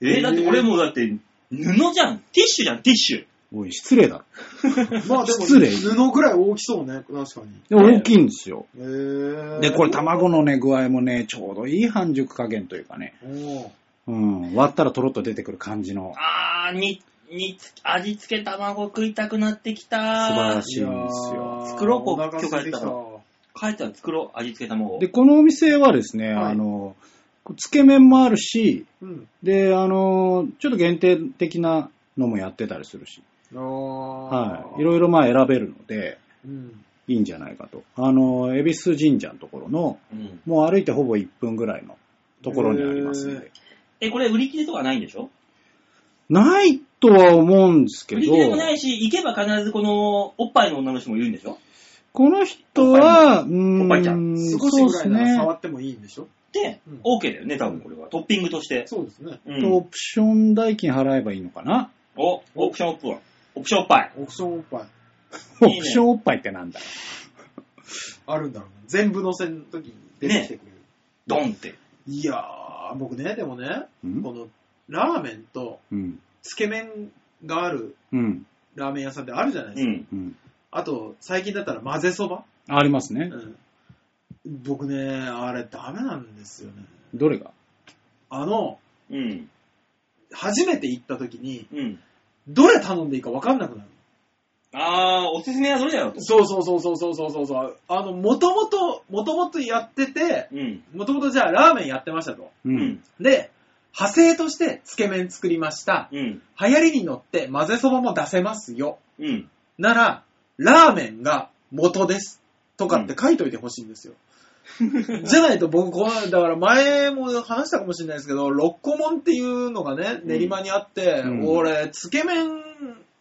Speaker 1: えーだって俺もうだって、布じゃん。ティッシュじゃん、ティッシュ。
Speaker 3: おい、失礼だろ。
Speaker 2: まあでも、
Speaker 3: 失礼
Speaker 2: 布ぐらい大きそうね、確かに。
Speaker 3: で、大きいんですよ。
Speaker 2: へー
Speaker 3: で、これ、卵のね、具合もね、ちょうどいい半熟加減というかね。
Speaker 2: おー
Speaker 3: うん、割ったらとろっと出てくる感じの
Speaker 1: あー、に、につ、味付け卵食いたくなってきた
Speaker 3: 素晴ら
Speaker 1: しい。
Speaker 3: しいんですよ。
Speaker 2: いやー
Speaker 1: 作ろうこう
Speaker 2: お腹空いてき
Speaker 1: 許可やった帰ったら作ろう、味付け卵。
Speaker 3: で、このお店はですね、
Speaker 2: はい
Speaker 3: あの、つけ麺もあるし、
Speaker 2: うん。
Speaker 3: で、あの、ちょっと限定的なのもやってたりするし。はい。い
Speaker 2: い
Speaker 3: ろいろまあ選べるので、
Speaker 2: ろ。うん。
Speaker 3: いいんじゃないかと。あの、恵比寿神社のところの、
Speaker 9: うん。
Speaker 3: もう歩いてほぼ1分ぐらいのところにありますんで。
Speaker 1: え、これ売り切れとかないんでしょ
Speaker 3: ないとは思うんですけ
Speaker 1: 売り
Speaker 3: ど、
Speaker 1: 切れもないし、行けば必ずこのおっぱいの女の人もいるんでしょ
Speaker 3: この人は、う
Speaker 1: おっぱいちゃん
Speaker 3: ーん、
Speaker 2: 少
Speaker 3: そ
Speaker 2: し
Speaker 3: う
Speaker 2: ぐ
Speaker 3: で
Speaker 2: ら
Speaker 3: す
Speaker 2: いなら
Speaker 3: ね。
Speaker 2: 触ってもいいんでしょ
Speaker 1: で、
Speaker 2: うん
Speaker 1: OK だよね、多分これは。トッピングとして。
Speaker 2: そうですね。
Speaker 1: う
Speaker 3: オ
Speaker 1: ん。
Speaker 3: プション代金払えばいいのかな、
Speaker 1: お、オプションオップは。オプションおっぱい。
Speaker 2: オプションおっぱ
Speaker 1: い
Speaker 2: い
Speaker 1: いね
Speaker 3: オプションおっぱいってなんだ
Speaker 2: あるんだろうね。全部乗せの時に出てきてくれる。
Speaker 1: ドンって。
Speaker 2: いやー、僕ね、でもね、
Speaker 3: うん
Speaker 2: このラーメンと
Speaker 3: うん。
Speaker 2: つけ麺がある
Speaker 3: うん。
Speaker 2: ラーメン屋さんってあるじゃないで
Speaker 1: う
Speaker 2: すか。
Speaker 1: ん。
Speaker 3: うん。
Speaker 2: あと、最近だったら混ぜそば、
Speaker 3: ありますね
Speaker 2: う。ん、僕ね、あれダメなんですよね。
Speaker 3: どれが
Speaker 2: あの、
Speaker 1: うん。
Speaker 2: 初めて行った時に、
Speaker 1: うん。
Speaker 2: どれ頼んでいいか分かんなくなる。
Speaker 1: あー、おすすめはどれだろうと。
Speaker 2: そうそうそうそうそうそうそう。あの、もともと、もともとやってて、
Speaker 1: うん。
Speaker 2: もともとじゃあラーメンやってましたと。
Speaker 3: う
Speaker 1: うんん。。
Speaker 2: で、派生としてつけ麺作りました。
Speaker 1: うん。
Speaker 2: 流行りに乗って混ぜそばも出せますよ。
Speaker 1: うん。
Speaker 2: なら、ラーメンが元です。とかって書いといてほしいんですよ。 <laughs> じゃないと僕、この、だから前も話したかもしれないですけど、六個門っていうのがね、練馬にあって、
Speaker 3: うん
Speaker 2: 俺、つけ麺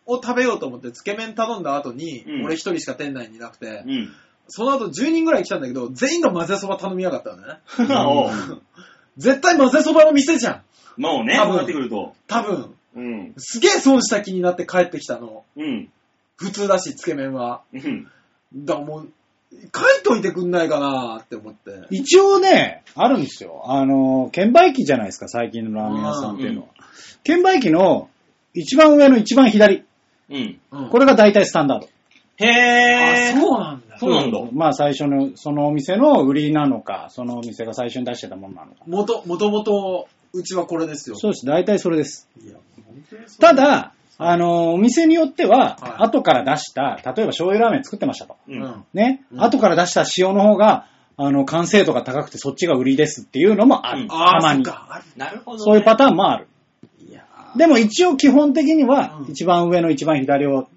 Speaker 2: を食べようと思って、つけ麺頼んだ後に、
Speaker 1: うん
Speaker 2: 俺一人しか店内にいなくて、
Speaker 1: うん。
Speaker 2: その後10人ぐらい来たんだけど、全員が混ぜそば頼みやがったのね。
Speaker 1: お
Speaker 2: 絶対混ぜそばの店じゃん。
Speaker 1: もうね、
Speaker 2: 多分
Speaker 1: そうなってくると。
Speaker 2: 多分。
Speaker 1: うん。
Speaker 2: すげえ損した気になって帰ってきたの。
Speaker 1: うん。
Speaker 2: 普通だし、つけ麺は。
Speaker 1: うん。
Speaker 2: だからもう、書いといてくんないかなって思って。
Speaker 3: 一応ね、あるんですよ。あの、券売機じゃないですか、最近のラーメン屋さんっていうのは。券売機の一番上の一番左。
Speaker 1: うん。
Speaker 2: うん
Speaker 3: これが大体スタンダード。
Speaker 1: へ
Speaker 2: あ、
Speaker 1: ー。
Speaker 2: そうなんだ。
Speaker 1: そうなんだ。
Speaker 3: まあ最初の、そのお店の売りなのか、そのお店が最初に出してたものなのか。
Speaker 2: もと、もともと、うちはこれですよ。
Speaker 3: そうです、大体それです。
Speaker 2: いや本当にそう
Speaker 3: た、だ、あの、お店によっては、
Speaker 2: はい
Speaker 3: 後から出した、例えば醤油ラーメン作ってましたと。
Speaker 1: う
Speaker 2: うん。
Speaker 1: ん。
Speaker 3: ね、
Speaker 2: うん
Speaker 3: 後から出した塩の方が、あの、完成度が高くてそっちが売りですっていうのもある。
Speaker 1: うん
Speaker 2: あ
Speaker 3: た
Speaker 2: あ、
Speaker 3: ま
Speaker 2: そっ
Speaker 3: に。
Speaker 2: か。ある
Speaker 1: なるほどね。
Speaker 3: そういうパターンもある。
Speaker 2: いや
Speaker 3: でも一応基本的には、
Speaker 2: うん
Speaker 3: 一番上の一番左を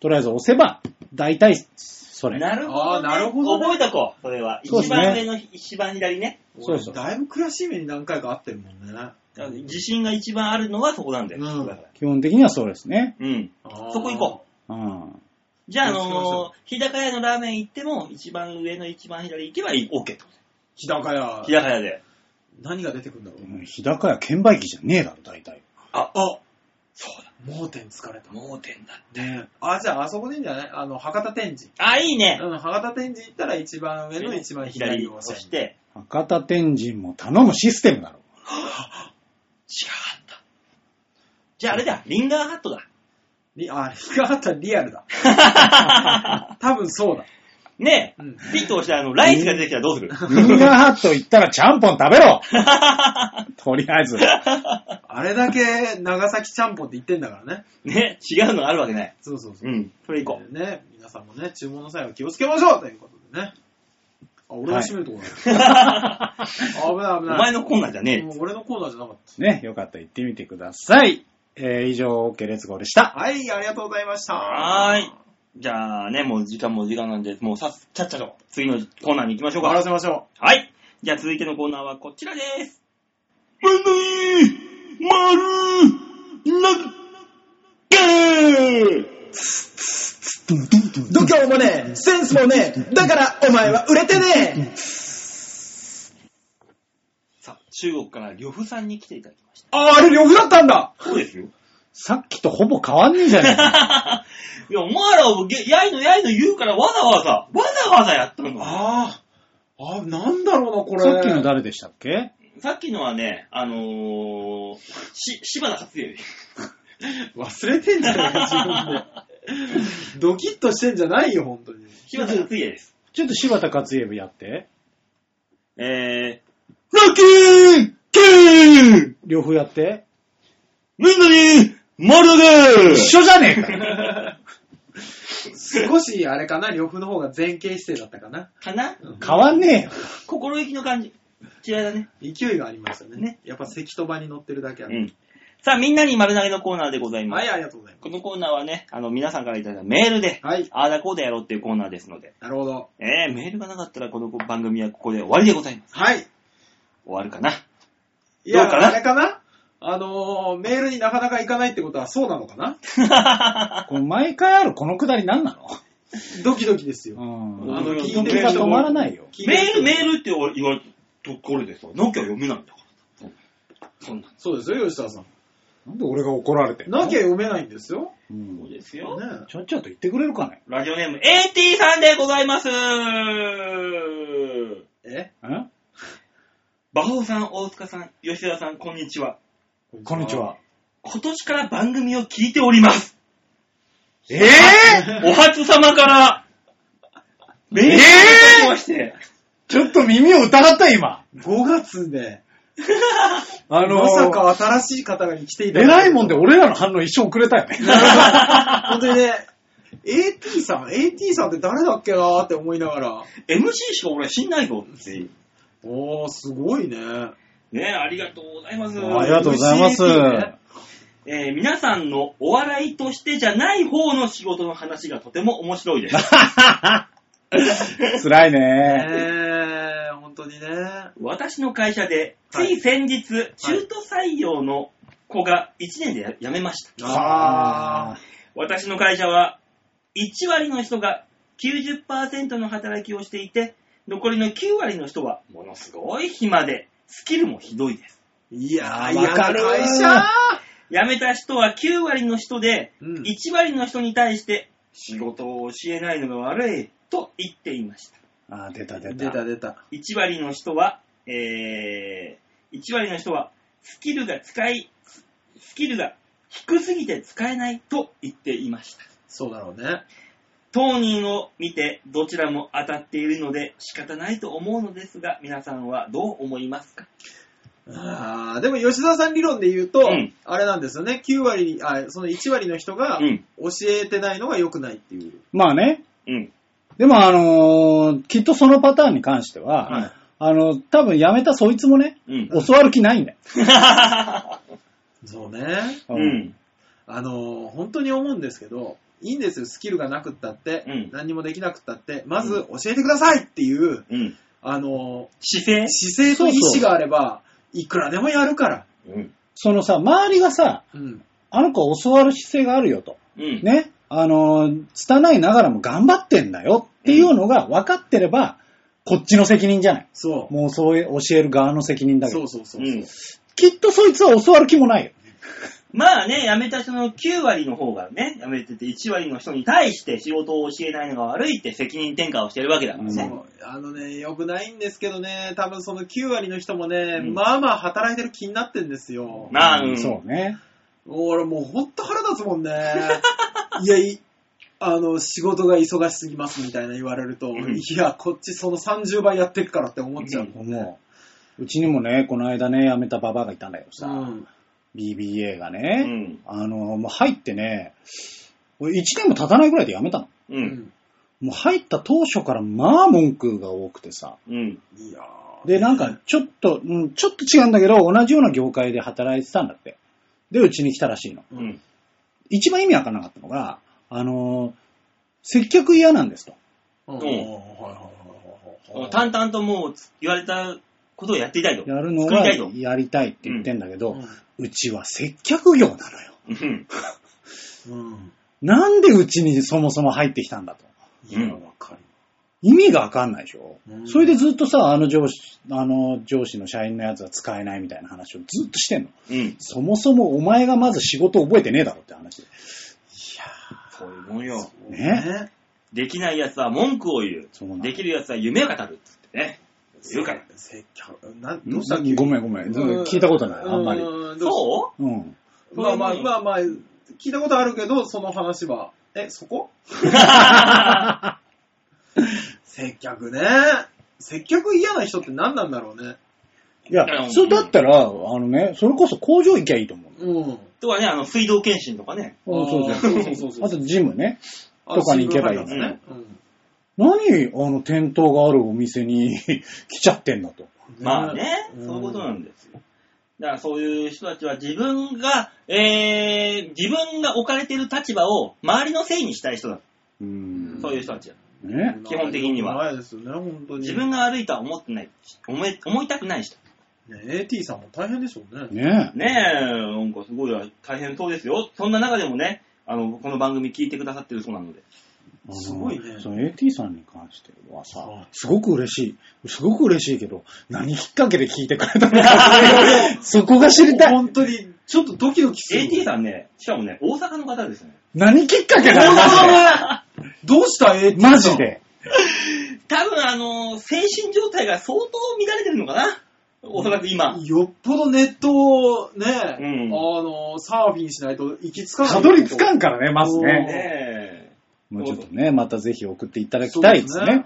Speaker 3: とりあえず押せば、大体それ。
Speaker 1: なるほど、ね。
Speaker 2: あーなるほどね
Speaker 1: 覚えとこう、それは。
Speaker 3: そうで
Speaker 1: 一
Speaker 3: すね
Speaker 1: 番上の一番左ね。
Speaker 3: そうそう
Speaker 2: 俺だいぶ悔しい目に何回かあってるもん
Speaker 1: だ
Speaker 2: ね。
Speaker 1: から自信が一番あるのはそこなんだよ。
Speaker 2: うん
Speaker 1: だから
Speaker 3: 基本的にはそうですね。
Speaker 1: うん。そ
Speaker 2: そ
Speaker 1: こ行こ
Speaker 3: うん。
Speaker 1: う。じゃあ、あ
Speaker 2: そうしましょ
Speaker 1: のー、日高屋のラーメン行っても、一番上の一番左行けばいい。OK と。
Speaker 2: う。日高屋。
Speaker 1: 日高屋で。
Speaker 2: 何が出てくるんだろう。
Speaker 3: 日高屋券売機じゃねえだろ、大体。
Speaker 1: あ、
Speaker 2: あ、
Speaker 1: そうだ。
Speaker 2: 盲点疲れた。
Speaker 1: 盲点だ。
Speaker 2: ねあ、じゃああそこでいいんじゃないあの、博多天神。
Speaker 1: あ、いいね。
Speaker 2: うん、博多天神行ったら一番上の一番左を
Speaker 1: 押
Speaker 2: 押し。
Speaker 1: してて、
Speaker 3: 博多天神も頼むシステムだろ。
Speaker 1: 違かった。じゃああれだ、リンガーハッ
Speaker 2: <laughs>
Speaker 1: トだ。
Speaker 2: りあ、引っかかったらリアルだ。多分そうだ。
Speaker 1: ね
Speaker 2: うん
Speaker 1: え、ピッと押して、あの、ライスが出てきたらどうする
Speaker 3: ミンガーハット行ったらちゃんぽん食べ
Speaker 2: <laughs>
Speaker 3: ろとりあえず。
Speaker 2: あれだけ長崎ちゃんぽんって言ってんだからね。
Speaker 1: ね、違うのあるわけない。
Speaker 2: そうそうそう。
Speaker 1: うん、それ行こう。
Speaker 2: ね、皆さんもね、注文の際は気をつけましょうということでね。あ、俺が閉めるとこだ。 <laughs>
Speaker 1: <laughs>
Speaker 2: 危
Speaker 1: お
Speaker 2: ない危な
Speaker 1: 前
Speaker 2: い。
Speaker 1: のコーナーじゃねえ。
Speaker 2: もう俺のコーナーじゃなかっ
Speaker 3: ね、よかったら行ってみてください。えー、以上、OK レッツゴーでした
Speaker 2: た。。はい、ありがとうございました。
Speaker 1: はーい。じゃあね、もう時間も時間なんで、もうさっ、ちゃっちゃと次のコーナーに行きましょう
Speaker 2: 終わら
Speaker 1: か。
Speaker 2: せましょ
Speaker 1: はい。じゃあ続いてのコーナーはこちらです。ブンブーまるなげー
Speaker 10: 度胸もねえ、センスもねえ、だからお前は売れてね
Speaker 1: さあ、中国から呂布さんに来ていただきました。
Speaker 2: う。あ、あれ、呂布だったんだ
Speaker 1: そうですよ。
Speaker 3: さっきとほぼ変わんねえじゃねえか。 <laughs>
Speaker 1: いや、お前らをげやいのやいの言うからわざわざ、わざわざやったの。
Speaker 2: ああ、あなんだろうな、これ。
Speaker 3: さっきの誰でしたっけ
Speaker 1: さっきのはね、あのー、し、柴田勝家。
Speaker 2: 忘れてんじゃないか、自分で。ドキッとしてんじゃないよ、本当に。
Speaker 1: 柴田勝家です。
Speaker 3: ちょっと柴田勝家部やって。
Speaker 1: えー、ラッキーケー
Speaker 3: 両方やって。
Speaker 1: みんなに、丸投げ
Speaker 3: 一緒じゃねえか。 <laughs>
Speaker 2: 少し、あれかな、呂布の方が前傾姿勢だったかな。
Speaker 1: かな
Speaker 2: うん
Speaker 3: 変わんねえよ。
Speaker 1: 心意気の感じ。嫌いだね。
Speaker 2: 勢いがありましたね。
Speaker 1: ね
Speaker 2: やっぱ関と場に乗ってるだけあ
Speaker 1: う
Speaker 2: る。
Speaker 1: ん。さあ、みんなに丸投げのコーナーでございます。
Speaker 2: はい、ありがとうございま
Speaker 1: このコーナーはね、あの、皆さんからいただいたメールで、
Speaker 2: す。はい。
Speaker 1: ああだこうだやろうっていうコーナーですので、
Speaker 2: なるほど。
Speaker 1: えー、メールがなかったらこの番組はここで終わりでございます。
Speaker 2: はい。
Speaker 1: 終わるかな。
Speaker 2: いや、
Speaker 1: どうかな
Speaker 2: あれかなあのー、メールになかなかいかないってことはそうなのかな
Speaker 3: この毎回あるこのくだり何なの
Speaker 2: ドキドキですよ。
Speaker 3: うん。
Speaker 2: あの
Speaker 3: 時計が止まらないよ。
Speaker 2: 聞いて
Speaker 1: <laughs> メー
Speaker 2: る人
Speaker 1: ル、メールって言われたところでさ、なきゃ読めないんだから。そんな
Speaker 2: そうですよ、吉沢さん。
Speaker 3: なんで俺が怒られてんの
Speaker 2: なきゃ読めないんですよ。
Speaker 3: うん
Speaker 1: ことです
Speaker 2: ね
Speaker 1: よ。
Speaker 3: ちょんちょんと言ってくれるかね
Speaker 1: ラジオネーム AT さんでございます。
Speaker 2: え
Speaker 3: ん
Speaker 1: 馬王さん、大塚さん、吉田さん、こんにちは。
Speaker 3: こんにち。は。
Speaker 1: 今年から番組を聞いております。
Speaker 3: え
Speaker 1: お初様から、メールをいただきまして、
Speaker 3: ちょっと耳を疑った今。
Speaker 2: 5月で、
Speaker 3: あ
Speaker 2: まさか新しい方が来ていた
Speaker 3: 偉いもん
Speaker 2: で。
Speaker 3: で俺らの反応一生遅れたよ <laughs> ね。
Speaker 2: <laughs> 本当にね、AT さん、AT さんって誰だっけなーって思いながら。
Speaker 1: MC しか俺は知んないぞって。
Speaker 2: おー、すごいね。
Speaker 1: ねありがとうございます。
Speaker 3: ありがとうございます。
Speaker 1: えー皆さんのお笑いとしてじゃない方の仕事の話がとても面白い
Speaker 3: <laughs>
Speaker 1: です。
Speaker 3: <laughs> 辛いね。
Speaker 2: えー、本当にね。
Speaker 1: 私の会社で、つ
Speaker 2: はい
Speaker 1: い先日、中途採用の子が1年でや辞めました。
Speaker 2: あ
Speaker 1: 私の会社は、1割の人が90%の働きをしていて、残りの9割の人は、ものすごい暇で、スキルもひどいです。
Speaker 2: いやー、
Speaker 3: わ
Speaker 2: 嫌
Speaker 3: か
Speaker 2: な
Speaker 3: る
Speaker 2: 会社
Speaker 1: 辞めた人は9割の人で、
Speaker 2: うん
Speaker 1: 1割の人に対して、仕事を教えないのが悪い、と言っていました。
Speaker 3: あー出た出
Speaker 2: 出
Speaker 3: た。
Speaker 2: た出た。
Speaker 1: 1割の人は、えー、1割の人は、スキルが使い、スキルが低すぎて使えないと言っていました。
Speaker 2: そうだろうね。
Speaker 1: 当人を見て、どちらも当たっているので仕方ないと思うのですが、皆さんはどう思いますか
Speaker 2: あーでも吉沢さん理論で言うと、
Speaker 1: うん
Speaker 2: あれなんですよね、9割に、あ、その1割の人が
Speaker 1: うん
Speaker 2: 教えてないのが良くないっていう。
Speaker 3: まあね。
Speaker 1: うん。
Speaker 3: でもあのーきっとそのパターンに関しては、
Speaker 1: はい
Speaker 3: あの、多分やめたそいつもね、
Speaker 1: うん。
Speaker 3: 教わる気ないんだよ。
Speaker 2: そうね。
Speaker 1: <laughs> う。ん。
Speaker 2: あのー、本当に思うんですけど、いいんですよ、スキルがなくったって、
Speaker 1: うん
Speaker 2: 何にもできなくったって、まず教えてくださいっていう、
Speaker 1: うん。
Speaker 2: あの
Speaker 1: 姿勢
Speaker 2: ー、姿勢と意志があれば、いくらでもやるから。
Speaker 1: うん。
Speaker 3: そのさ、周りがさ、
Speaker 2: うん。
Speaker 3: あの子教わる姿勢があるよと。
Speaker 1: うん。
Speaker 3: ね。あのー、拙いながらも頑張ってんだよっていうのが分かってれば、こっちの責任じゃない。
Speaker 2: そう。
Speaker 3: もうそういう教える側の責任だけ
Speaker 2: そ
Speaker 3: ど
Speaker 2: う。そうそうそう。
Speaker 1: うん
Speaker 3: きっとそいつは教わる気もないよ。
Speaker 1: まあね、辞めた人の9割の方がね、辞めてて1割の人に対して仕事を教えないのが悪いって責任転嫁をしてるわけだから
Speaker 3: うん
Speaker 1: ね。
Speaker 2: そうあのね、よくないんですけどね、多分その9割の人もね、
Speaker 1: うん
Speaker 2: まあまあ働いてる気になってんですよ。
Speaker 1: まあ、うん。
Speaker 3: そうね。
Speaker 2: 俺もうほんと腹立つもん <laughs> ね。いや、いあの、仕事が忙しすぎますみたいな言われると、
Speaker 1: ん
Speaker 2: いや、こっちその30倍やってるからって思っちゃうもんね。
Speaker 3: もう、うちにもね、この間ね、辞めたババアがいたんだけど
Speaker 2: う
Speaker 3: さ、
Speaker 2: ん。
Speaker 3: BBA が
Speaker 1: う
Speaker 3: ね、
Speaker 1: ん。
Speaker 3: あの、もう入ってね、俺1年も経たないぐらいで辞めたの。
Speaker 1: う。
Speaker 2: うんん。
Speaker 3: もう入った当初からまあ文句が多くてさ。
Speaker 1: うん。
Speaker 2: いやー
Speaker 3: で、なんかちょっと、うん、ちょっと違うんだけど、同じような業界で働いてたんだって。で、うちに来たらしいの。
Speaker 1: うん。
Speaker 3: 一番意味わかんなかったのが、あの、接客嫌なんですと。
Speaker 2: うん。
Speaker 1: ん
Speaker 2: はいはいはいはいはい。
Speaker 1: 淡々ともう言われたことをやっていたいと。
Speaker 3: やるの
Speaker 1: 作
Speaker 3: が
Speaker 1: りたいと
Speaker 3: やりたいって言ってんだけど、
Speaker 2: うん
Speaker 3: うちは接客業なのよ。
Speaker 1: うん。
Speaker 2: うん。
Speaker 3: なんでうちにそもそも入ってきたんだと。
Speaker 2: いや、わかる。
Speaker 3: 意味がわかんないでしょ、
Speaker 2: うん
Speaker 3: それでずっとさ、あの上司、あの上司の社員のやつは使えないみたいな話をずっとしてんの。
Speaker 1: うん。
Speaker 3: そもそもお前がまず仕事覚えてねえだろって話。
Speaker 1: そういうもんよ。
Speaker 3: ね。
Speaker 2: ね。
Speaker 1: できない奴は文句を言
Speaker 3: そうな
Speaker 1: う。
Speaker 3: の
Speaker 1: できる奴は夢を語るって言ってね。言うから。
Speaker 2: 接客、なん、
Speaker 3: ど
Speaker 2: ど
Speaker 3: う
Speaker 2: う
Speaker 3: し
Speaker 2: したたっ
Speaker 3: っけ
Speaker 2: け
Speaker 3: ごめんごめん聞いたことないあんまり
Speaker 2: うどうし
Speaker 1: そ
Speaker 3: うん。
Speaker 2: まあまあ、まあまあ、聞いたことあるけど、その話は。え、そこ
Speaker 3: <laughs>
Speaker 2: 接客ね。接客嫌な人って何なんだろうね。
Speaker 3: いや
Speaker 1: う、ん
Speaker 3: それだったら、あのね、それこそ工場行きゃいいと思う
Speaker 2: うん。
Speaker 1: うとはね、あの、水道検診とかね。
Speaker 3: の。あ
Speaker 2: あ
Speaker 3: そう
Speaker 2: ー
Speaker 3: そう
Speaker 2: そうそうそう
Speaker 3: あとジムね。とかに行けばいいよね
Speaker 2: 新聞配達ね。
Speaker 3: 何、あの、店頭があるお店に <laughs> 来ちゃってんだと。
Speaker 2: うん
Speaker 1: まあね、
Speaker 2: うん
Speaker 1: そういうことなんですよ。だからそういう人たちは自分が、えー、自分が置かれてる立場を周りのせいにしたい人だ。
Speaker 3: うん。
Speaker 1: そういう人たちだ。
Speaker 3: ね。
Speaker 1: 基本的には
Speaker 2: ないですよね、本当に。
Speaker 1: 自分が悪いとは思ってない。思い思いたくない人。
Speaker 2: ね、AT さんも大変でしょうね。
Speaker 3: ね
Speaker 1: ねえ、なんかすごい大変そうですよ。そんな中でもね、あの、この番組聞いてくださってるそうなので。
Speaker 3: あの
Speaker 2: すごいね
Speaker 3: その AT さんに関しては
Speaker 2: うん
Speaker 3: さ、すごく嬉しい。すごく嬉しいけど、何きっかけで聞いてくれたのか、
Speaker 2: <laughs>
Speaker 3: そこが知りたい。
Speaker 2: 本当に、ちょっとドキドキする。
Speaker 1: AT さんね、しかもね、大阪の方ですよね。
Speaker 3: 何きっかけ
Speaker 2: 大
Speaker 3: だマ
Speaker 2: 阪ね <laughs> どうした AT さん
Speaker 3: ジでマジ。で。
Speaker 1: 多分あの、精神状態が相当乱れてるのかなおそらく今。
Speaker 2: <laughs> よっぽどネットを
Speaker 1: うん
Speaker 2: ね、あの、サーフィンしないと行き着かない。
Speaker 3: たどり着かんからね、まずね。
Speaker 1: ね
Speaker 3: もうちょっとね、またぜひ送っていただきたいです
Speaker 2: そうで
Speaker 3: ね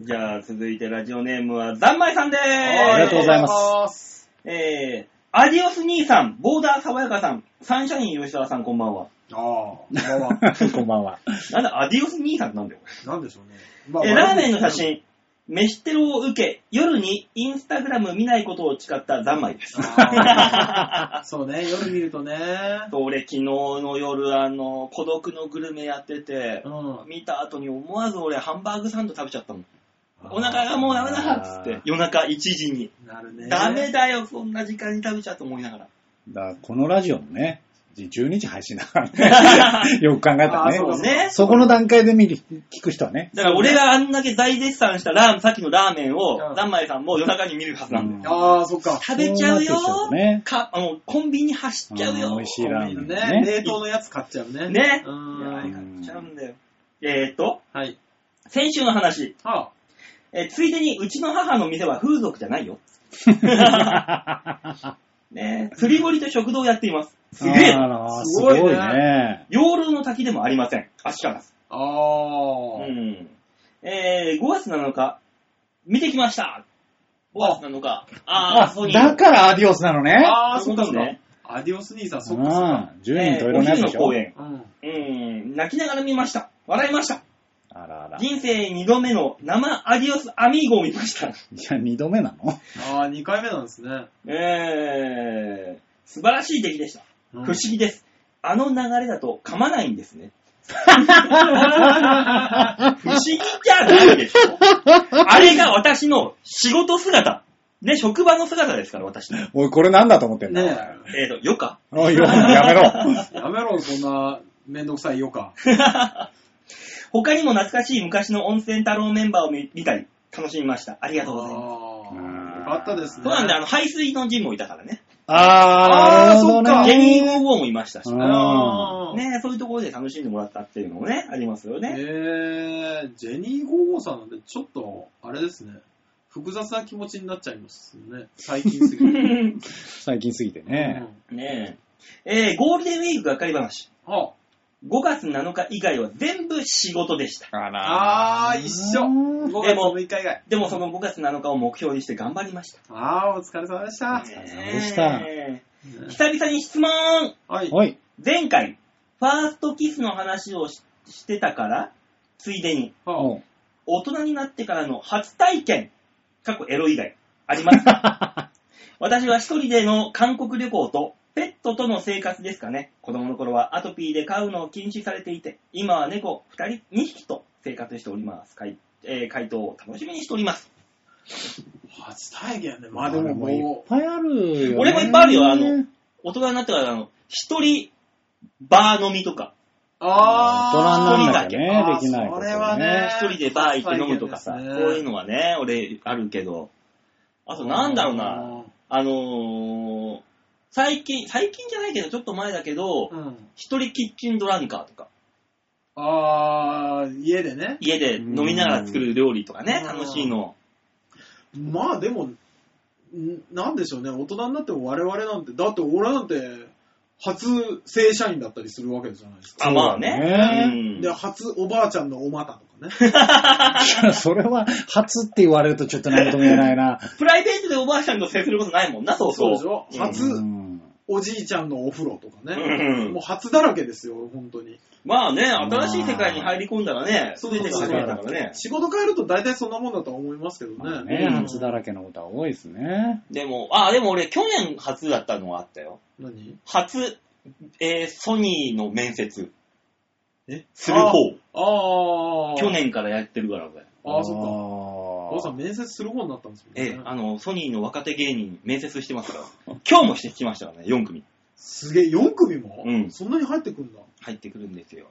Speaker 1: え。。うん。じゃあ、続いてラジオネームは、ざんまいさんでーす。
Speaker 2: あ
Speaker 3: りがとうございます
Speaker 2: す。
Speaker 1: えー、アディオス兄さん、ボーダー爽やかさん、サンシャイン吉沢さんこんばんは。
Speaker 2: ああ、まあまあ、
Speaker 3: こんばんは。
Speaker 1: なんだ、アディオス兄さんってなんだよ。
Speaker 2: なんでしょうね。まあ
Speaker 1: え、ラーメンの写。真、飯テロを受け、夜にインスタグラム見ないことを誓ったざんまい
Speaker 2: <laughs>
Speaker 1: です。
Speaker 2: あーそうね、夜見るとね。
Speaker 1: 俺、昨日の夜、あの、孤独のグルメやってて
Speaker 2: う、ん。
Speaker 1: 見た後に思わず俺ハンバーグサンド食べちゃったの。お腹がもうダメだっつって、夜中1時に。
Speaker 2: なるね。
Speaker 1: ダメだよ、そんな時間に食べちゃうと思いながら。
Speaker 3: だからこのラジオもね、12時配信だか
Speaker 2: <laughs>
Speaker 3: らね。よく考えた
Speaker 2: あ
Speaker 3: ら
Speaker 2: ーそう
Speaker 3: ね。
Speaker 2: だ
Speaker 1: ね。
Speaker 3: そこの段階で見る、聞く人
Speaker 2: <laughs>
Speaker 3: はね。
Speaker 1: だから俺があんだけ大絶賛したラーメン、さっきのラーメンを
Speaker 2: うん、
Speaker 1: ざんまいさんも夜中に見るはずなんだよ。
Speaker 2: ああ、そっか。
Speaker 1: 食べちゃうよ
Speaker 3: そうなってきちゃうね
Speaker 1: かあの、コンビニ走っちゃう
Speaker 3: う
Speaker 1: よ
Speaker 3: ん美味しいラーメン
Speaker 2: ね、
Speaker 3: ね。
Speaker 2: 冷凍のやつ買っちゃうね。
Speaker 1: ね
Speaker 2: う
Speaker 1: いやあれ
Speaker 2: ん。
Speaker 1: 買っちゃうんだよ。えーっと、
Speaker 2: はい。
Speaker 1: 先週の話、
Speaker 2: は
Speaker 1: えーついでにうちの母の店は風俗じゃないよ。ねえ釣り堀と食堂をやっています。すげえ
Speaker 3: あー
Speaker 2: す
Speaker 3: す
Speaker 2: ご
Speaker 3: ご
Speaker 2: いね
Speaker 3: いね。
Speaker 1: 養老の滝でもありません。足から。
Speaker 2: あ。ああ。
Speaker 1: うん。えー、5月7日、見てきました。5月7日。あー、
Speaker 3: あ
Speaker 1: ソ、ニー。
Speaker 3: だからアディオスなのね。
Speaker 2: ああ、
Speaker 1: そ
Speaker 2: そうっ
Speaker 1: で
Speaker 2: か
Speaker 1: す
Speaker 2: そっか
Speaker 1: ね。。
Speaker 2: アディオス兄さん、そっかそっか。
Speaker 3: うん。10人といろんなやつ
Speaker 1: お
Speaker 3: で
Speaker 1: 昼
Speaker 3: し
Speaker 1: の
Speaker 3: ょ
Speaker 1: 公。演。
Speaker 2: うん。
Speaker 1: うん。泣きながら見ました。笑いました。
Speaker 3: あらあら。い
Speaker 1: 人生2度目の生アディオスアミーゴを見ました。
Speaker 3: や、2度目なの
Speaker 2: ああ、2回目なんですね。
Speaker 1: えー、素晴らしい出来でした。不
Speaker 2: うん
Speaker 1: 思議です。あの流れだと噛まないんです
Speaker 2: <laughs>
Speaker 1: ね。不思議じゃないでしょ。あれが私の仕事姿。ね、職場の姿ですから、私の。
Speaker 3: おい、これなんだと思ってんだ。
Speaker 2: ね
Speaker 1: えーと、よか。
Speaker 3: おい、よやめろ。
Speaker 2: え。やめろ、そんな、めんどくさいよか。
Speaker 1: 他にも懐かしい昔の温泉太郎メンバーを見見たり、楽しみました。ありがとうございます。
Speaker 2: あ
Speaker 3: うん
Speaker 2: あ。よかったですね。
Speaker 1: そうなんで、あの、排水の陣もいたからね。
Speaker 3: あー、なるほど
Speaker 2: あーそっか
Speaker 1: ジェニー・ゴ
Speaker 3: ね。
Speaker 1: ーゴーもいましたし。
Speaker 3: うん
Speaker 2: あー
Speaker 1: ね、そういうところで楽しんでもらったっていうのもね、ありますよね。
Speaker 2: えー、ジェニー・ゴーゴーさんなんで、ちょっと、あれですね。複雑な気持ちになっちゃいますね。最近すぎて。
Speaker 3: 最近すぎてね。
Speaker 1: ねえ。えー、ゴールデンウィークがっかり話。
Speaker 2: うんは
Speaker 1: 5月7日以外は全部仕事でした。
Speaker 3: あ
Speaker 2: ああー、一緒。
Speaker 3: うん
Speaker 2: 5月6日以外。
Speaker 1: でもその5月7日を目標にして頑張りました。
Speaker 2: ああ、お疲れ様でした。
Speaker 3: 疲れ様でした
Speaker 1: ねえ
Speaker 2: ね
Speaker 1: 久々に質問
Speaker 2: はい。
Speaker 3: おい。
Speaker 1: 前回、ファーストキスの話をししてたから、ついでに、
Speaker 2: は
Speaker 3: おう
Speaker 1: 大人になってからの初体験、過去エロ以外、ありますか <laughs> 私は一人での韓国旅行と、ペットとの生活ですかね。子供の頃はアトピーで飼うのを禁止されていて、今は猫2人、2匹と生活しております。回,、えー回答を楽しみにしております。
Speaker 2: 初体験ね。まあでも
Speaker 3: いっ
Speaker 2: も
Speaker 3: ぱいあるよね。
Speaker 1: 俺もいっぱいあるよあの大人になってから、あの、一人、バー飲みとか、
Speaker 2: う、あ
Speaker 3: 大人にな
Speaker 1: っ
Speaker 3: ん
Speaker 1: て
Speaker 3: だ
Speaker 1: ね
Speaker 3: ね、できない
Speaker 2: あー
Speaker 3: こ
Speaker 2: そ
Speaker 3: と
Speaker 2: れはね
Speaker 3: ね。
Speaker 1: 一人でバー行って飲むとかさ、
Speaker 2: そうですね
Speaker 1: そういうのはね、俺、あるけど。あと、なんだろうな。あのー、最近、最近じゃないけど、ちょっと前だけど、
Speaker 2: うん。
Speaker 1: 一人キッチンドランカーとか、
Speaker 2: ああ、家でね。
Speaker 1: 家で飲みながら作る料理とかね、
Speaker 2: うん
Speaker 1: 楽しいの。
Speaker 2: まあでも、んなんでしょうね。大人になっても我々なんて、だって俺なんて、初正社員だったりするわけじゃないですか。
Speaker 1: あ、まあね。
Speaker 2: で、初おばあちゃんのおまたとかね。
Speaker 1: <laughs>
Speaker 3: <laughs> それは、初って言われるとちょっと何とも言えないな。
Speaker 1: うんプライベートでおばあちゃんと接することないもんな、そうそう。
Speaker 2: そうでしょ
Speaker 1: ん
Speaker 2: 初
Speaker 3: うん
Speaker 2: おじいちゃんのお風呂とかね。
Speaker 1: うん
Speaker 2: もう初だらけですよ、本当に。
Speaker 1: まあね、新しい世界に入り込んだらね、
Speaker 2: そうですね
Speaker 1: 外に出てからね。
Speaker 2: 仕事変えると大体そんなもんだとは思いますけどね。
Speaker 3: ね、
Speaker 1: うん
Speaker 3: 初だらけの歌多いですね。
Speaker 1: でも、あ、でも俺、去年初だったのはあったよ。
Speaker 2: 何
Speaker 1: 初、えーソニーの面接。
Speaker 2: え
Speaker 1: する方。
Speaker 2: ああ。
Speaker 1: 去。年からやってるから、俺。
Speaker 2: ああ、そっか。お父
Speaker 3: そ
Speaker 2: さん面接する方になったんですよ
Speaker 1: え
Speaker 2: ね。
Speaker 1: え、あの、ソニーの若手芸人、面接してますから。 <laughs> 今日もしてきましたからね、4組。
Speaker 2: すげえ、4組も、
Speaker 1: うん
Speaker 2: そんなに入ってくんだ。
Speaker 1: 入ってくるんですよ。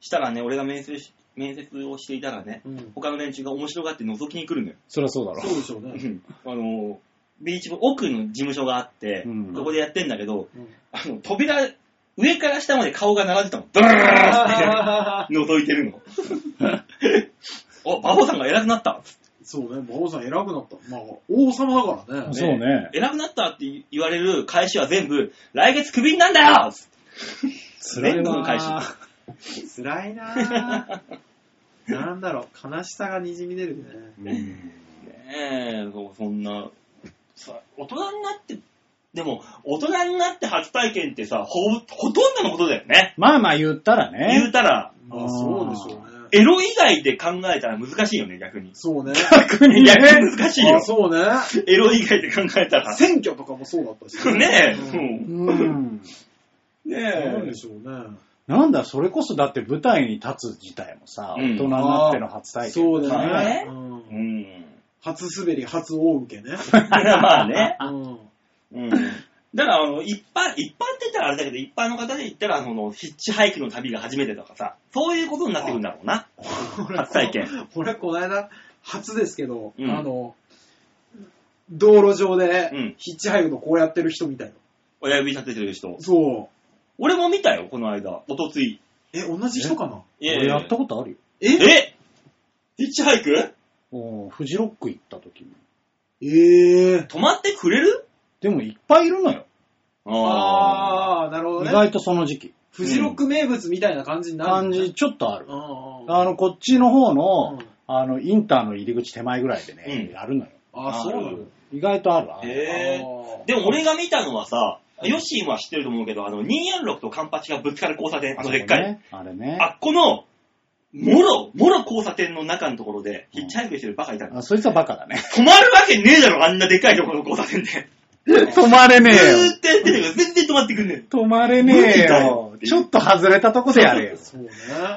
Speaker 1: したらね、俺が面接し、面接をしていたらね、
Speaker 2: うん。
Speaker 1: 他の連中が面白がって覗きに来るのよ。
Speaker 3: そりゃそうだろ。
Speaker 2: そうでしょう
Speaker 1: う <laughs>
Speaker 2: ね。
Speaker 1: んあの、ビーチ部、奥の事務所があって、
Speaker 3: うん
Speaker 1: そこでやってんだけど、
Speaker 2: うん
Speaker 1: あの、扉、上から下まで顔が並んでたの。ドラー
Speaker 2: <laughs>
Speaker 1: って覗いてるの。お、馬王さんが偉くなった。
Speaker 2: そうね、馬王さん偉くなった。まあ、王様だからね。
Speaker 3: そうね。
Speaker 1: <laughs> 偉くなったって言われる返しは全部、来月クビになんだよつって
Speaker 3: 辛い
Speaker 1: 年度
Speaker 3: わ
Speaker 1: の返し。
Speaker 2: 辛
Speaker 1: <laughs>
Speaker 2: いなぁ。なんだろう、悲しさがにじみ出るね。
Speaker 1: ねえ、そうそんな、さ大人になって、でも、大人になって初体験ってさ、ほ、ほとんどのことだよね。
Speaker 3: まあまあ言ったら
Speaker 1: 言う
Speaker 3: ね。
Speaker 1: たら、
Speaker 2: まあ、そうでしょうね。
Speaker 1: エロ以外で考えたら難しいよね、逆に。
Speaker 2: そうね。
Speaker 3: 逆にね。
Speaker 1: <laughs> 逆に難しい
Speaker 2: あ
Speaker 1: よ。
Speaker 2: そうね。
Speaker 1: エロ以外で考えたら。
Speaker 2: 選挙とかもそうだったし
Speaker 1: ねえ、
Speaker 2: うん
Speaker 1: うん
Speaker 3: うん。
Speaker 2: そう
Speaker 1: ね
Speaker 2: でしょうね。
Speaker 3: なんだ、それこそだって舞台に立つ自体もさ、
Speaker 1: うん
Speaker 3: 大人になっての初体験。
Speaker 2: そうだ
Speaker 1: まあ
Speaker 2: よ
Speaker 1: ね
Speaker 2: ね。
Speaker 1: え。
Speaker 2: う
Speaker 1: うんん。 <laughs>
Speaker 2: 初滑り、初大受けね。
Speaker 1: まあね。
Speaker 2: うん
Speaker 1: うん。だから、あの、一般、一般って言ったらあれだけど、一般の方で言ったら、その、ヒッチハイクの旅が初めてとかさ、そういうことになってくるんだろうな。初体験。
Speaker 2: 俺、この間、初ですけど、
Speaker 1: うん
Speaker 2: あの、道路上
Speaker 1: う
Speaker 2: で
Speaker 1: ん、
Speaker 2: ヒッチハイクのこうやってる人みたいな。
Speaker 1: 親指立ててる人。
Speaker 2: そう。
Speaker 1: 俺も見たよ、この間。おとつい。
Speaker 2: え、同じ人かな
Speaker 3: 俺やったことあるよ。
Speaker 2: え
Speaker 1: えヒッチハイク
Speaker 3: おーフジロック行った時に。
Speaker 2: ええ
Speaker 1: 止まってくれる
Speaker 3: でもいっぱいいるのよ。
Speaker 1: あ
Speaker 2: あー、なるほど
Speaker 3: 意
Speaker 2: ね。
Speaker 3: 外とその時期。
Speaker 2: フジロック名物みたいな感じになる。
Speaker 3: 感じちょっとある。
Speaker 2: うんうんうん。
Speaker 3: あの、こっちの方の、
Speaker 2: うん
Speaker 3: あの、インターの入り口手前ぐらいでね、
Speaker 1: うん
Speaker 3: やるのよ。
Speaker 2: あー、そうなんだ。
Speaker 3: 意外とあるわ。
Speaker 1: ー。へー。
Speaker 2: あー
Speaker 1: でも俺が見たのはさ、ヨッシーもは知ってると思うけど、あの、246とカンパチがぶつかる交差点、あのでっかい。
Speaker 3: あれね。あれね
Speaker 1: あっこの、もろ、もろ交差点の中のところで、ヒッチハイクしてるバカいたの。
Speaker 3: あそいつはバカだね。 <laughs>
Speaker 1: 止まるわけねえだろ、あんなでっかいところの交差点で。
Speaker 3: 止まれねえ
Speaker 1: ずー
Speaker 3: よ。
Speaker 1: っとやってるけど、全然止まってくんねえ。
Speaker 3: 止まれねえよ
Speaker 1: 無理だよ。
Speaker 3: ちょっと外れたとこでやれよ。
Speaker 2: そうね。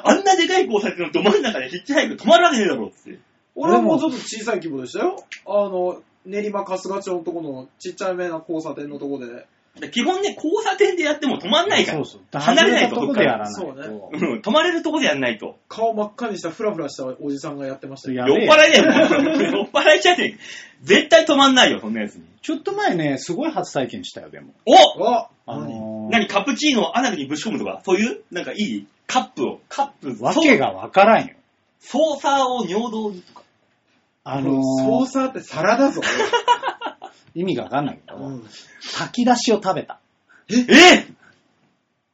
Speaker 1: あんなでかい交差点のど真ん中でヒッチハイク止まるわけねえだろ、って。
Speaker 2: 俺はもうちょっと小さい規模でしたよ。あの、練馬春日町のとこのちっちゃいめな交差点のとこで。
Speaker 1: で基本ね、交差点でやっても止まんないから。
Speaker 3: そうそう。
Speaker 1: 離れないと
Speaker 3: 外たとこでやらない
Speaker 2: そっからそ
Speaker 3: と。
Speaker 1: うん、止まれるとこでやんないと。
Speaker 2: 顔真っ赤にしたフラフラしたおじさんがやってましたよ。
Speaker 3: や
Speaker 1: 酔っ
Speaker 3: べえよ
Speaker 1: 払いだよ、もう酔っ払いじゃねえ。絶対止まんないよ、そんなやつに。
Speaker 3: ちょっと前ね、すごい初体験したよ、でも。
Speaker 1: お
Speaker 2: あ
Speaker 3: あのー、
Speaker 1: 何カプチーノをアナルにぶち込むとか、そういうなんかいいカップを。カップ
Speaker 3: わけがわからんよ。
Speaker 1: ソーサーを尿道にとか。
Speaker 3: あの
Speaker 2: ソー
Speaker 3: ー、
Speaker 2: サーって皿だぞ。
Speaker 3: 意味がわかんないけど、
Speaker 2: うん
Speaker 3: 炊き出しを食べた。
Speaker 1: え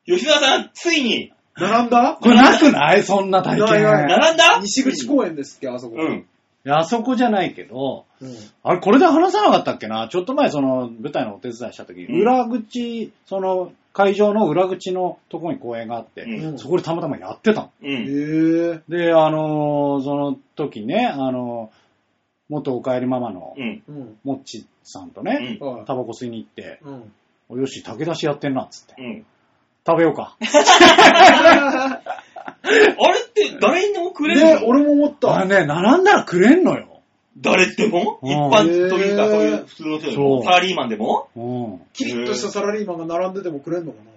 Speaker 1: 吉田さん、ついに、
Speaker 2: 並んだ
Speaker 3: これなくないそんな体
Speaker 2: ないない
Speaker 3: 験。
Speaker 1: 並んだ
Speaker 2: 西口公園ですっけ、あそこ。
Speaker 1: うん。
Speaker 3: いやあそこじゃないけど、
Speaker 2: うん
Speaker 3: あれ、これで話さなかったっけなちょっと前、その、舞台のお手伝いした時、
Speaker 1: うん
Speaker 3: 裏口、その、会場の裏口のとこに公園があって、
Speaker 1: うん
Speaker 3: そこでたまたまやってたの。
Speaker 1: うん。
Speaker 2: へえ。
Speaker 3: で、あのーその時ね、あのー元おかえりママの
Speaker 1: う、ん。
Speaker 2: うん。
Speaker 3: もっちさんと
Speaker 1: う
Speaker 3: ね、
Speaker 1: ん。
Speaker 2: はい
Speaker 3: タバコ吸いに行って、
Speaker 2: うん。
Speaker 3: およし、竹出しやってんな、っつって。
Speaker 1: うん。
Speaker 3: 食べよう
Speaker 1: <laughs>
Speaker 3: か。
Speaker 1: あれって誰にでもくれる
Speaker 2: ね
Speaker 1: の、
Speaker 2: 俺も思っ
Speaker 3: あれ
Speaker 2: た。
Speaker 3: ね、並んだらくれんのよ。
Speaker 1: 誰でも
Speaker 3: うん
Speaker 1: 一般というか、
Speaker 2: へー
Speaker 1: そういう普通の人で
Speaker 3: そ
Speaker 1: も、
Speaker 3: う
Speaker 1: サラリーマンでも
Speaker 3: うん。
Speaker 2: キリッとしたサラリーマンが並んでてもくれんのかな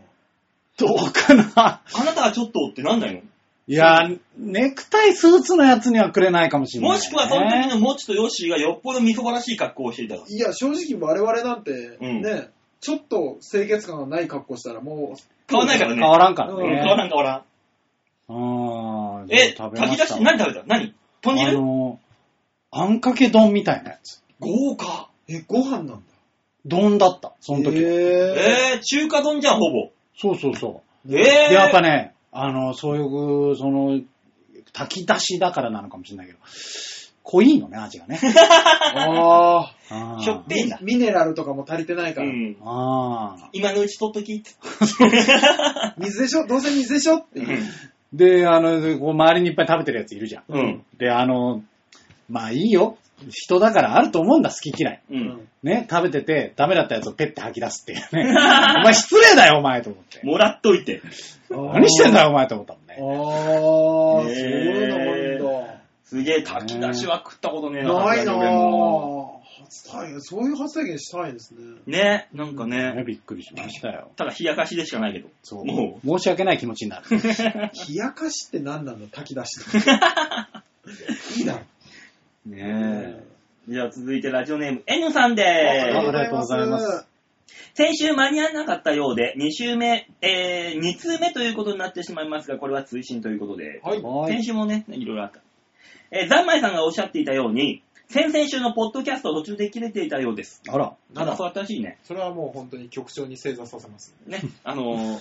Speaker 3: どう
Speaker 1: <laughs>
Speaker 3: かな
Speaker 1: あなたはちょっとってなんないの
Speaker 3: いや、ネクタイスーツのやつにはくれないかもしれない、
Speaker 1: もしくはその時のモッチとヨッシーがよっぽどみそばらしい格好をしていたら。
Speaker 2: いや、正直我々なんて、
Speaker 1: うん
Speaker 2: ね、ちょっと清潔感がない格好したらもう、
Speaker 1: 買わないから
Speaker 3: 変
Speaker 1: ね。
Speaker 3: わらんから
Speaker 1: うん、
Speaker 3: ね。
Speaker 1: 買わらん買わらん。
Speaker 3: あー
Speaker 1: え、
Speaker 3: じゃあ
Speaker 1: 炊き出し、何食べた何豚
Speaker 3: あ
Speaker 1: 汁
Speaker 3: のー、あんかけ丼みたいなやつ。
Speaker 1: 豪華。
Speaker 2: え、ご飯なんだ。
Speaker 3: 丼だった、その時。
Speaker 2: え
Speaker 1: えー、中華丼じゃん、ほぼ。
Speaker 3: そうそうそう。
Speaker 1: えー、
Speaker 3: で、やっぱね、あの、そういう、その、炊き出しだからなのかもしれないけど、濃いのね、味がね。
Speaker 2: あ
Speaker 3: あー
Speaker 1: しょっぺいな
Speaker 2: あ。。ミネラルとかも足りてないから。
Speaker 1: うん
Speaker 3: あ
Speaker 1: 今のうち取っとき。
Speaker 2: 水でしょどうせ水でしょっていう。
Speaker 3: で、あの、こう周りにいっぱい食べてるやついるじゃん。
Speaker 1: うん。
Speaker 3: で、あの、まあいいよ。人だからあると思うんだ、好き嫌い。
Speaker 1: うん。
Speaker 3: ね、食べてて、ダメだったやつをペッて吐き出すっていうね。お前失礼だよ、お前と思って。
Speaker 1: もらっといて。
Speaker 3: 何してん
Speaker 2: だ
Speaker 3: だよ、お前と思ったもん
Speaker 2: あー、
Speaker 3: ね。
Speaker 1: ねえ
Speaker 2: そういうのもあるんだ。
Speaker 1: すげえ炊き出しは食ったことねえな。
Speaker 2: ないな
Speaker 1: 俺も
Speaker 2: ぁ。初体験、そういう初体験したいですね。
Speaker 1: ね、なんか
Speaker 3: ね
Speaker 1: ね、
Speaker 3: びっくりしましたよ。
Speaker 1: ただ冷やかしでしかないけど。
Speaker 3: そう。
Speaker 1: も
Speaker 3: 申し訳ない気持ちになる。
Speaker 2: 冷やかしって何なんだ炊き出しといいだろ。
Speaker 1: う。ねえ。じゃあ続いてラジオネーム N さんで
Speaker 3: り
Speaker 1: ー
Speaker 3: が
Speaker 1: す
Speaker 3: とう。ございます。
Speaker 1: 先週間に合わなかったようで、2週目、えー、2通目ということになってしまいますが、これは追伸ということで、
Speaker 2: はい。
Speaker 1: 先週もね、いろいろあった。えー、ざんまいさんがおっしゃっていたように、先々週のポッドキャスト途中で切れていたようです。
Speaker 3: あら。
Speaker 1: ただ、そうらしいね。
Speaker 2: それはもう本当に局長に正座させます。
Speaker 1: ね、あのー、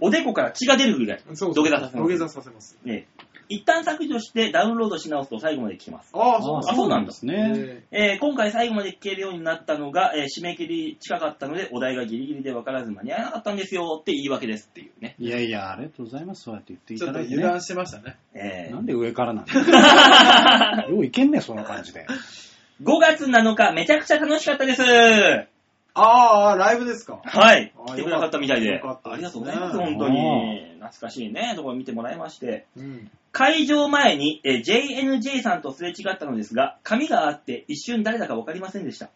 Speaker 1: おでこから血が出るぐらい。
Speaker 2: そう
Speaker 1: 土下座させます
Speaker 2: 土下座させます。
Speaker 1: ね、一旦削除してダウンロードし直すと最後まで聞けます。
Speaker 2: ああ、
Speaker 3: あ
Speaker 2: そう
Speaker 1: そうなんだ
Speaker 3: です
Speaker 2: なんだ。
Speaker 3: ね。
Speaker 2: え
Speaker 1: えー今回最後まで聞けるようになったのが、えー締め切り近かったのでお題がギリギリで分からず間に合わなかったんですよって言い訳ですっていうね。
Speaker 3: いやいや、ありがとうございます。そうやって言って
Speaker 2: え
Speaker 3: い
Speaker 2: ちょ
Speaker 3: た
Speaker 2: っと
Speaker 3: だいて
Speaker 2: 油
Speaker 3: ね。
Speaker 2: 断してましたね。
Speaker 1: えー
Speaker 3: なんで上からなんだ
Speaker 2: <laughs>
Speaker 3: よういけんね、その感じで。
Speaker 1: 5月7日めちゃくちゃ楽しかったです。
Speaker 2: ああ、ライブですか。
Speaker 1: はい。
Speaker 2: あー
Speaker 1: 来てくださったみたいで
Speaker 2: よかっ。た
Speaker 1: ありがとうご
Speaker 2: よ
Speaker 1: ざいま
Speaker 2: かっ
Speaker 1: す、
Speaker 2: たです
Speaker 3: ね
Speaker 1: 本当に。懐かしいね、ところ見てもらいまして。
Speaker 2: うん。
Speaker 1: 会場前に、えー JNJ さんとすれ違ったのですが、髪があって一瞬誰だか分かりませんでした。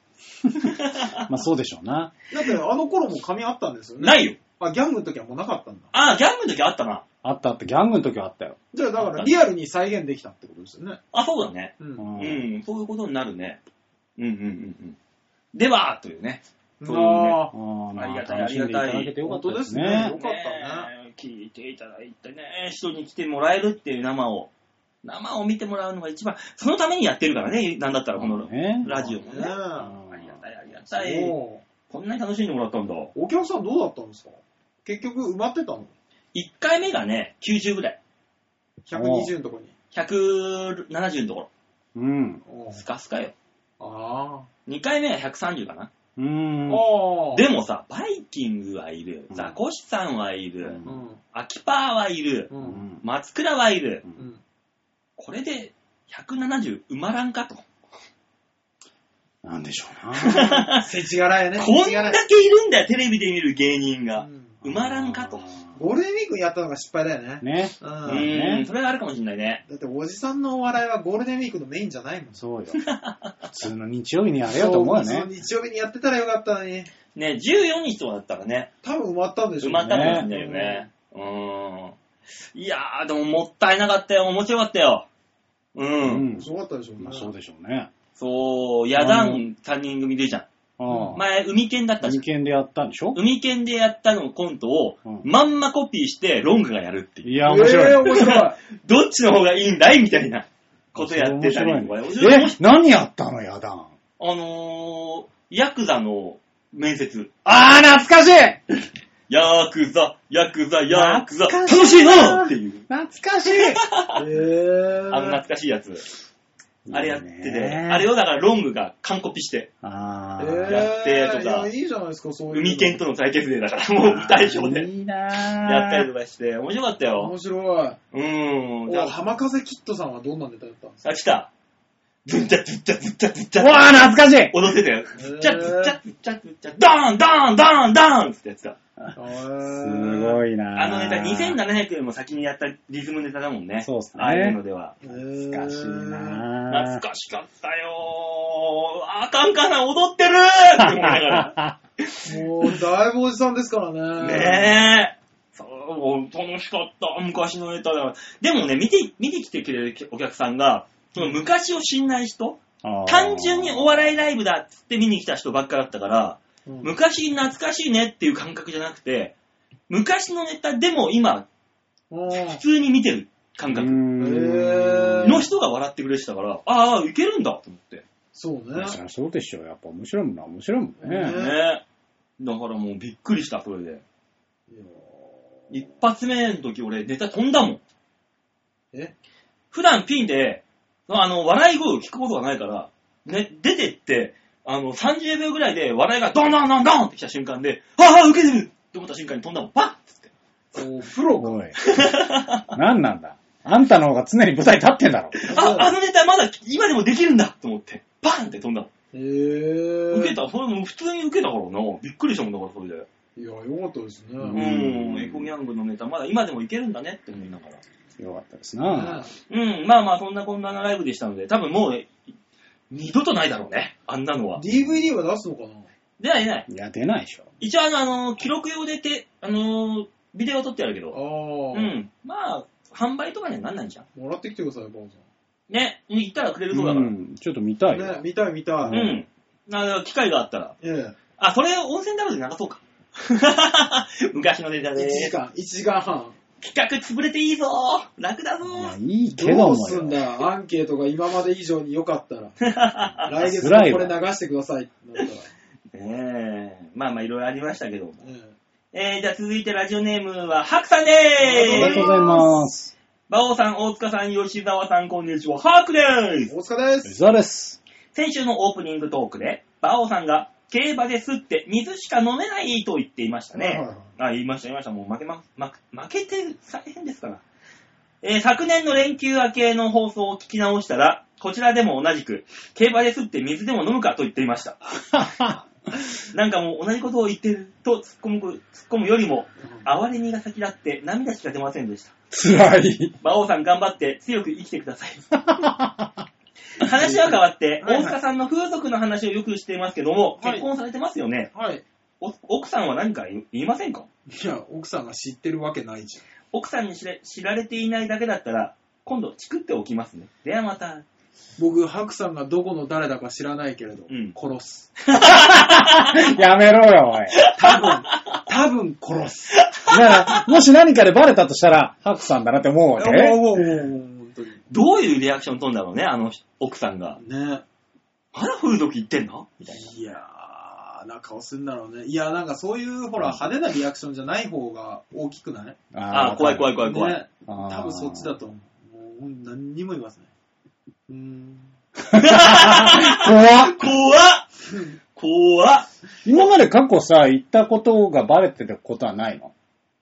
Speaker 3: まあそうでしょうな。
Speaker 2: だってあの頃も髪あったんですよね。
Speaker 1: ないよ。
Speaker 2: あ、ギャングの時はもうなかったんだ。
Speaker 1: あー、ギャングの時あったな。
Speaker 3: あったあった、ギャングの時はあったよ。
Speaker 2: じゃあだからリアルに再現できたってことですよね。
Speaker 1: あ、そうだね。
Speaker 2: う。
Speaker 3: うんん
Speaker 1: うん、そういうことになるね。うんうんうんうん。では、というね。そうね
Speaker 2: ああ、
Speaker 3: あーま
Speaker 1: ありがたい
Speaker 3: 楽しんでいただけてよかったですね
Speaker 2: 本。当ですねよかった
Speaker 1: ねえ。聞いていただいてね、人に来てもらえるっていう生を、生を見てもらうのが一番、そのためにやってるからね、なんだったらこの
Speaker 3: ね
Speaker 1: ラジオもね。
Speaker 2: ね
Speaker 1: ありがたい、ありが
Speaker 2: そ
Speaker 1: たい。
Speaker 2: う
Speaker 1: こんなに楽しんでもらったんだ。
Speaker 2: お客さんどうだったんですか結局埋まってたの
Speaker 1: 1回目がね、90ぐらい。
Speaker 2: ?120 のとこに。
Speaker 1: 170のところ。
Speaker 3: うん。
Speaker 2: おう
Speaker 1: スカスカよ。
Speaker 2: あ
Speaker 1: 2回目は130かな。
Speaker 3: うん
Speaker 2: あ。。ああ。
Speaker 1: でもさ、バイキングはいる
Speaker 3: う、ん
Speaker 1: ザコシさんはいる、
Speaker 3: うん
Speaker 2: うん。
Speaker 1: アキパーはいる、
Speaker 2: う。
Speaker 3: うんん
Speaker 1: 松倉はいる。
Speaker 2: うん。
Speaker 1: これで170埋まらんかと。
Speaker 3: なんでしょうな。
Speaker 2: せちがらやね。
Speaker 1: こ
Speaker 2: 世
Speaker 1: ん
Speaker 2: 知辛
Speaker 1: だ
Speaker 2: い
Speaker 1: けいるんだよ、テレビで見る芸人
Speaker 2: う
Speaker 1: が。
Speaker 2: ん <laughs>
Speaker 1: 埋まらんかと。
Speaker 2: ゴールデンウィークやったのが失敗だよね。
Speaker 3: ね。
Speaker 2: う。
Speaker 1: うんーん、それはあるかもしれないね。
Speaker 2: だっておじさんのお笑いはゴールデンウィークのメインじゃないもん。
Speaker 3: そう
Speaker 2: <laughs>
Speaker 3: よ。普通の日曜日にやれよと思うよ
Speaker 2: そう
Speaker 3: ね
Speaker 2: そう。日曜日にやってたらよかったのに。
Speaker 1: ね、14日とかだったらね、
Speaker 2: 多分埋まったんでし
Speaker 1: 埋
Speaker 2: ょうね。
Speaker 1: まったかもしれないよね。うーん。いやー、でももったいなかったよ。面白かったよ。う。
Speaker 3: うんん。
Speaker 2: そうだったでしょうね。
Speaker 3: まあそうでしょうね。
Speaker 1: そう、野団3人組でじゃん。
Speaker 3: ああ。
Speaker 1: 前、海犬だったじゃ
Speaker 3: 人
Speaker 1: ん。
Speaker 3: 間でやったんでしょ
Speaker 1: 海犬でやったのコントを、
Speaker 3: うん
Speaker 1: まんまコピーして、ロングがやるっていう。
Speaker 3: いや、面白い。
Speaker 2: えー面白
Speaker 1: どっちの方がいいんだいみたいなことやってたりとか。
Speaker 3: 面
Speaker 1: 面
Speaker 3: 白
Speaker 1: 白
Speaker 3: い
Speaker 1: い
Speaker 3: ねえ、何やったの、やだん。
Speaker 1: あのー、ヤクザの面接。
Speaker 3: あー、懐かしい
Speaker 1: ヤクザ、ヤクザ、ヤクザ、
Speaker 3: 懐
Speaker 1: 楽
Speaker 3: か
Speaker 1: し
Speaker 3: し
Speaker 1: い
Speaker 3: い
Speaker 1: な
Speaker 3: な
Speaker 1: っていう。
Speaker 3: 懐かしい
Speaker 2: い。え
Speaker 1: <laughs> あ
Speaker 2: ー
Speaker 1: の懐かしいやつ。 <laughs> あれやってて、あれ
Speaker 3: を。
Speaker 1: をだからロングが完コピして、
Speaker 3: あ
Speaker 2: え
Speaker 3: ー
Speaker 2: ー
Speaker 1: やってとか
Speaker 2: いや、いいじゃないですか、そういうの。
Speaker 1: 海犬との対決でだから、もう代表で
Speaker 3: いいなー
Speaker 1: やったりとかして、面白かったよ。
Speaker 2: 面白い。
Speaker 1: うーん。
Speaker 2: お
Speaker 1: だ
Speaker 2: 浜風キットさんはどんなネタやったんです
Speaker 1: あ、来た。ずっちゃずっちゃずっちゃずっち
Speaker 3: う
Speaker 1: ゃ。
Speaker 3: わー、懐かしい
Speaker 1: 踊ってたよ。
Speaker 2: ー
Speaker 1: ずっちゃずっちゃずっちゃずっちゃ、ダーンダーンダーンダーンってやつだ。
Speaker 2: か
Speaker 3: す
Speaker 2: い。
Speaker 3: ごいなー
Speaker 1: あのネタ2700よりも先にやったリズムネタだもんね。
Speaker 3: そうっすね
Speaker 1: ああいうのでは。
Speaker 2: 懐
Speaker 3: 懐かしいな
Speaker 1: 懐かしかったよー。あかんかな、踊
Speaker 2: <laughs>
Speaker 1: ってるーって思いなが
Speaker 3: か
Speaker 2: もう、だいぶおじさんですからね。
Speaker 1: ら。ねえ。そう、楽しかった。昔のネタだから。でもね、見て、見てきてくれるお客さんが、その昔を知んない人、単純にお笑いライブだっつって見に来た人ばっかだったから、
Speaker 2: うん
Speaker 1: 昔懐かしいねっていう感覚じゃなくて、昔のネタでも今、
Speaker 2: うん
Speaker 1: 普通に見てる感覚
Speaker 2: へー
Speaker 1: の人が笑ってくれてたから、ああ、いけるんだと思って。
Speaker 2: そうね。
Speaker 3: そりゃそうでしょう。やっぱ面白いもんな、面白いもん
Speaker 2: うん
Speaker 3: ね。
Speaker 1: ねだからもうびっくりした、それで。
Speaker 2: いや
Speaker 1: 一発目の時俺ネタ飛んだもん。
Speaker 2: え
Speaker 1: 普段ピンで、あの、笑い声を聞くことがないから、ね、出てって、あの、30秒ぐらいで笑いがドンドンドンドンって来た瞬間で、ああ、受けてるって思った瞬間に飛んだもん。パッつって。
Speaker 2: お風呂が。
Speaker 3: おい。 <laughs> 何なんだあんたの方が常に舞台立ってんだ
Speaker 1: <laughs>
Speaker 3: ろ。
Speaker 1: あ、あのネタまだ今でもできるんだと思って、バーンって飛んだ。
Speaker 2: へぇ
Speaker 1: 受けた、それも普通に受けたからな。びっくりしたもんだから、それで。
Speaker 2: いや、よかったです
Speaker 1: う
Speaker 2: ね。
Speaker 3: うん
Speaker 1: ん、エコギャングのネタ、まだ今でもいけるんだねって思いながら。
Speaker 3: よかったですな。
Speaker 1: うん、まあまあ、そんなこんなライブでしたので、多分もう、二度とないだろうね、あんなのは。
Speaker 2: DVD は出すのかな
Speaker 1: 出ない出ない。
Speaker 3: いや、出ないでしょ。
Speaker 1: 一応あの、あの記録用でて、あの、ビデオ撮ってあるけ
Speaker 2: あ
Speaker 1: ど、う
Speaker 2: あ、
Speaker 1: ん、まあ、販売とかにはなんないじゃん。
Speaker 2: もらってきてください、バオさ
Speaker 1: ね、行ったらくれるそうだか
Speaker 3: う
Speaker 1: ら。
Speaker 3: ん、ちょっと見たい
Speaker 2: ん。
Speaker 3: よ。
Speaker 2: ね、見たい見たい。
Speaker 3: うん
Speaker 1: うん。あの機会があったら。
Speaker 2: え
Speaker 1: あ、それ温泉ダブルで流そうか。 <laughs> 昔のネタ
Speaker 2: え。1
Speaker 1: で
Speaker 2: 時。間、1時間半。
Speaker 1: 企画潰れていいぞ楽だぞ
Speaker 3: いや、いいけ
Speaker 2: ど
Speaker 3: ど
Speaker 2: う
Speaker 3: も
Speaker 2: すん
Speaker 3: よ。
Speaker 2: だアンケートが今まで以上に良かったら。来月も
Speaker 3: 辛い
Speaker 2: こ
Speaker 3: わ
Speaker 2: れ流してくださいってなったら。
Speaker 1: ねえ。まあまあいろいろありましたけども。
Speaker 2: え
Speaker 1: えー、じゃあ続いてラジオネームは、ハクさんで
Speaker 3: あ
Speaker 1: ー
Speaker 3: りがとう
Speaker 1: す
Speaker 3: ございます。
Speaker 1: 馬王さん、大塚さん、吉沢さん、こんにちは。ハクでー
Speaker 2: え
Speaker 1: す
Speaker 2: 大塚で
Speaker 3: う
Speaker 2: す。
Speaker 3: ざです。
Speaker 1: 先週のオープニングトークで、馬王さんが、競馬ですって水しか飲めないと言っていました
Speaker 2: はいはい
Speaker 1: ね
Speaker 2: はい。
Speaker 1: あ、言いました、言いました。もう負けま、負負けて大変ですから。えー昨年の連休明けの放送を聞き直したら、こちらでも同じく、競馬ですって水でも飲むかと言っていました。なんかもう同じことを言ってると突っ込む、突っ込むよりも、哀れみが先立って涙しか出ませんでした。
Speaker 3: 辛い。
Speaker 1: 馬王さん頑張って強く生きてくださ
Speaker 2: <laughs>
Speaker 1: い。話は変わって、
Speaker 2: はいはい
Speaker 1: 大塚さんの風俗の話をよくしていますけども、
Speaker 2: はい
Speaker 1: 結婚されてますよね。
Speaker 2: はい。
Speaker 1: お奥さんは何か言いませんか
Speaker 2: いや、奥さんが知ってるわけないじ
Speaker 1: 奥さんに知れ知られていないだけだったら、今度チクっておきますね。ではまた。
Speaker 2: ゃん。僕、ハクさんがどこの誰だか知らないけれど、
Speaker 1: うん
Speaker 2: 殺す。
Speaker 3: やめろよ、おい。
Speaker 2: 多分、多分殺す。
Speaker 3: だから、もし何かでバレたとしたら、ハクさんだなって思うわけ。
Speaker 2: もう、もう、もう、もう本当に。
Speaker 1: どういうリアクション取るんだろうね、あの奥さんが。
Speaker 2: ね。
Speaker 1: まだ風俗言ってんのみたい
Speaker 2: いやー、な顔するんだろうね。いや、なんかそういう、ほら、派手なリアクションじゃない方が大きくない
Speaker 1: な。あー、怖い怖
Speaker 3: い。
Speaker 1: い怖い怖い。
Speaker 2: ね。
Speaker 3: あー
Speaker 2: 多分そっちだと思う。もう、何にも言いますね。うーん。
Speaker 1: 怖
Speaker 3: 怖っ
Speaker 1: っ怖っ
Speaker 3: 今まで過去さ、言ったことがバレてたことはないの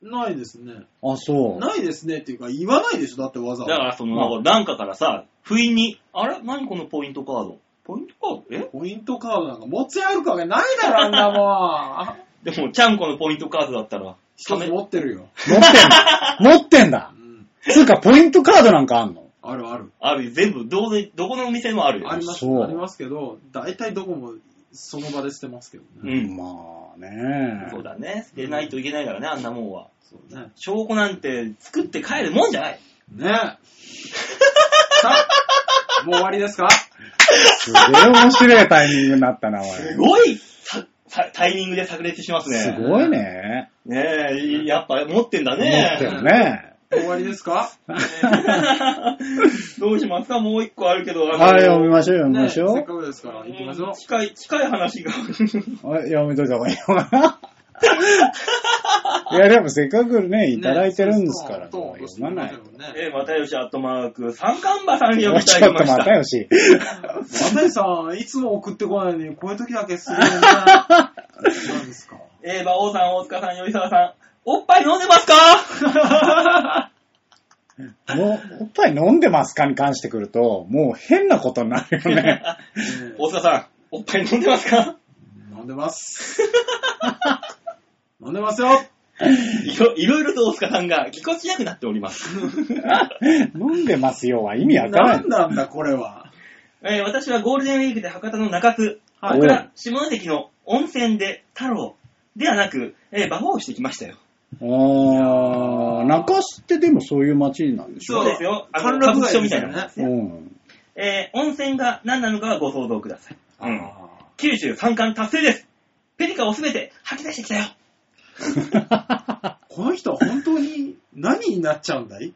Speaker 2: ないですね。
Speaker 3: あ、そう。
Speaker 2: ないですねっていうか、言わないでしょ、だってわざ
Speaker 1: だ
Speaker 2: わ
Speaker 1: か
Speaker 2: ざ。
Speaker 1: らその、なんかからさ、不意に、あれ何このポイントカードポイントカードえ
Speaker 2: ポイントカードなんか持ち歩くわけないだろ、あんなもんあ。
Speaker 1: でも、ちゃんこのポイントカードだったら、
Speaker 2: 一つ持ってるよ。
Speaker 3: 持ってんの持ってんだ
Speaker 2: う。ん。
Speaker 3: つうか、ポイントカードなんかあんの
Speaker 2: あるある。
Speaker 1: ある、全部、どうでどこのお店もあるよ。
Speaker 2: あります、
Speaker 3: そう
Speaker 2: ありますけど、大体どこもその場で捨てますけど
Speaker 1: う
Speaker 2: ね。
Speaker 1: ん。
Speaker 3: まあね
Speaker 1: そうだね。捨てないといけないからね、あんなもんは。
Speaker 2: そうね。
Speaker 1: 証拠なんて作って帰るもんじゃない。
Speaker 2: ねえ。さあ、もう終わりですか
Speaker 3: すげえ面白いタイミングになったな、おい。
Speaker 1: すごいささタイミングで炸裂しますね。
Speaker 3: すごいね。
Speaker 1: ねえ、いやっぱ持ってんだ
Speaker 3: 持って
Speaker 1: ね。
Speaker 3: るね。
Speaker 2: もう終わりですか
Speaker 1: <laughs> どうしますかもう一個あるけど、あの
Speaker 3: はい、読みましょう、読み
Speaker 2: ね
Speaker 3: ま
Speaker 2: え
Speaker 3: し
Speaker 2: せ
Speaker 3: ょ
Speaker 2: っ
Speaker 3: う
Speaker 2: か。くですから、行きましょう。
Speaker 1: 近い、近い話が。 <laughs>
Speaker 3: あ読みといた方がいいのかな <laughs> いや、でもせっかくね、 <laughs> いただいてるんですから、
Speaker 2: ど
Speaker 3: も
Speaker 2: う
Speaker 3: う読まないと。
Speaker 1: えー、またよし、アットマーク、三冠馬さんに
Speaker 3: ち
Speaker 1: 呼
Speaker 3: ょ
Speaker 1: び
Speaker 3: った
Speaker 1: だき
Speaker 3: と
Speaker 1: まし
Speaker 3: ま
Speaker 1: た
Speaker 3: た。よし。
Speaker 2: 渡井さん、いつも送ってこないのに、こういう時だけするよね。何ですか
Speaker 1: えー、馬王さん、大塚さん、吉沢さん、おっぱい飲んでますか <laughs>
Speaker 3: もう、おっぱい飲んでますかに関してくると、もう変なことになる
Speaker 1: <laughs>
Speaker 3: よね。
Speaker 1: 大塚さん、おっぱい飲んでますか
Speaker 2: 飲んで
Speaker 3: <laughs>
Speaker 2: ます。飲んでますよ。
Speaker 1: いろいろいろと大塚さんがぎこちなくなっております。
Speaker 3: 飲んでますよは意味わから
Speaker 2: なんん。なんだ、これは。
Speaker 1: えー、私はゴールデンウィークで博多の中津、
Speaker 2: はい
Speaker 1: 僕ら下関の温泉で太郎ではなく、えー、馬王をしてきましたよ。
Speaker 3: あー、中洲ってでもそういう街なんでしょ
Speaker 1: そうですよ。あの、
Speaker 2: 歓楽
Speaker 1: 歌舞
Speaker 2: 街
Speaker 1: 伎町みたいなもんで
Speaker 2: です
Speaker 3: う
Speaker 1: ね。
Speaker 3: ん。
Speaker 1: えー、温泉が何なのかはご想像ください。うん。
Speaker 2: あ
Speaker 1: 93巻達成です。ペリカをすべて吐き出してきたよ。
Speaker 2: ーこの人は本当に何になっちゃうんだい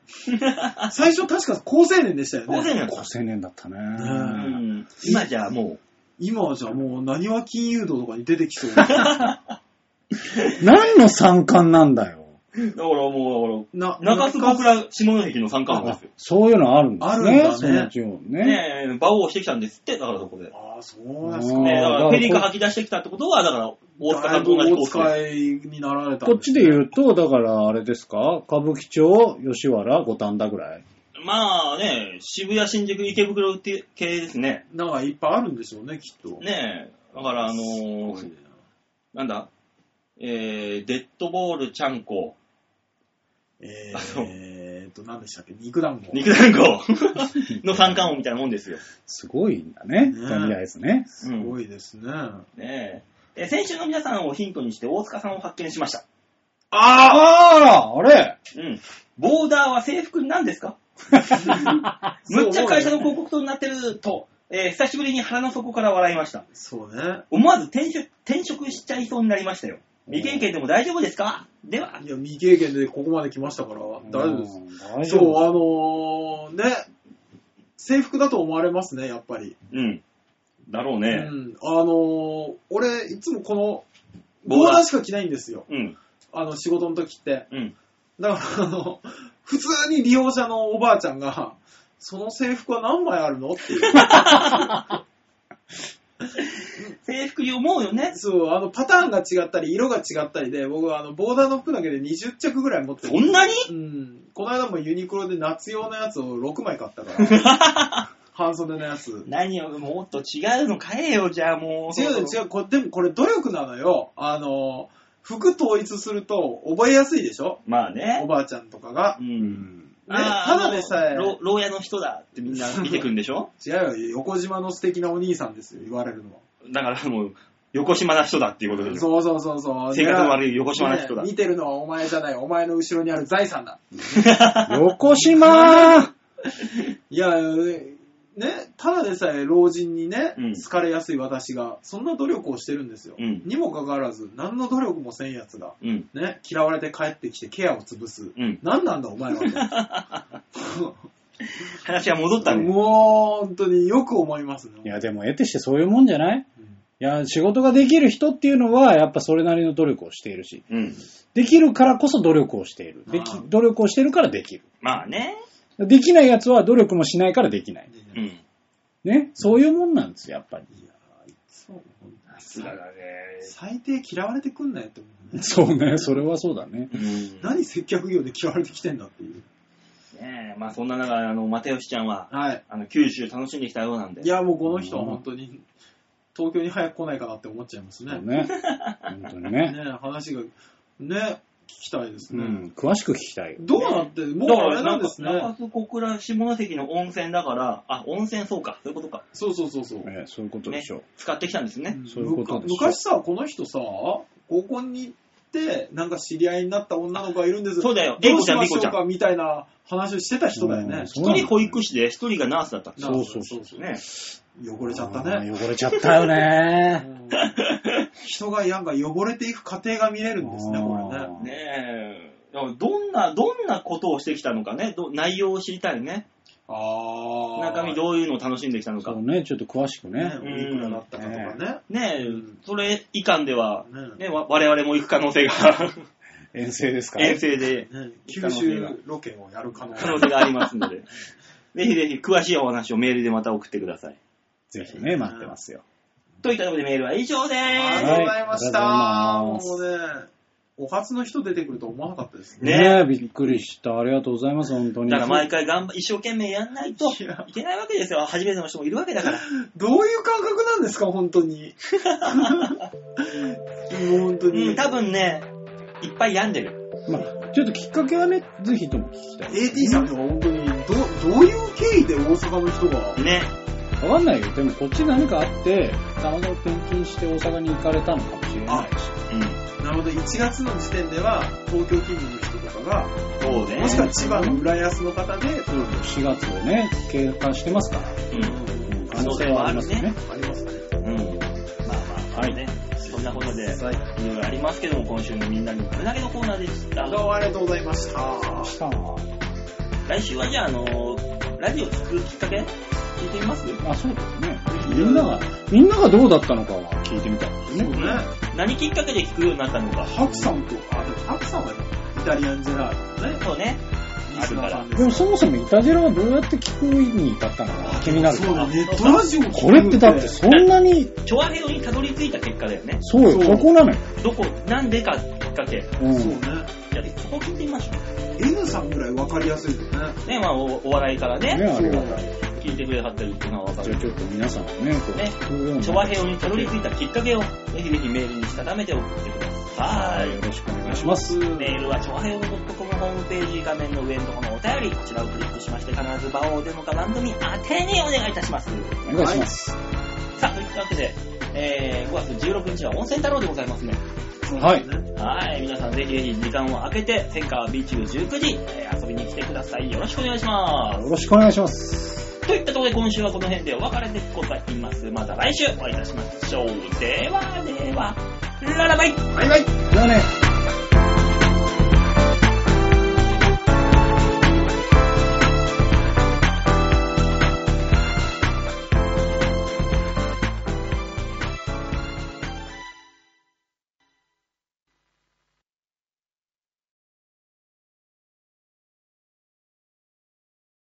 Speaker 2: 最初確か高青年でしたよね。
Speaker 1: 高青年
Speaker 3: 高青年だったね。
Speaker 1: うんん。今じゃも
Speaker 2: 今はじゃあもう、何は金融道とかに出てきそう。
Speaker 3: 何の参観なんだよ。
Speaker 1: う、だからも
Speaker 2: な
Speaker 1: う、中洲僕ら下関の参加班ですよ。
Speaker 3: そういうのあるんですね。
Speaker 2: あるんだね
Speaker 3: その地方ね。
Speaker 1: ねえ、馬王してきたんですって、だからそこで。ね
Speaker 2: ああ、そうなんですか。
Speaker 3: うん
Speaker 1: え、だか
Speaker 3: だからら
Speaker 1: ペリカ吐き出してきたってことは、だから、大塚
Speaker 2: だ
Speaker 1: さ
Speaker 2: い
Speaker 1: ん
Speaker 2: ぶ
Speaker 1: と同じコ
Speaker 2: お
Speaker 1: ースで
Speaker 2: 使いになられたん
Speaker 3: こっ
Speaker 2: です
Speaker 3: ち
Speaker 2: ね
Speaker 3: で言うと、だからあれですか歌舞伎町、吉原、五反田ぐらい。
Speaker 1: まあね、渋谷、新宿、池袋って系ですね。
Speaker 2: なんかいっぱいあるんでしょうね、きっと。
Speaker 1: ねえ、だからあのー
Speaker 2: すごいね
Speaker 1: なんだ、えー、デッドボール、ちゃんこ、
Speaker 2: え
Speaker 1: あそう
Speaker 2: ー、えーと、何でしたっけ肉団子。
Speaker 1: 肉
Speaker 2: <laughs>
Speaker 1: 団子の三冠王みたいなもんですよ。
Speaker 3: すごいんだね。
Speaker 2: ね
Speaker 3: とりあえずね。
Speaker 2: すごいですね。あ
Speaker 1: ねえ。で先週の皆さんをヒントにして大塚さんを発見しました。
Speaker 2: あ
Speaker 3: あら、あれ
Speaker 1: うん。ボーダーは制服なんです <laughs> かむっちゃ会社の広告塔になってると、えー久しぶりに腹の底から笑いました。
Speaker 2: そうね。
Speaker 1: 思わず転職転職しちゃいそうになりましたよ。未経験でも大丈夫ですかでは、
Speaker 2: いや、未経験でここまで来ましたから、大丈夫です。
Speaker 3: うん大丈
Speaker 2: そう、
Speaker 3: 夫。
Speaker 2: あのー、ね、制服だと思われますね、やっぱり。
Speaker 1: うん。だろう
Speaker 2: う
Speaker 1: ね。
Speaker 2: ん。あのー、俺、いつもこの、
Speaker 1: ボー
Speaker 2: ボー
Speaker 1: ダー
Speaker 2: ダーしか着ないんですよ。
Speaker 1: うん。
Speaker 2: あの、仕事の時って。
Speaker 1: うん。
Speaker 2: だから、あの、普通に利用者のおばあちゃんが、その制服は何枚あるのっていう。
Speaker 1: 制服に思うよね。
Speaker 2: そう、あの、パターンが違ったり、色が違ったりで、僕はあの、ボーダーの服だけで20着ぐらい持って
Speaker 1: そんなに
Speaker 2: うん。この間もユニクロで夏用のやつを6枚買ったから。
Speaker 1: <laughs>
Speaker 2: 半袖のやつ。違
Speaker 1: 何よ、もっと違うの買えよ、じゃあもう。
Speaker 2: う違う、これ、でもこれ努力なのよ。あの、服統一すると覚えやすいでしょ
Speaker 1: まあ
Speaker 2: お
Speaker 1: ね。
Speaker 2: ばあちゃんとかが
Speaker 1: う。。
Speaker 3: うんん
Speaker 2: ね、
Speaker 1: あー
Speaker 2: ただでさえ
Speaker 1: あ、のろ牢屋の人だってみんな見てくんでしょ
Speaker 2: 違うよ、横島の素敵なお兄さんですよ、言われるのは。
Speaker 1: <laughs> だからもう、横島な人だっていうことでしょ。
Speaker 2: そうそうそうそう。
Speaker 1: 性格の悪い横島な人だ
Speaker 2: ね見てるのはお前じゃない、お前の後ろにある財産だ。
Speaker 3: 横島
Speaker 2: いや、ね、ただでさえ老人にね、
Speaker 1: うん
Speaker 2: 好かれやすい私が、そんな努力をしてるんですよ。
Speaker 1: うん
Speaker 2: にもかかわらず、何の努力もせんやつが、
Speaker 1: うん。
Speaker 2: ね、嫌われて帰ってきてケアを潰す。
Speaker 1: うん。
Speaker 2: 何なんだお前は。
Speaker 1: <laughs>
Speaker 2: <laughs>
Speaker 1: 話が戻ったね。
Speaker 2: もう、本当によく思いますね。
Speaker 3: いや、でも得てしてそういうもんじゃない
Speaker 2: うん
Speaker 3: いや、仕事ができる人っていうのは、やっぱそれなりの努力をしているし、
Speaker 1: うん。
Speaker 3: できるからこそ努力をしている。でき
Speaker 2: ああ
Speaker 3: 努力をしてるからできる。
Speaker 1: まあね。
Speaker 3: できないやつは努力もしないからできない。
Speaker 1: うん。
Speaker 3: ね。そういうもんなんですよ、やっぱり。
Speaker 2: いやいつも本当に
Speaker 1: そうだね。
Speaker 2: 最低嫌われてくんなよって思うね。
Speaker 3: そうね、それはそうだね。
Speaker 1: うん。
Speaker 2: 何接客業で嫌われてきてんだっていう。
Speaker 1: ねえ、まあそんな中、あの、又吉ちゃんは、
Speaker 2: はい。
Speaker 1: あの、九州楽しんできたようなんで。
Speaker 2: い、や、もうこの人は本当に、東京に早く来ないかなって思っちゃいます
Speaker 3: そ
Speaker 2: ね。
Speaker 3: う
Speaker 2: ね
Speaker 3: ね。本当
Speaker 2: <laughs>
Speaker 3: にね。
Speaker 2: 話が、ね、聞きたいです
Speaker 3: う
Speaker 2: ね。
Speaker 3: ん、詳しく聞きたいよ。
Speaker 2: どうなって、もう
Speaker 1: だか
Speaker 2: あれ
Speaker 1: ら、
Speaker 2: な
Speaker 1: なんん
Speaker 2: で
Speaker 1: ですす
Speaker 2: ね
Speaker 1: ね。。中津小倉下関の温泉だから、あ、温泉そうか、そういうことか。
Speaker 2: そうそうそうそう。
Speaker 3: ええそういうことでしょう。
Speaker 1: 使ってきたんですね。
Speaker 3: そういうことでしょ
Speaker 2: 昔さ、この人さ、高校に行って、なんか知り合いになった女の子がいるんです
Speaker 1: そうだよ
Speaker 2: どうしまし
Speaker 1: 英子ち
Speaker 2: ょ
Speaker 1: ゃ
Speaker 2: うん
Speaker 1: 美子ち
Speaker 2: かみたいな話をしてた人だよ
Speaker 3: う
Speaker 2: ね
Speaker 3: ん。
Speaker 1: 一人保育士で、一人がナースだったんです
Speaker 2: なんか
Speaker 3: そうそう
Speaker 2: そう
Speaker 1: ね。
Speaker 2: 汚れちゃった
Speaker 3: あ
Speaker 2: ね。
Speaker 3: ー汚れちゃったよね。
Speaker 2: 人がなんか汚れていく過程が見れるんですね、これね。
Speaker 1: ねえ。だからどんな、どんなことをしてきたのかね、ど内容を知りたいね。
Speaker 2: あー。
Speaker 1: 中身どういうのを楽しんできたの
Speaker 3: そ
Speaker 1: か
Speaker 3: う。ね、ちょっと詳しく
Speaker 2: ね
Speaker 3: ね。、
Speaker 2: おいくらだったかとかね。
Speaker 1: ねえ
Speaker 2: うん、
Speaker 1: それ以下では、
Speaker 2: ね
Speaker 1: ね、わ我々も行く可能性 <laughs> が、
Speaker 3: 遠征ですから。
Speaker 1: 遠征で、
Speaker 2: ね九州ロケをやる可能性
Speaker 1: 可能性がありますの <laughs> で、ぜひぜひ詳しいお話をメールでまた送ってください。
Speaker 3: ぜひね、待ってますよ。
Speaker 1: といったところでメールは以上で
Speaker 2: あり
Speaker 1: ー
Speaker 2: がとうございました。
Speaker 3: はいありがと
Speaker 2: も
Speaker 3: うご
Speaker 2: うね、お初の人出てくると思わなかったですね。
Speaker 1: ね
Speaker 3: ねえ、びっくりした。ありがとうございます、本
Speaker 1: す。
Speaker 3: 当に。
Speaker 1: だから毎回頑張、一生懸命やんないと
Speaker 2: いや
Speaker 1: いけないわけですよ。初めての人もいるわけだから。
Speaker 2: どういう感覚なんですか、本当に。もう本当に。
Speaker 1: うん、多分ね、いっぱい病んでる。
Speaker 3: まあ、ちょっときっかけはね、ぜひとも聞きたい。
Speaker 2: AT さんでは本当にど、どういう経緯で大阪の人が。
Speaker 1: ね。
Speaker 3: わかんないよ。でもこっち何かあって、たまたま転勤して大阪に行かれたのかもしれないし。
Speaker 2: なので1月の時点では東京勤務の人とか
Speaker 1: そう
Speaker 2: が、
Speaker 1: ね。
Speaker 2: もしくは千葉の浦安の方で、
Speaker 3: そう4月をね、経過してますか
Speaker 1: う
Speaker 3: ら。
Speaker 1: ん。
Speaker 3: 可能性はありますよね。
Speaker 2: ありますね。
Speaker 1: うん。まあまあ、はい。ね。そんなことで、いろいろありますけども、今週のみんなにこれだけのコーナーでした。
Speaker 2: どうもありがとうございました。
Speaker 3: したな
Speaker 1: 来週はじゃあ、あのーラジオ聞くきっかけ聞いてみます
Speaker 3: あ、そうですね。みんなが、みんながどうだったのかは聞いてみたいです
Speaker 2: そう
Speaker 3: ね。
Speaker 2: ね。
Speaker 1: 何きっかけで聞くようになったのか。
Speaker 2: ハクさんと、あ、でもハクさんはイタリアンジェラートね。
Speaker 1: そうね。あるから。
Speaker 3: でもそもそもイタジェラはどうやって聞くに至ったのか気になる
Speaker 2: そうだ、
Speaker 3: な。
Speaker 2: ネットラジオ
Speaker 3: これってだってそんなに、
Speaker 1: チョアヘヨにたどり着いた結果だよね。
Speaker 3: そうよ、
Speaker 2: そう
Speaker 3: そこなのよ。
Speaker 1: どこ、なんでかきっかけ。
Speaker 3: うん
Speaker 2: そうね。
Speaker 1: じゃあ、そこ聞いてみましょ
Speaker 2: N さんぐらいわかりやすいよね。
Speaker 1: う。ね、まあ、おお笑いからね、
Speaker 3: ね、あれは。
Speaker 1: 聞いてくれはってるっていうのはわか
Speaker 3: じゃ
Speaker 1: る
Speaker 3: あ。ちょっと皆さんね、こ
Speaker 1: ね
Speaker 3: ういうような
Speaker 1: チョアヘヨにたどり着いたきっかけを、ぜひぜひメールにしたためて送ってくださ
Speaker 3: はいい、。よろしくお願いします。
Speaker 1: メールは、超平洋 .com ホームページ画面の上のところのお便り、こちらをクリックしまして、必ず場をデモか番組宛てにお願いいたします。
Speaker 3: お願いします。
Speaker 1: さあ、といったわけで、えー、5月16日は温泉太郎でございますね。
Speaker 3: はい。
Speaker 1: はい、皆さんぜひぜひ時間を空けて、センカー B 中19時、えー遊びに来てください。よろしくお願いしま
Speaker 3: よろしくお願いします。
Speaker 1: す。といったところで今週はこの辺でお別れでございます。また来週お会いいたしましょう。ではでは、ララバイ
Speaker 3: バイバイじゃあね。